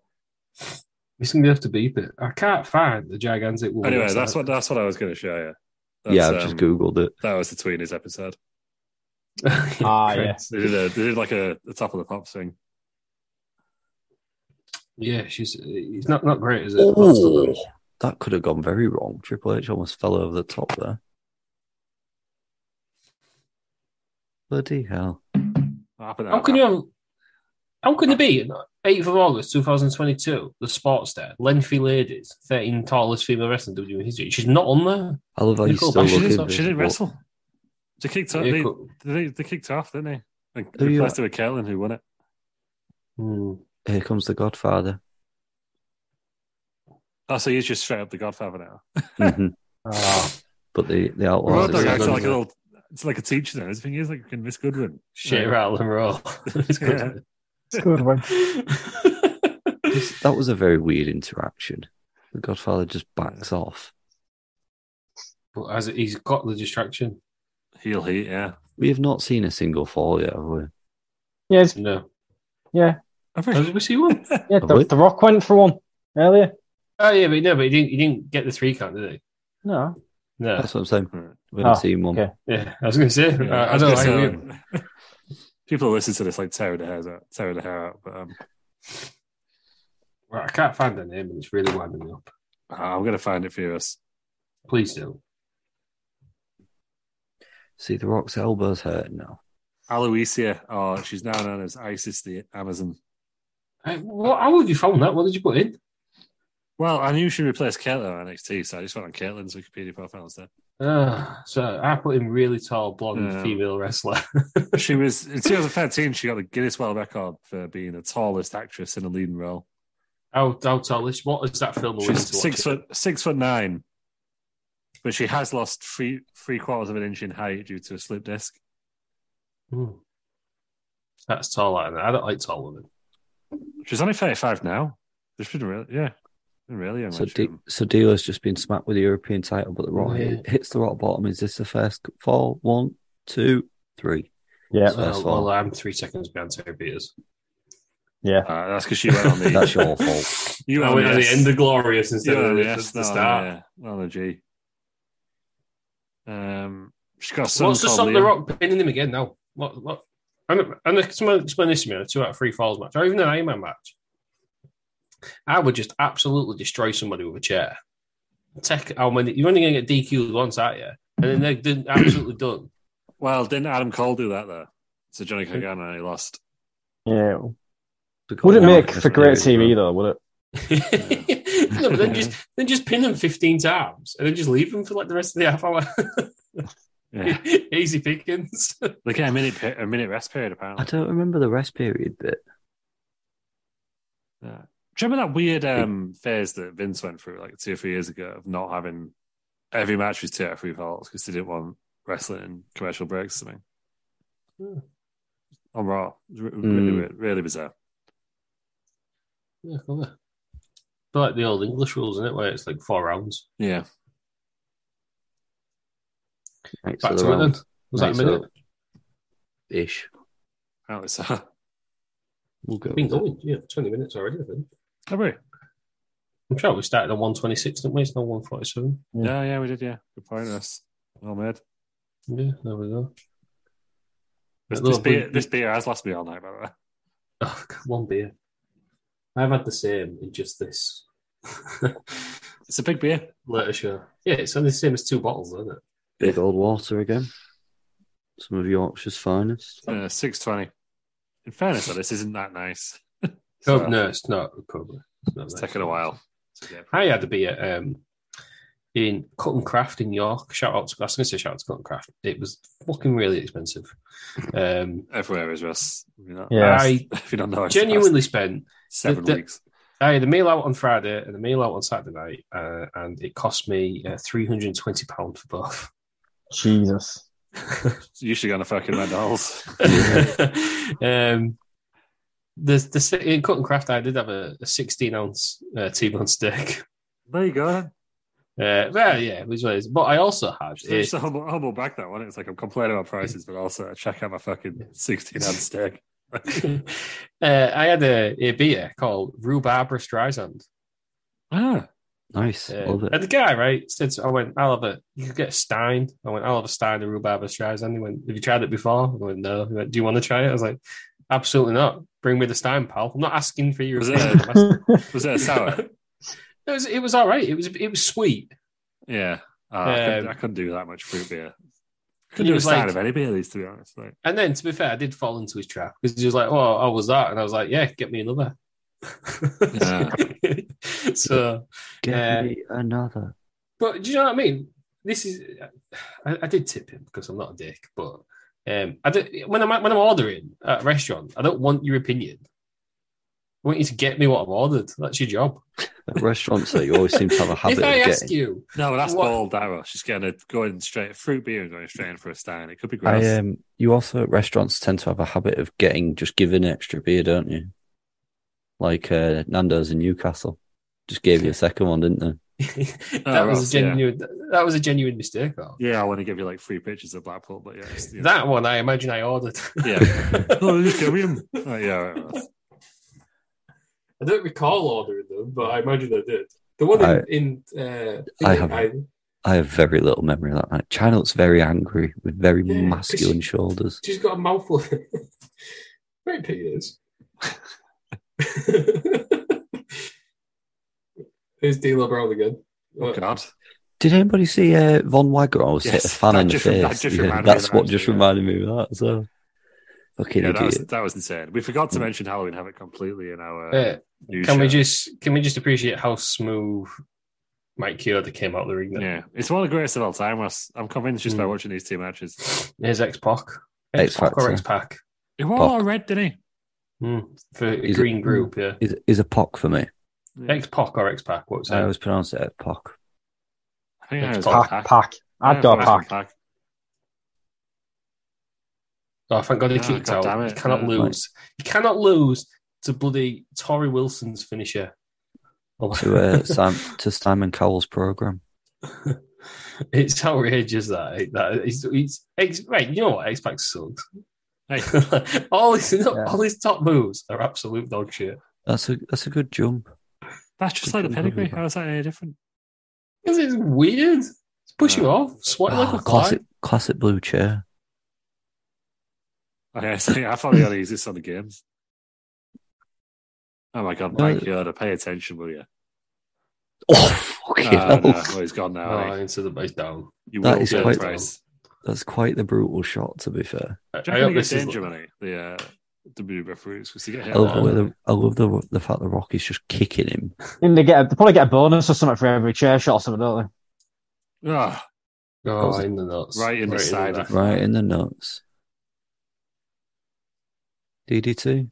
Speaker 1: He's going to have to beep it. I can't find the gigantic one.
Speaker 4: Anyway, that's what that's what I was going to show you. That's,
Speaker 2: yeah, I've just
Speaker 4: um,
Speaker 2: googled it.
Speaker 4: That was the Tweenies episode.
Speaker 3: Ah, yeah.
Speaker 1: yes.
Speaker 4: They did, a, they did like a, a top of the pop thing.
Speaker 1: Yeah, she's it's not not great, is it? Lots of
Speaker 2: Oh,
Speaker 1: those.
Speaker 2: that could have gone very wrong. Triple H almost fell over the top there. Bloody hell!
Speaker 4: What happened?
Speaker 1: How can you have? How can it be? Eighth of August, two thousand twenty-two. The sports day, lengthy ladies, thirteen tallest female wrestler in WWE history. She's not on there.
Speaker 2: I love how you
Speaker 1: Nicole
Speaker 2: still
Speaker 4: Oh,
Speaker 2: look
Speaker 4: she,
Speaker 1: Bashir's
Speaker 2: at
Speaker 4: didn't, she didn't wrestle. They kicked off.
Speaker 1: Yeah,
Speaker 4: They,
Speaker 1: cool.
Speaker 4: they, they kicked off, didn't they? And
Speaker 2: Who you
Speaker 4: replaced it with Caitlin, who won it.
Speaker 1: Hmm.
Speaker 2: Here comes the Godfather.
Speaker 4: Oh, so you just straight up the Godfather now.
Speaker 2: Mhm.
Speaker 3: Oh,
Speaker 2: But the Oh, the
Speaker 4: Well,
Speaker 2: outlaws.
Speaker 4: that
Speaker 1: it's
Speaker 4: acts
Speaker 1: good,
Speaker 4: like
Speaker 1: isn't
Speaker 4: an
Speaker 1: it?
Speaker 4: old, it's like a teacher now. His thing is like Miss Goodwin.
Speaker 1: Shit,
Speaker 4: Yeah.
Speaker 1: rattle and roll. It's good.
Speaker 4: Yeah.
Speaker 3: it's a good one.
Speaker 2: This- that was a very weird interaction. The Godfather just backs off.
Speaker 1: But as he's got the distraction.
Speaker 4: Heel heat, yeah.
Speaker 2: We have not seen a single fall yet, have we?
Speaker 3: Yeah, it's,
Speaker 1: No,
Speaker 3: yeah,
Speaker 4: I
Speaker 1: Oh, did we see one?
Speaker 3: yeah. The, the Rock went for one earlier.
Speaker 1: Oh yeah, but no, but he didn't. He didn't get the three count, did he?
Speaker 3: No,
Speaker 1: No.
Speaker 2: That's what I'm saying.
Speaker 1: Hmm.
Speaker 4: Right.
Speaker 2: We haven't
Speaker 3: Oh,
Speaker 2: seen one.
Speaker 3: okay.
Speaker 1: Yeah, I was going to say. Uh, I, I don't like you.
Speaker 4: know. um, People listen to this like tearing their hairs out, tearing their hair out. But um,
Speaker 1: Right, I can't find the name, and it's really winding me up.
Speaker 4: I'm gonna find it for us.
Speaker 1: Please do.
Speaker 2: See, The Rock's elbow's hurt now.
Speaker 4: Aloisia, or she's now known as Isis the Amazon.
Speaker 1: Hey, what? How have you found that? What did you put in?
Speaker 4: Well, I knew she replaced Caitlyn on NXT, so I just went on Caitlin's Wikipedia profile instead.
Speaker 1: Uh, so I put in really tall blonde
Speaker 4: Yeah.
Speaker 1: female wrestler.
Speaker 4: She was in 2013. She got the Guinness World Record for being the tallest actress in a leading role.
Speaker 1: how, how tall is she? What is that film? we're
Speaker 4: She's
Speaker 1: to watch?
Speaker 4: six foot six foot nine, but she has lost three three quarters of an inch in height due to a slip disc.
Speaker 1: Hmm. That's tall. I don't- I don't like tall women.
Speaker 4: She's only thirty five now. She's been really yeah, been really young.
Speaker 2: So,
Speaker 4: when she-
Speaker 2: D- so Dealer's just been smacked with the European title, but The Rock
Speaker 1: Yeah.
Speaker 2: hit- hits the rock bottom. Is this the first fall? One, two, three.
Speaker 3: yeah,
Speaker 2: that's
Speaker 1: well,
Speaker 2: fine.
Speaker 1: well, I'm three seconds behind Terry Peters.
Speaker 3: yeah.
Speaker 4: Uh, that's because she went on the.
Speaker 2: That's your fault.
Speaker 4: You went
Speaker 1: I went
Speaker 4: on
Speaker 1: at
Speaker 4: the
Speaker 1: the
Speaker 4: S.
Speaker 1: end of Glorious
Speaker 4: You
Speaker 1: instead
Speaker 4: went
Speaker 1: of
Speaker 4: on
Speaker 1: the,
Speaker 4: the
Speaker 1: the,
Speaker 4: S,
Speaker 1: the
Speaker 4: not on
Speaker 1: start.
Speaker 4: the, uh, not on the G. Um, she's got a son
Speaker 1: What's the
Speaker 4: called
Speaker 1: song The
Speaker 4: Liam.
Speaker 1: Rock pinning him again now? What? What? And, and someone explain this to me in a two out of three falls match, or even an Iron Man match. I would just absolutely destroy somebody with a chair. Tech, how many? You're only going to get DQ'd once, aren't you? And then they're done- absolutely done.
Speaker 4: Well, didn't Adam Cole do that though? So Johnny Gargano and he lost.
Speaker 3: yeah. Would it make for great TV
Speaker 2: though?
Speaker 3: though? Would it?
Speaker 1: no, but then just then just pin them 15 times and then just leave them for like the rest of the half hour.
Speaker 4: Yeah,
Speaker 1: Easy pickings.
Speaker 4: they get a minute pe- a minute rest period
Speaker 2: I
Speaker 4: apparently.
Speaker 2: don't remember the rest period bit.
Speaker 4: Yeah. Do you remember that weird um, phase that Vince went through like two or three years ago of not having every match was two out of three falls because they didn't want wrestling and commercial breaks or something?
Speaker 1: Hmm.
Speaker 4: On Raw. It was re- Really,
Speaker 2: Hmm.
Speaker 4: weird, really bizarre.
Speaker 1: Yeah, come on. But like the old English rules, isn't it? Where it's like four rounds.
Speaker 4: Yeah.
Speaker 2: Next
Speaker 1: Back
Speaker 2: to
Speaker 1: to
Speaker 2: the
Speaker 1: it then.
Speaker 2: round.
Speaker 1: Was that a
Speaker 2: Next
Speaker 1: minute?
Speaker 2: up. Ish.
Speaker 4: Apparently so.
Speaker 2: We'll go.
Speaker 1: Been
Speaker 2: with it.
Speaker 1: going, yeah, 20 minutes already, I think.
Speaker 4: Have we?
Speaker 1: I'm sure we started on 126, didn't we? It's now 147.
Speaker 3: Yeah.
Speaker 4: Yeah, yeah, we did. Yeah, good point, us. Well made.
Speaker 1: Yeah, there we go.
Speaker 4: This,
Speaker 1: Look,
Speaker 4: this,
Speaker 1: we-
Speaker 4: beer, this beer has lasted me all night, by the way.
Speaker 1: Oh, God, one beer. I've had the same in just this
Speaker 4: It's a big beer.
Speaker 1: later show. Yeah, it's only the same as two bottles, isn't it?
Speaker 2: Big old water again. Some of Yorkshire's finest.
Speaker 4: Uh, Six twenty. In fairness, though, this isn't that nice.
Speaker 1: Coke,
Speaker 4: So,
Speaker 1: no, it's not Cobra. It's, not
Speaker 4: It's
Speaker 1: nice.
Speaker 4: taken a while. to get-
Speaker 1: I had a beer um, in Cut and Craft in York. Shout out to, I was going to say shout out to Cut and Craft. It was fucking really expensive. Um,
Speaker 4: Everywhere is Russ. If you don't-
Speaker 3: Yeah.
Speaker 1: I
Speaker 4: If you don't know, it's the past
Speaker 1: genuinely spent
Speaker 4: seven
Speaker 1: the-
Speaker 4: weeks.
Speaker 1: I had a meal Uh, out on Friday and a meal out on Saturday night, uh, and it cost me uh, three hundred and twenty pound for both.
Speaker 3: Jesus.
Speaker 4: You should go on a fucking McDonald's.
Speaker 1: um, the the si- in cut and craft, I did have a, a sixteen ounce uh, T-bone steak.
Speaker 4: there you go.
Speaker 1: Uh, well, yeah, it was what it is. But I also had a,
Speaker 4: It's a humble, humble back that one. It's like I'm complaining about prices, but also check out my fucking 16 ounce steak.
Speaker 1: uh, I had a, a beer called Rhubarb Streisand.
Speaker 4: Ah,
Speaker 2: Nice.
Speaker 1: Yeah. Uh,
Speaker 2: Love
Speaker 1: And
Speaker 2: it.
Speaker 1: the guy, right, said, to- I went, I'll have a, you could get a Stein. I went, I'll have a Stein and rhubarb and Streisand. He went, have you tried it before? I went, no. He went, do you want to try it? I was like, absolutely not. Bring me the Stein, pal. I'm not asking for your
Speaker 4: Was
Speaker 1: opinion.
Speaker 4: it was it a sour?
Speaker 1: it was, it was all right. It was, it was sweet.
Speaker 4: yeah. Ah, I, couldn't,
Speaker 1: Um,
Speaker 4: I couldn't do that much fruit beer.
Speaker 1: It
Speaker 4: Couldn't do a
Speaker 1: was
Speaker 4: side
Speaker 1: like-
Speaker 4: of any beer, these to be honest. Like,
Speaker 1: And then, to be fair, I did fall into his trap because he was like, "Oh, how was that?" And I was like, "Yeah, get me another."
Speaker 4: Yeah.
Speaker 1: so,
Speaker 2: Get me another.
Speaker 1: but do you know what I mean? This is, I, I did tip him because I'm not a dick, but um, I don't, when I'm when I'm ordering at a restaurant, I don't want your opinion. I want you to get me what I've ordered. That's your job.
Speaker 2: At restaurants, though, you always seem to have a habit
Speaker 1: if
Speaker 2: of
Speaker 1: I
Speaker 2: getting.
Speaker 1: ask you,
Speaker 4: no, that's
Speaker 1: What-
Speaker 4: bold, that was. She's getting a, going straight fruit beer and going straight in for a stein. It could be gross.
Speaker 2: I um, you also at restaurants tend to have a habit of getting just given extra beer, don't you? Like uh, Nando's in Newcastle, just gave you a second one, didn't they?
Speaker 1: that
Speaker 4: Oh,
Speaker 1: was
Speaker 4: Ross,
Speaker 1: a
Speaker 4: yeah.
Speaker 1: genuine. That was a genuine mistake. Though.
Speaker 4: yeah, I want to give you like three pictures of Blackpool, but yeah, it's- yeah.
Speaker 1: That one, I imagine I ordered.
Speaker 4: Yeah. Oh, just give me 'em. Oh, yeah, all right, Ross.
Speaker 1: I don't recall ordering them, but I imagine I did. The one
Speaker 2: I-
Speaker 1: in, in uh,
Speaker 2: I haven't. I have very little memory of that night. China looks very angry with very
Speaker 1: Yeah, 'cause
Speaker 2: masculine
Speaker 1: she-
Speaker 2: shoulders.
Speaker 1: she's got a mouthful. Great Peters. Here's D. Brown again.
Speaker 4: Oh, God.
Speaker 2: Did anybody see uh, Von Wagner? I was hit a
Speaker 4: Yes,
Speaker 2: fan
Speaker 4: that
Speaker 2: in the
Speaker 4: just rem- that
Speaker 2: face.
Speaker 4: just
Speaker 2: Yeah,
Speaker 4: reminded me of
Speaker 2: that's
Speaker 4: that,
Speaker 2: what just
Speaker 4: actually, yeah.
Speaker 2: reminded me of that. So, fucking
Speaker 4: Yeah, that was,
Speaker 2: idiot.
Speaker 4: that was insane. We forgot
Speaker 2: Hmm.
Speaker 4: to mention Halloween Havoc completely in our.
Speaker 1: Uh,
Speaker 4: news
Speaker 1: can we
Speaker 4: show.
Speaker 1: just can we just appreciate how smooth Mike Kyoto came out of the ring? Then?
Speaker 4: Yeah, it's one of the greatest of all time, Ross. I'm convinced just by
Speaker 2: Hmm.
Speaker 1: Mm.
Speaker 4: watching these two matches.
Speaker 1: Here's X Pac. X
Speaker 2: X-Pac,
Speaker 1: Pac or
Speaker 2: yeah.
Speaker 1: X Pac
Speaker 4: He wore a
Speaker 2: Pop.
Speaker 4: lot of red, didn't
Speaker 1: mm, for a
Speaker 2: Is it-
Speaker 1: Green Group. Yeah,
Speaker 2: Is is a pock for me.
Speaker 4: he?
Speaker 1: X Pac or X Pac. What's
Speaker 2: I
Speaker 1: that?
Speaker 2: always pronounce it a pock.
Speaker 4: I think I was
Speaker 1: It's
Speaker 4: Pac.
Speaker 1: Pac.
Speaker 3: Pack, pack.
Speaker 4: Yeah,
Speaker 3: I'd go
Speaker 4: I thought it was
Speaker 3: pack.
Speaker 4: Pac.
Speaker 1: Oh, thank God he
Speaker 4: Ah,
Speaker 1: kicked
Speaker 4: God damn
Speaker 1: out.
Speaker 4: it.
Speaker 1: You cannot
Speaker 4: Yeah,
Speaker 1: lose. You cannot lose to bloody Tory Wilson's finisher.
Speaker 2: to uh, Sam to Simon Cowell's program.
Speaker 1: it's outrageous that it- that it's, it's ex, right. You know what? X Pac sucks.
Speaker 4: Hey.
Speaker 1: all his
Speaker 3: Yeah.
Speaker 1: all his top moves are absolute dog shit.
Speaker 2: That's a that's a good jump.
Speaker 4: That's just like the pedigree. How is that any different?
Speaker 1: Because it's weird. It's push you
Speaker 4: Yeah.
Speaker 1: off. Sweat
Speaker 2: Ah,
Speaker 1: like a
Speaker 2: classic
Speaker 1: fly.
Speaker 2: classic blue chair.
Speaker 4: Okay, so I thought they only exist on the games. Oh my god, Mike Yoda, pay attention, will you?
Speaker 2: Oh fucking
Speaker 4: Oh,
Speaker 2: hell.
Speaker 4: no. well, he's gone now.
Speaker 1: Oh,
Speaker 4: eh?
Speaker 1: into the base down.
Speaker 4: You
Speaker 2: That
Speaker 4: will
Speaker 2: is
Speaker 4: pay the
Speaker 2: quite-
Speaker 4: price.
Speaker 2: That's quite the brutal shot to be fair.
Speaker 1: I,
Speaker 4: Do
Speaker 1: I
Speaker 4: you reckon
Speaker 1: hope
Speaker 4: they
Speaker 1: this
Speaker 4: get danger
Speaker 1: is.
Speaker 4: money? The uh, WWE referees because you get hit.
Speaker 2: I love the
Speaker 4: there.
Speaker 2: way the I love the the fact that Rocky's just kicking him.
Speaker 3: And they get, they probably get a bonus or something for every chair shot or something, don't they?
Speaker 4: Ah,
Speaker 1: Oh, in the nuts.
Speaker 4: Right in the side of-
Speaker 1: nuts.
Speaker 2: Right in the nuts. DDT?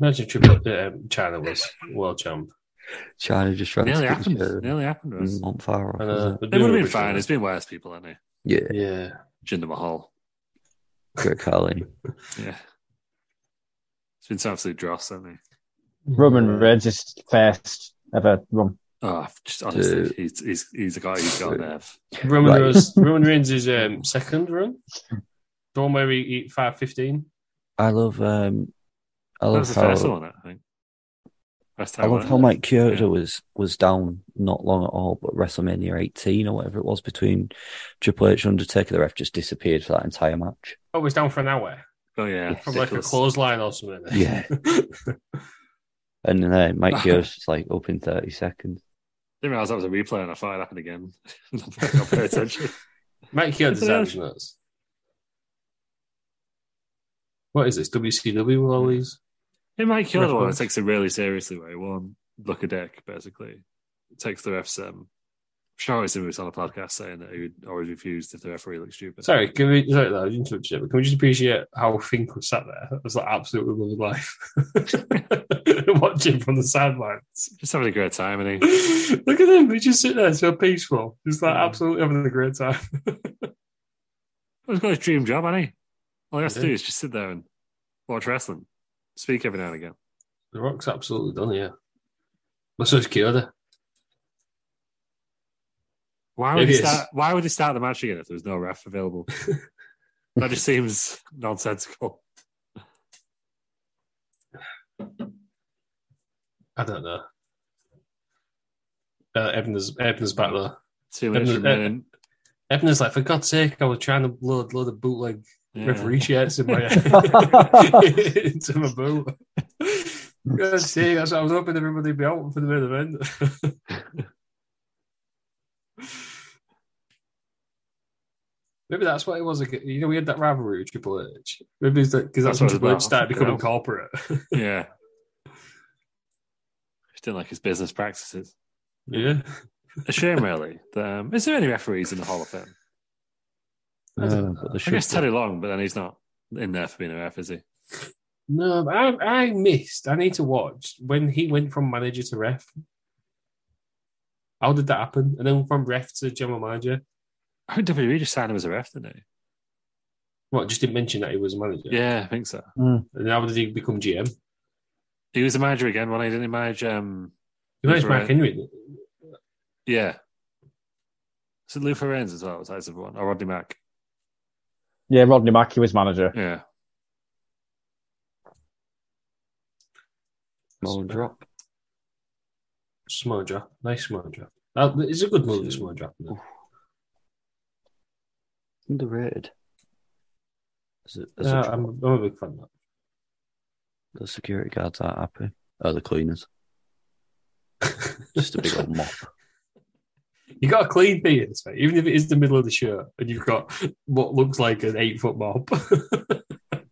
Speaker 1: Imagine Triple um, China was world champ.
Speaker 2: China just trying
Speaker 4: nearly
Speaker 2: to stick
Speaker 4: happened.
Speaker 2: his head
Speaker 4: Nearly happened. Ross.
Speaker 2: in on fire off,
Speaker 1: And,
Speaker 2: isn't
Speaker 1: uh,
Speaker 2: it?
Speaker 4: It would have been fine. It's been worse people, hasn't it?
Speaker 2: Yeah,
Speaker 1: Yeah.
Speaker 4: Jinder Mahal.
Speaker 2: Greg Harley.
Speaker 4: Yeah. It's been some absolute dross, hasn't it?
Speaker 3: Roman Reigns is first ever run.
Speaker 4: Oh, I've just honestly,
Speaker 2: Dude.
Speaker 4: he's he's he's got he's got a nerve.
Speaker 1: Roman,
Speaker 2: Right.
Speaker 1: Reigns, Roman Reigns is um, second run. The one where he eat five fifteen.
Speaker 2: I love um I
Speaker 4: That
Speaker 2: love
Speaker 4: was the first
Speaker 2: how
Speaker 4: one, I think. First
Speaker 2: I
Speaker 4: time,
Speaker 2: love
Speaker 4: wasn't
Speaker 2: how
Speaker 4: it?
Speaker 2: Mike Kyoto
Speaker 4: Yeah.
Speaker 2: was was down not long at all, but WrestleMania 18 or whatever it was between Triple H and Undertaker, the ref just disappeared for that entire match.
Speaker 1: Oh, it's down for an hour
Speaker 4: Oh yeah,
Speaker 1: from like a
Speaker 4: ridiculous.
Speaker 1: clothesline or something.
Speaker 2: Yeah. And then uh, Mike Kyoto's just like up in 30 seconds.
Speaker 4: Didn't realize that was a replay, and I thought it happened again. I pay attention.
Speaker 1: Mike Hill
Speaker 4: It's an
Speaker 1: designs nuts. What is this? WCW with all these?
Speaker 4: It might kill
Speaker 1: Ref
Speaker 4: the one that
Speaker 1: wins.
Speaker 4: takes it really seriously. Where he won, look a deck basically. It takes the refs. Um, sure, it's was on a podcast saying that he would always refused if the referee looked stupid.
Speaker 1: Sorry, can we sorry no, I didn't touch it, but can we just appreciate how Fink was sat there? That was like absolutely loving life. Watching from the sidelines.
Speaker 4: just having a great time, and he.
Speaker 1: Look at him, he's just sitting there so peaceful. Just like absolutely having a great time.
Speaker 4: He's got his dream job, hasn't he? All he has to
Speaker 1: Yeah.
Speaker 4: do is just sit there and watch wrestling, speak every now and again.
Speaker 1: The Rock's absolutely done, yeah. But so is Kyoda.
Speaker 4: Why would he
Speaker 1: It is.
Speaker 4: start? Why would he start the match again if there was no ref available? that just seems nonsensical.
Speaker 1: I don't know. Uh, Ebner's Ebner's back there.
Speaker 4: Two minutes
Speaker 1: Ebner-
Speaker 4: remaining.
Speaker 1: Ebner's like, for God's sake, I was trying to load load of bootleg
Speaker 4: Yeah.
Speaker 1: referee shirts in my into my boot. God's sake, that's what I was hoping everybody would be out for the main event. Maybe that's what it was. like, You know, we had that rivalry with Triple H. Maybe it's because that's,
Speaker 4: That's
Speaker 1: when
Speaker 4: what it
Speaker 1: Triple H
Speaker 4: was.
Speaker 1: started becoming
Speaker 4: Yeah.
Speaker 1: corporate.
Speaker 4: Yeah. Just didn't like his business practices.
Speaker 1: yeah.
Speaker 4: A shame, really. that, um, is there any referees in the Hall of Fame?
Speaker 2: Uh, but there
Speaker 4: I
Speaker 2: should
Speaker 4: guess
Speaker 2: be.
Speaker 4: Teddy Long, but then he's not in there for being a ref, is he?
Speaker 1: No, but I I missed. I need to watch when he went from manager to ref. How did that happen? And then from ref to general manager.
Speaker 4: I think WWE just signed him as a ref, didn't they?
Speaker 1: What? Just didn't mention that he was a manager.
Speaker 4: Yeah, I think so.
Speaker 1: And how did he become GM?
Speaker 4: He was a manager again when he didn't he manage. Um,
Speaker 1: He managed
Speaker 4: Right.
Speaker 1: Mark Henry. didn't he?
Speaker 4: yeah. So Luther Reigns as well was that his other one, or Rodney Mack.
Speaker 3: Yeah, Rodney Mackey was manager.
Speaker 4: Yeah.
Speaker 2: Small drop.
Speaker 1: Small draft. Nice small draft. That, it's a good move, the small draft. though.
Speaker 2: Underrated. As a, as
Speaker 1: Yeah, um,
Speaker 2: a drop,
Speaker 1: I'm, I'm a big fan of that.
Speaker 2: the security guards aren't happy. Oh, the cleaners. Just a big old mop.
Speaker 1: You got a clean penis, mate. Even if it is the middle of the shirt and you've got what looks like an eight foot mop.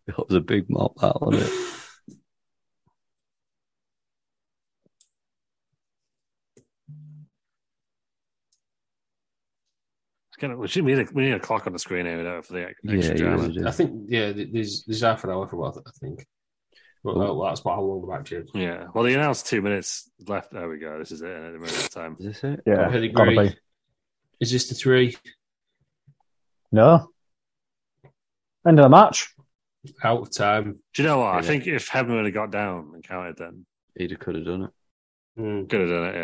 Speaker 2: It was a big mop, that wasn't it?
Speaker 4: It's kind of, we, should, we, need a, we need a clock on the screen here don't we, for the ex-
Speaker 2: Yeah,
Speaker 4: extra
Speaker 2: you
Speaker 4: drama.
Speaker 2: really do.
Speaker 1: I think, yeah, th- there's, there's half an hour for what I think. Well,
Speaker 2: Oh.
Speaker 1: that's what how long the match is.
Speaker 4: Yeah. Well, they announced two minutes left. There we go. This is it. At the moment of time.
Speaker 2: Is this it?
Speaker 3: Yeah,
Speaker 1: Pedigree.
Speaker 3: gotta be.
Speaker 1: Is this the three
Speaker 3: No. End of the match.
Speaker 1: out of time?
Speaker 4: Do you know what? I
Speaker 2: Yeah.
Speaker 4: think if Heaven would have got down and counted, then
Speaker 2: Eda could have done it.
Speaker 1: Mm.
Speaker 4: could have done it.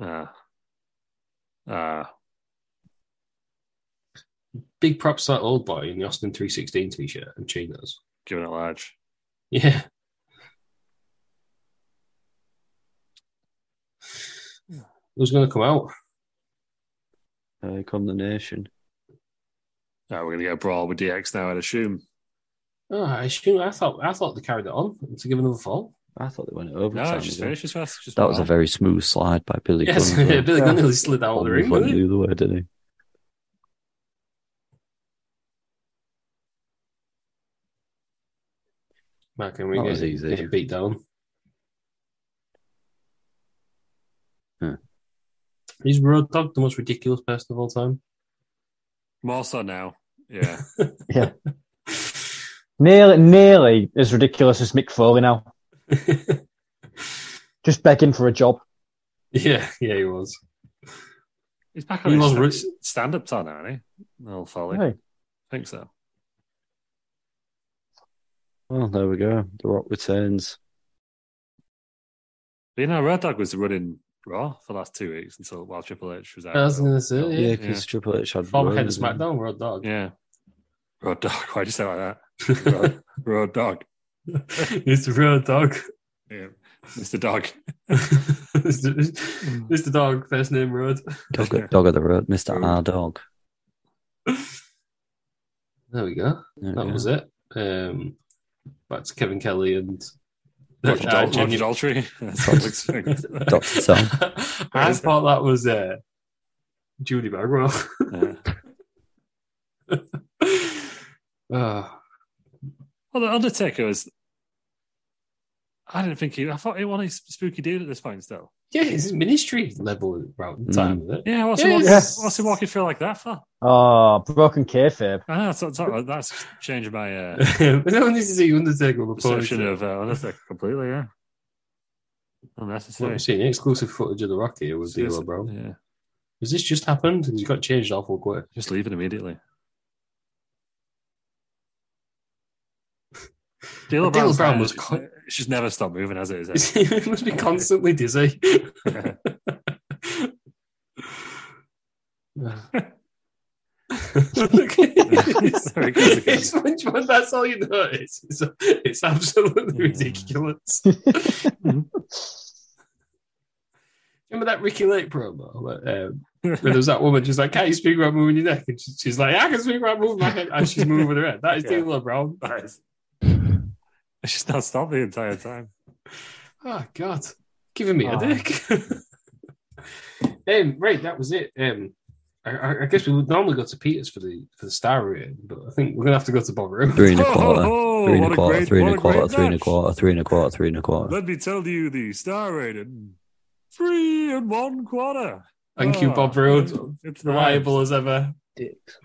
Speaker 4: Yeah. Ah. Ah.
Speaker 1: Big props to that old boy in the Austin 316 t shirt and chinos.
Speaker 4: giving it large.
Speaker 1: Yeah. Who's going to come out?
Speaker 2: Uh, here come the nation.
Speaker 4: Oh, we're gonna get a brawl with DX now. I'd assume.
Speaker 1: Oh, I assume I thought I thought they carried it on to give another fall.
Speaker 2: I thought they went
Speaker 4: No, it's
Speaker 2: overtime. as
Speaker 4: just
Speaker 2: well.
Speaker 4: finished as fast. Just
Speaker 2: That was a
Speaker 4: brawl.
Speaker 2: very smooth slide by Billy
Speaker 1: Yes,
Speaker 2: Gunn. as well.
Speaker 1: Billy Gunn nearly slid out of the
Speaker 2: Almost
Speaker 1: ring.
Speaker 2: went
Speaker 1: didn't he?
Speaker 2: the other way, didn't he?
Speaker 1: Mark Henry
Speaker 2: That was
Speaker 1: getting-
Speaker 2: easy.
Speaker 1: getting beat down.
Speaker 2: Huh.
Speaker 1: Is Road Dog the most ridiculous person of all time?
Speaker 4: more so now. Yeah,
Speaker 3: Nearly, nearly as ridiculous as Mick Foley now. Just begging for a job.
Speaker 1: yeah, yeah, he was.
Speaker 4: he's back
Speaker 1: He
Speaker 4: on
Speaker 1: was
Speaker 4: his
Speaker 1: rich.
Speaker 4: st- stand-up tour now, isn't he? Little folly.
Speaker 3: Hey.
Speaker 4: I think so.
Speaker 2: Well, there we go. The Rock returns.
Speaker 4: But, you know, Red Dog was running Raw for the last two weeks until while Triple H was out.
Speaker 1: I was going to say, yeah.
Speaker 2: Yeah, because Triple H had
Speaker 1: Former head
Speaker 2: Roman, didn't
Speaker 1: of
Speaker 2: he?
Speaker 1: SmackDown, Road Dog.
Speaker 4: yeah. Road Dog. Why'd you say it like that? Road, Road Dog.
Speaker 1: it's Road Dog.
Speaker 4: Yeah. Mr. Dog.
Speaker 1: Mr. Dog, first name Road.
Speaker 2: Dog, of- dog of the road, Mister
Speaker 4: Road.
Speaker 2: R Dog.
Speaker 1: There we go.
Speaker 2: There we
Speaker 1: That
Speaker 2: go.
Speaker 1: was it. Um, back to Kevin Kelly and
Speaker 4: Roger
Speaker 1: I
Speaker 4: Dol- Roger
Speaker 1: genuinely-
Speaker 4: Daltrey. That's what Alex thinks.
Speaker 2: Dr. Tom.
Speaker 1: I thought that was uh, Judy Bagwell.
Speaker 4: Yeah.
Speaker 1: Ah,
Speaker 4: Well, the Undertaker was. I didn't think he. I thought he wanted spooky dude at this point still.
Speaker 1: yeah, it's ministry level around the time, isn't it?
Speaker 4: Yeah, what's, he, walking,
Speaker 3: Yes.
Speaker 4: what's he walking through like that for?
Speaker 3: Oh, broken kayfabe.
Speaker 4: I know, that's, that's, that's changing my uh,
Speaker 1: I don't need to see Undertaker with a
Speaker 4: perception
Speaker 1: ponytail.
Speaker 4: of uh, Undertaker completely. Yeah,
Speaker 1: What
Speaker 4: unnecessary.
Speaker 1: I'm seeing exclusive footage of The Rock here with D'Lo Brown.
Speaker 4: Yeah,
Speaker 1: Has this just happened? He's got changed awful quick.
Speaker 4: just leave it immediately. D'Lo
Speaker 1: D'Lo
Speaker 4: Brown's
Speaker 1: Brown
Speaker 4: hair
Speaker 1: was
Speaker 4: just-
Speaker 1: quite-
Speaker 4: it's just never stopped moving, has it? Is it?
Speaker 1: he must be constantly dizzy.
Speaker 4: Yeah. Sorry, guys, again.
Speaker 1: it's SpongeBob. That's all you know. It's it's, it's absolutely
Speaker 4: Yeah.
Speaker 1: ridiculous. Remember that Ricky Lake promo? Like, um, where there's that woman, she's like, "Can't you speak without moving your neck?" And she- she's like, "I can speak without moving my head," and she's moving her head. That is
Speaker 4: Yeah.
Speaker 1: D'Lo Brown.
Speaker 4: That is- I just not stopped the entire time.
Speaker 1: Oh God, giving me a
Speaker 3: Oh.
Speaker 1: dick. um, right, that was it. Um, I, I, I guess we would normally go to Peters for the for the star rating, but I think we're gonna have to go to Bob Room.
Speaker 2: Three and a
Speaker 4: Oh,
Speaker 2: quarter.
Speaker 4: oh,
Speaker 2: Three
Speaker 4: what
Speaker 2: and a
Speaker 4: a
Speaker 2: quarter,
Speaker 4: great-
Speaker 2: three and
Speaker 4: what
Speaker 2: a
Speaker 4: a great
Speaker 2: quarter, three and a
Speaker 4: match.
Speaker 2: quarter, three and a quarter, three and a quarter.
Speaker 4: Let me tell you the star rating. Three and one quarter.
Speaker 1: Thank you,
Speaker 4: Ah,
Speaker 1: Bob Road.
Speaker 4: It's
Speaker 1: Reliable as ever.
Speaker 4: nice.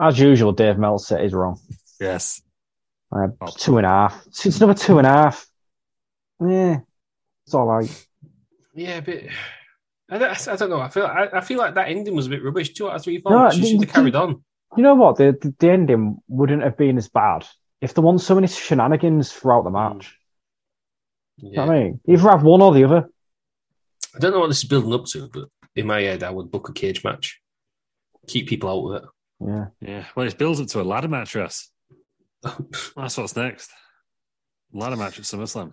Speaker 3: As usual, Dave Meltzer is wrong.
Speaker 4: yes.
Speaker 3: Uh,
Speaker 1: Oh.
Speaker 3: two and a half. See, It's another two and a half. Yeah, it's all right.
Speaker 1: Yeah, but I don't, I don't know. I feel I, I feel like that ending was a bit rubbish. Two out of three
Speaker 3: No,
Speaker 1: falls. you
Speaker 3: the-
Speaker 1: should have carried on.
Speaker 3: You know what? The, the the ending wouldn't have been as bad if there weren't so many shenanigans throughout the match. You
Speaker 1: Mm, Yeah.
Speaker 3: know what I mean, either have one or the other.
Speaker 1: I don't know what this is building up to, but in my head, I would book a cage match. Keep people out of it.
Speaker 3: Yeah,
Speaker 4: Yeah. Well, it builds up to a ladder match, Russ.
Speaker 1: um,
Speaker 4: That's what's next. Ladder match at SummerSlam.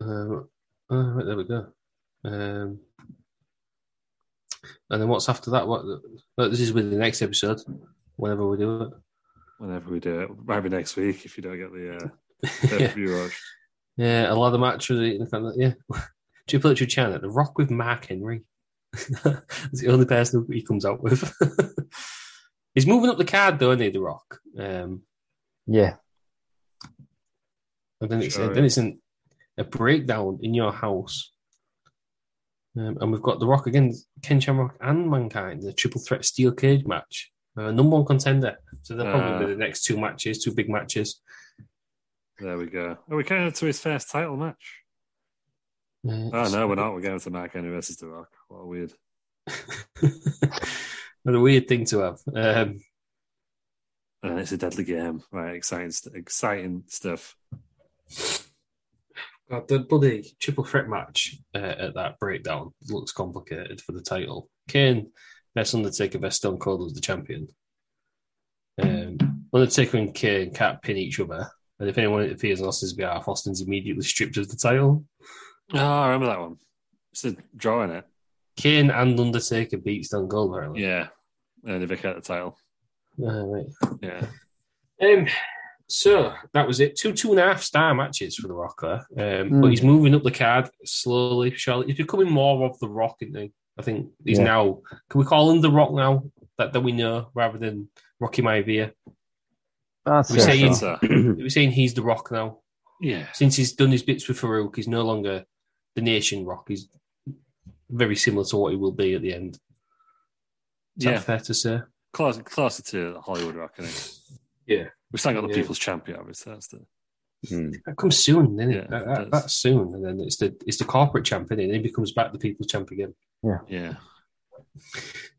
Speaker 1: oh, right, there we go. Um, and then what's after that? What well, this is with the next episode, whenever we do it.
Speaker 4: Whenever we do it, maybe next week if you don't get the uh,
Speaker 1: yeah.
Speaker 4: pay-per-view rush.
Speaker 1: yeah, a lot of matches. you know, Yeah, Triple H with China, The Rock with Mark Henry. It's the only person who he comes out with. He's moving up the card though, isn't he? The Rock. Um,
Speaker 3: yeah.
Speaker 1: And then it's
Speaker 4: Sure.
Speaker 1: then it's an, a breakdown in your house. Um, and we've got The Rock against Ken Shamrock and Mankind, the triple threat steel cage match. Uh, number one contender. So they'll probably be
Speaker 4: Uh.
Speaker 1: the next two matches, two big matches.
Speaker 4: There we go. Are we going to his first title match?
Speaker 1: Uh,
Speaker 4: Oh no, we're not. We're going to Mark Henry versus The Rock. What a weird.
Speaker 1: What a weird thing to have. Um,
Speaker 4: And it's a deadly game. Right, exciting, st- exciting stuff.
Speaker 1: God, the bloody triple threat match uh, at that breakdown looks complicated for the title. Kane best Undertaker, best Stone Cold was the champion. Um, Undertaker and Kane can't pin each other, and if anyone interferes on Austin's behalf, Austin's immediately stripped of the title.
Speaker 4: Oh, I remember that one. It's a draw in it.
Speaker 1: Kane and Undertaker beat Stone Cold, apparently.
Speaker 4: Yeah. And the Vicar at the title.
Speaker 1: Ah, right.
Speaker 4: Yeah.
Speaker 1: Um, so that was it. Two two and a half star matches for the Rocker, um, but
Speaker 4: Hmm.
Speaker 3: Mm.
Speaker 1: he's moving up the card slowly. Charlotte, he's becoming more of the Rock. Isn't he? I think he's
Speaker 3: Yeah.
Speaker 1: now. Can we call him the Rock now that, that we know rather than Rocky Maivia?
Speaker 3: That's
Speaker 1: We say
Speaker 3: it.
Speaker 1: he's
Speaker 3: so.
Speaker 4: Hmm.
Speaker 1: we're saying he's the Rock now
Speaker 4: Yeah.
Speaker 1: since he's done his bits with Farouk. He's no longer the Nation Rock. He's very similar to what he will be at the end. Is
Speaker 4: Yeah.
Speaker 1: that fair to say?
Speaker 4: Closer, closer to Hollywood Rock, I think.
Speaker 1: Yeah.
Speaker 4: We've still got the
Speaker 1: Yeah.
Speaker 4: People's Champion, obviously. That's the,
Speaker 2: Hmm.
Speaker 1: That comes soon, doesn't
Speaker 4: Yeah,
Speaker 1: it? That,
Speaker 4: it does.
Speaker 1: that, that's soon, and then it's the it's the corporate champion, and then he becomes back the people champ again.
Speaker 4: yeah.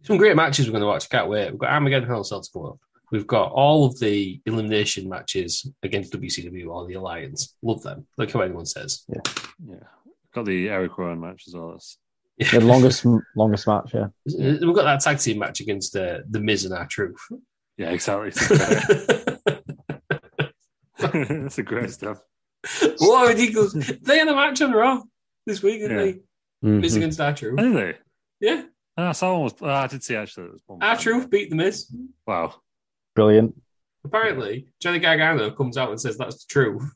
Speaker 1: Some great matches we're going to watch. Can't wait. We've got Armageddon Hell in a Cell to come up. We've got all of the elimination matches against WCW or the Alliance. Love them. Look how anyone says.
Speaker 4: Yeah. Got the Eric Rowan match as well. That's,
Speaker 3: The longest longest match. Yeah.
Speaker 1: We've got that tag team match against uh, the Miz and our Truth.
Speaker 4: yeah, exactly. That's a great stuff.
Speaker 1: what a ridiculous! They had a match on Raw this week, didn't
Speaker 4: Yeah.
Speaker 1: they? Miz
Speaker 2: Mhm.
Speaker 1: against our Truth.
Speaker 4: Anyway,
Speaker 1: Yeah,
Speaker 4: I saw one was, oh, I did see actually. It was one
Speaker 1: our Truth beat the Miz.
Speaker 4: Wow.
Speaker 3: Brilliant.
Speaker 1: Apparently, Johnny Gargano comes out and says that's the truth.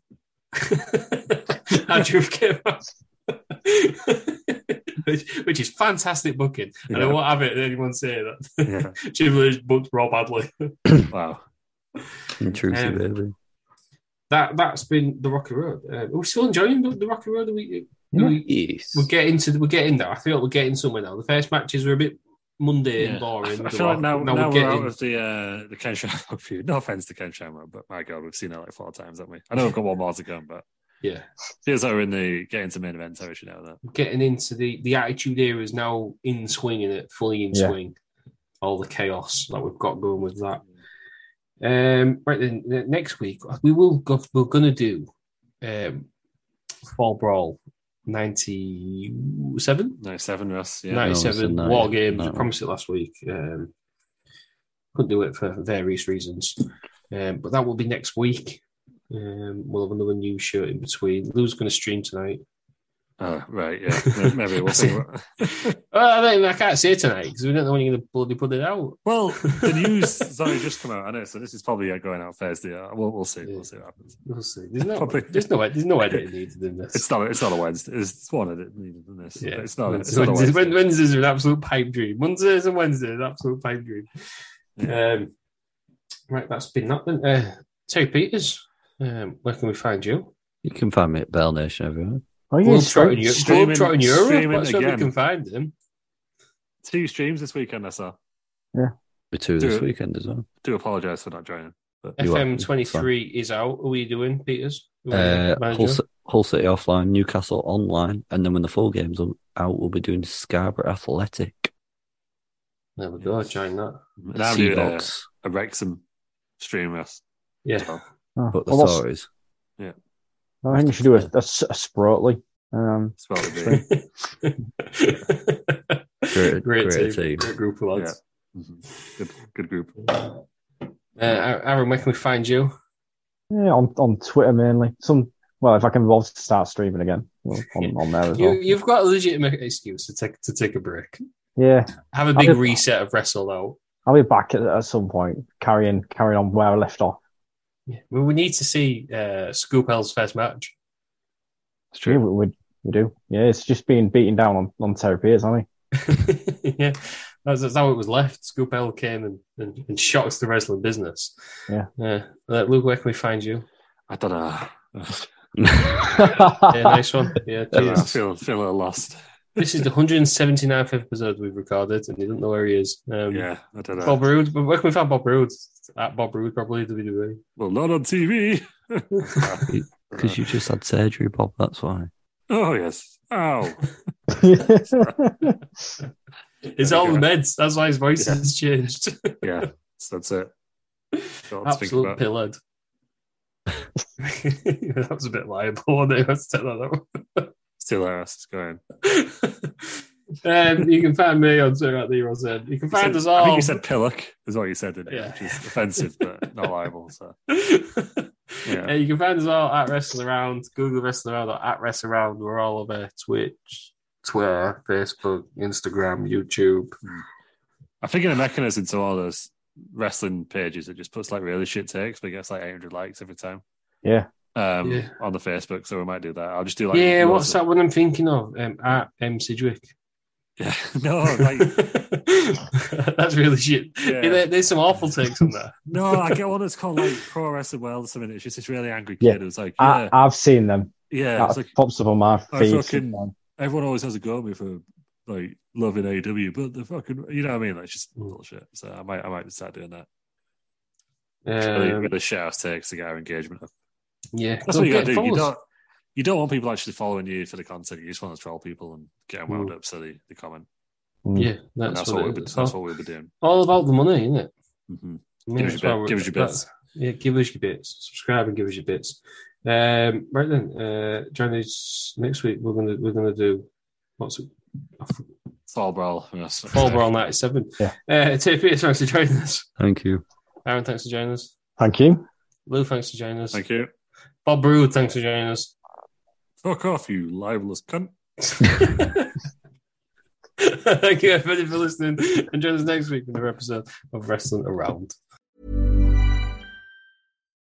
Speaker 1: Andrew came out. which, which is fantastic booking. And I
Speaker 4: Yeah.
Speaker 1: won't have it anyone say
Speaker 4: Yeah.
Speaker 1: that. Jim Lynch booked Raw badly.
Speaker 4: wow.
Speaker 2: Intrusive,
Speaker 1: Um,
Speaker 2: baby.
Speaker 1: That, that's been the Rocky Road. Uh, we're still enjoying the, the Rocky Road. Are we, are we,
Speaker 2: Yes.
Speaker 1: we're getting to the, we're getting there. I feel we're getting somewhere now. The first matches were a bit mundane,
Speaker 4: Yeah. I,
Speaker 1: boring.
Speaker 4: f- I
Speaker 1: The
Speaker 4: feel like
Speaker 1: Rock-
Speaker 4: now, now, we're,
Speaker 1: getting,
Speaker 4: out of the uh, the Ken Shamrock feud. No offense to Ken Shamrock, but my god, we've seen it like four times, haven't we? I know we've got one more to come, but
Speaker 1: yeah.
Speaker 4: feels like we're in the getting to main event territory now. That
Speaker 1: getting into the the attitude era is now in swing and it fully in
Speaker 3: Yeah.
Speaker 1: swing. All the chaos that we've got going with that. Um, right then, the next week we will go. We're gonna do um, Fall Brawl ninety seven.
Speaker 4: ninety seven, Russ. Yeah,
Speaker 2: Nice.
Speaker 1: 97
Speaker 2: no, it's a
Speaker 1: War
Speaker 2: nine.
Speaker 1: Games. I
Speaker 2: No.
Speaker 1: promised it last week. Um, Could do it for various reasons. Um, but that will be next week. Um, we'll have another news show in between. Lou's going to stream tonight.
Speaker 4: Oh, right, yeah. Maybe- Maybe we'll see. What...
Speaker 1: Well, I, mean, I can't say tonight because we don't know when you're going to bloody put it out.
Speaker 4: well, the news has only just come out, I know, so this is probably uh, going out Thursday. Uh, We'll, we'll see. We'll see what happens.
Speaker 1: We'll see. There's no,
Speaker 4: Probably.
Speaker 1: there's no, there's no edit needed in this.
Speaker 4: It's not. It's not a Wednesday. It's, it's one of it needed than this.
Speaker 1: Yeah,
Speaker 4: It's not. It's
Speaker 1: Wednesdays-
Speaker 4: not a Wednesday.
Speaker 1: Wed- Wednesdays are an absolute pipe dream. Mondays and Wednesdays are an absolute pipe dream. Um, right, that's been that then. Uh, Terry Peters, um, where can we find you?
Speaker 2: You can find me at Bell Nation everywhere.
Speaker 3: Are you
Speaker 1: Globetrotting
Speaker 3: straight?
Speaker 1: Eu-
Speaker 4: streaming-
Speaker 1: Globetrotting Europe.
Speaker 4: streaming
Speaker 1: That's where we
Speaker 4: again.
Speaker 1: can find him.
Speaker 4: Two streams this weekend. I saw.
Speaker 2: We two
Speaker 4: Do
Speaker 2: this
Speaker 4: it.
Speaker 2: weekend as well.
Speaker 4: Do apologise for not joining.
Speaker 2: You are-
Speaker 1: FM23 is out. What are you doing, Peters? You
Speaker 2: Uh,
Speaker 1: are manager?
Speaker 2: Hull, Ci- Hull City offline, Newcastle online, and then when the full game's on- out, we'll be doing Scarborough Athletic,
Speaker 1: there we go. Join that.
Speaker 4: And I'm doing a,
Speaker 2: Seahawks,
Speaker 4: a Wrexham stream. Yes.
Speaker 1: Yeah.
Speaker 3: Oh,
Speaker 2: but the
Speaker 3: well, that's-
Speaker 2: Tories.
Speaker 3: I think you should do a, a, s- a Sprotely. Um,
Speaker 4: It's about to be.
Speaker 2: Great- great team.
Speaker 1: Great group of lads.
Speaker 4: Mhm. Good, good group.
Speaker 1: Uh, Aaron, where can we find you?
Speaker 3: yeah, on, on Twitter mainly. Some well, if I can evolve to start streaming again well, on, on there as
Speaker 1: you
Speaker 3: well.
Speaker 1: you've got a legitimate excuse to take to take a break.
Speaker 3: Yeah,
Speaker 1: Have a big
Speaker 3: I'll be-
Speaker 1: reset of wrestle though.
Speaker 3: I'll be back at, at some point, carrying carrying on where I left off.
Speaker 1: We, we need to see uh, Scoop Hell's first match.
Speaker 4: It's
Speaker 3: Yeah, we, we, we do. Yeah, it's just been beaten down on, on therapy, isn't it?
Speaker 1: yeah, that's, that's how it was left. Scoop Hell came and, and, and shocks the wrestling business.
Speaker 3: Yeah.
Speaker 1: Uh, Luke, where can we find you?
Speaker 4: I don't know.
Speaker 1: Yeah, nice one. Yeah,
Speaker 4: I
Speaker 1: cheers.
Speaker 4: feel feel a little lost.
Speaker 1: this is the 179th episode we've recorded, and he doesn't know where he is. Um,
Speaker 4: Yeah, I don't know.
Speaker 1: Bob Roode. Where can we find Bob Roode? At Bob Roode, probably E. WWE.
Speaker 4: Well, not on TV.
Speaker 2: Because you just had surgery, Bob. That's why.
Speaker 4: Oh yes. Ow.
Speaker 1: It's
Speaker 4: There we
Speaker 1: all the
Speaker 4: go.
Speaker 1: meds. That's why his voice
Speaker 4: Yeah.
Speaker 1: has changed.
Speaker 4: Yeah. So that's it. Don't speak
Speaker 1: Absolute
Speaker 4: about-
Speaker 1: pillared. that was a bit liable. wasn't it? I was telling that one.
Speaker 4: Still ass is going.
Speaker 1: um, you can find me on Twitter at the Euro Zed. You can
Speaker 4: You
Speaker 1: find
Speaker 4: said-
Speaker 1: us all.
Speaker 4: I think you said pillock is what you said, didn't you?
Speaker 1: Yeah.
Speaker 4: Which is offensive but not liable. So Yeah.
Speaker 1: Uh, you can find us all at Wrestle Around, Google Wrestle Around or at Wrestle Around. We're all over Twitch, Twitter, Facebook, Instagram, YouTube.
Speaker 4: I figure the mechanism to all those wrestling pages it just puts like really shit takes, but it gets like 800 likes every time.
Speaker 3: Yeah.
Speaker 4: Um,
Speaker 1: Yeah.
Speaker 4: on the Facebook, so we might do that. I'll just do like
Speaker 1: yeah,
Speaker 4: lots
Speaker 1: what's
Speaker 4: of-
Speaker 1: that one I'm thinking of? Um, at M. Sidgwick.
Speaker 4: Yeah, no, Oh, like,
Speaker 1: That's really shit.
Speaker 4: Yeah.
Speaker 1: There- there's some awful takes on that.
Speaker 4: no, I get one that's called like pro wrestling world or something. It's just this really angry
Speaker 3: Yeah.
Speaker 4: kid who's like,
Speaker 3: I,
Speaker 4: yeah,
Speaker 3: I've seen them.
Speaker 4: yeah,
Speaker 3: That
Speaker 4: it's like
Speaker 3: pops up on my feed.
Speaker 4: fucking-
Speaker 3: sometimes.
Speaker 4: everyone always has a go at me for like loving AEW, but the fucking, you know what I mean? Like, it's
Speaker 1: Mm.
Speaker 4: just bullshit. So I might, I might start doing that. really,
Speaker 1: Um,
Speaker 4: really shit ass takes to get our engagement up.
Speaker 1: yeah,
Speaker 4: That's
Speaker 1: Go
Speaker 4: what you
Speaker 1: get
Speaker 4: gotta do. You
Speaker 1: followers.
Speaker 4: don't, you don't want people actually following you for the content. You just want to troll people and get them wound
Speaker 1: Mm.
Speaker 4: up so they, they comment.
Speaker 3: Mm.
Speaker 1: Yeah,
Speaker 4: And
Speaker 1: that's,
Speaker 4: that's,
Speaker 1: what,
Speaker 4: what
Speaker 1: it
Speaker 4: we'll be,
Speaker 1: is.
Speaker 4: that's what we'll be doing.
Speaker 1: All about the money, isn't it?
Speaker 4: Mhm.
Speaker 1: Yeah,
Speaker 4: Give us
Speaker 1: that's
Speaker 4: your
Speaker 1: why
Speaker 4: bit-
Speaker 1: we're-
Speaker 4: give us your
Speaker 1: that's- Yeah, give us your bits. Subscribe and give us your bits. Um, right then, uh, Johnny's next week we're gonna we're gonna do what's it?
Speaker 4: Fall brawl. Yes.
Speaker 1: Fall Brawl '97.
Speaker 3: Yeah.
Speaker 1: Uh, Tim Peters, thanks for joining us.
Speaker 2: Thank you.
Speaker 1: Aaron, thanks for joining us.
Speaker 3: Thank you.
Speaker 1: Lou, thanks for joining us.
Speaker 4: Thank you.
Speaker 1: Bob Brood, thanks for joining us.
Speaker 4: Fuck off, you libelous cunt.
Speaker 1: Thank you everybody for listening, and join us next week for another episode of Wrestling Around.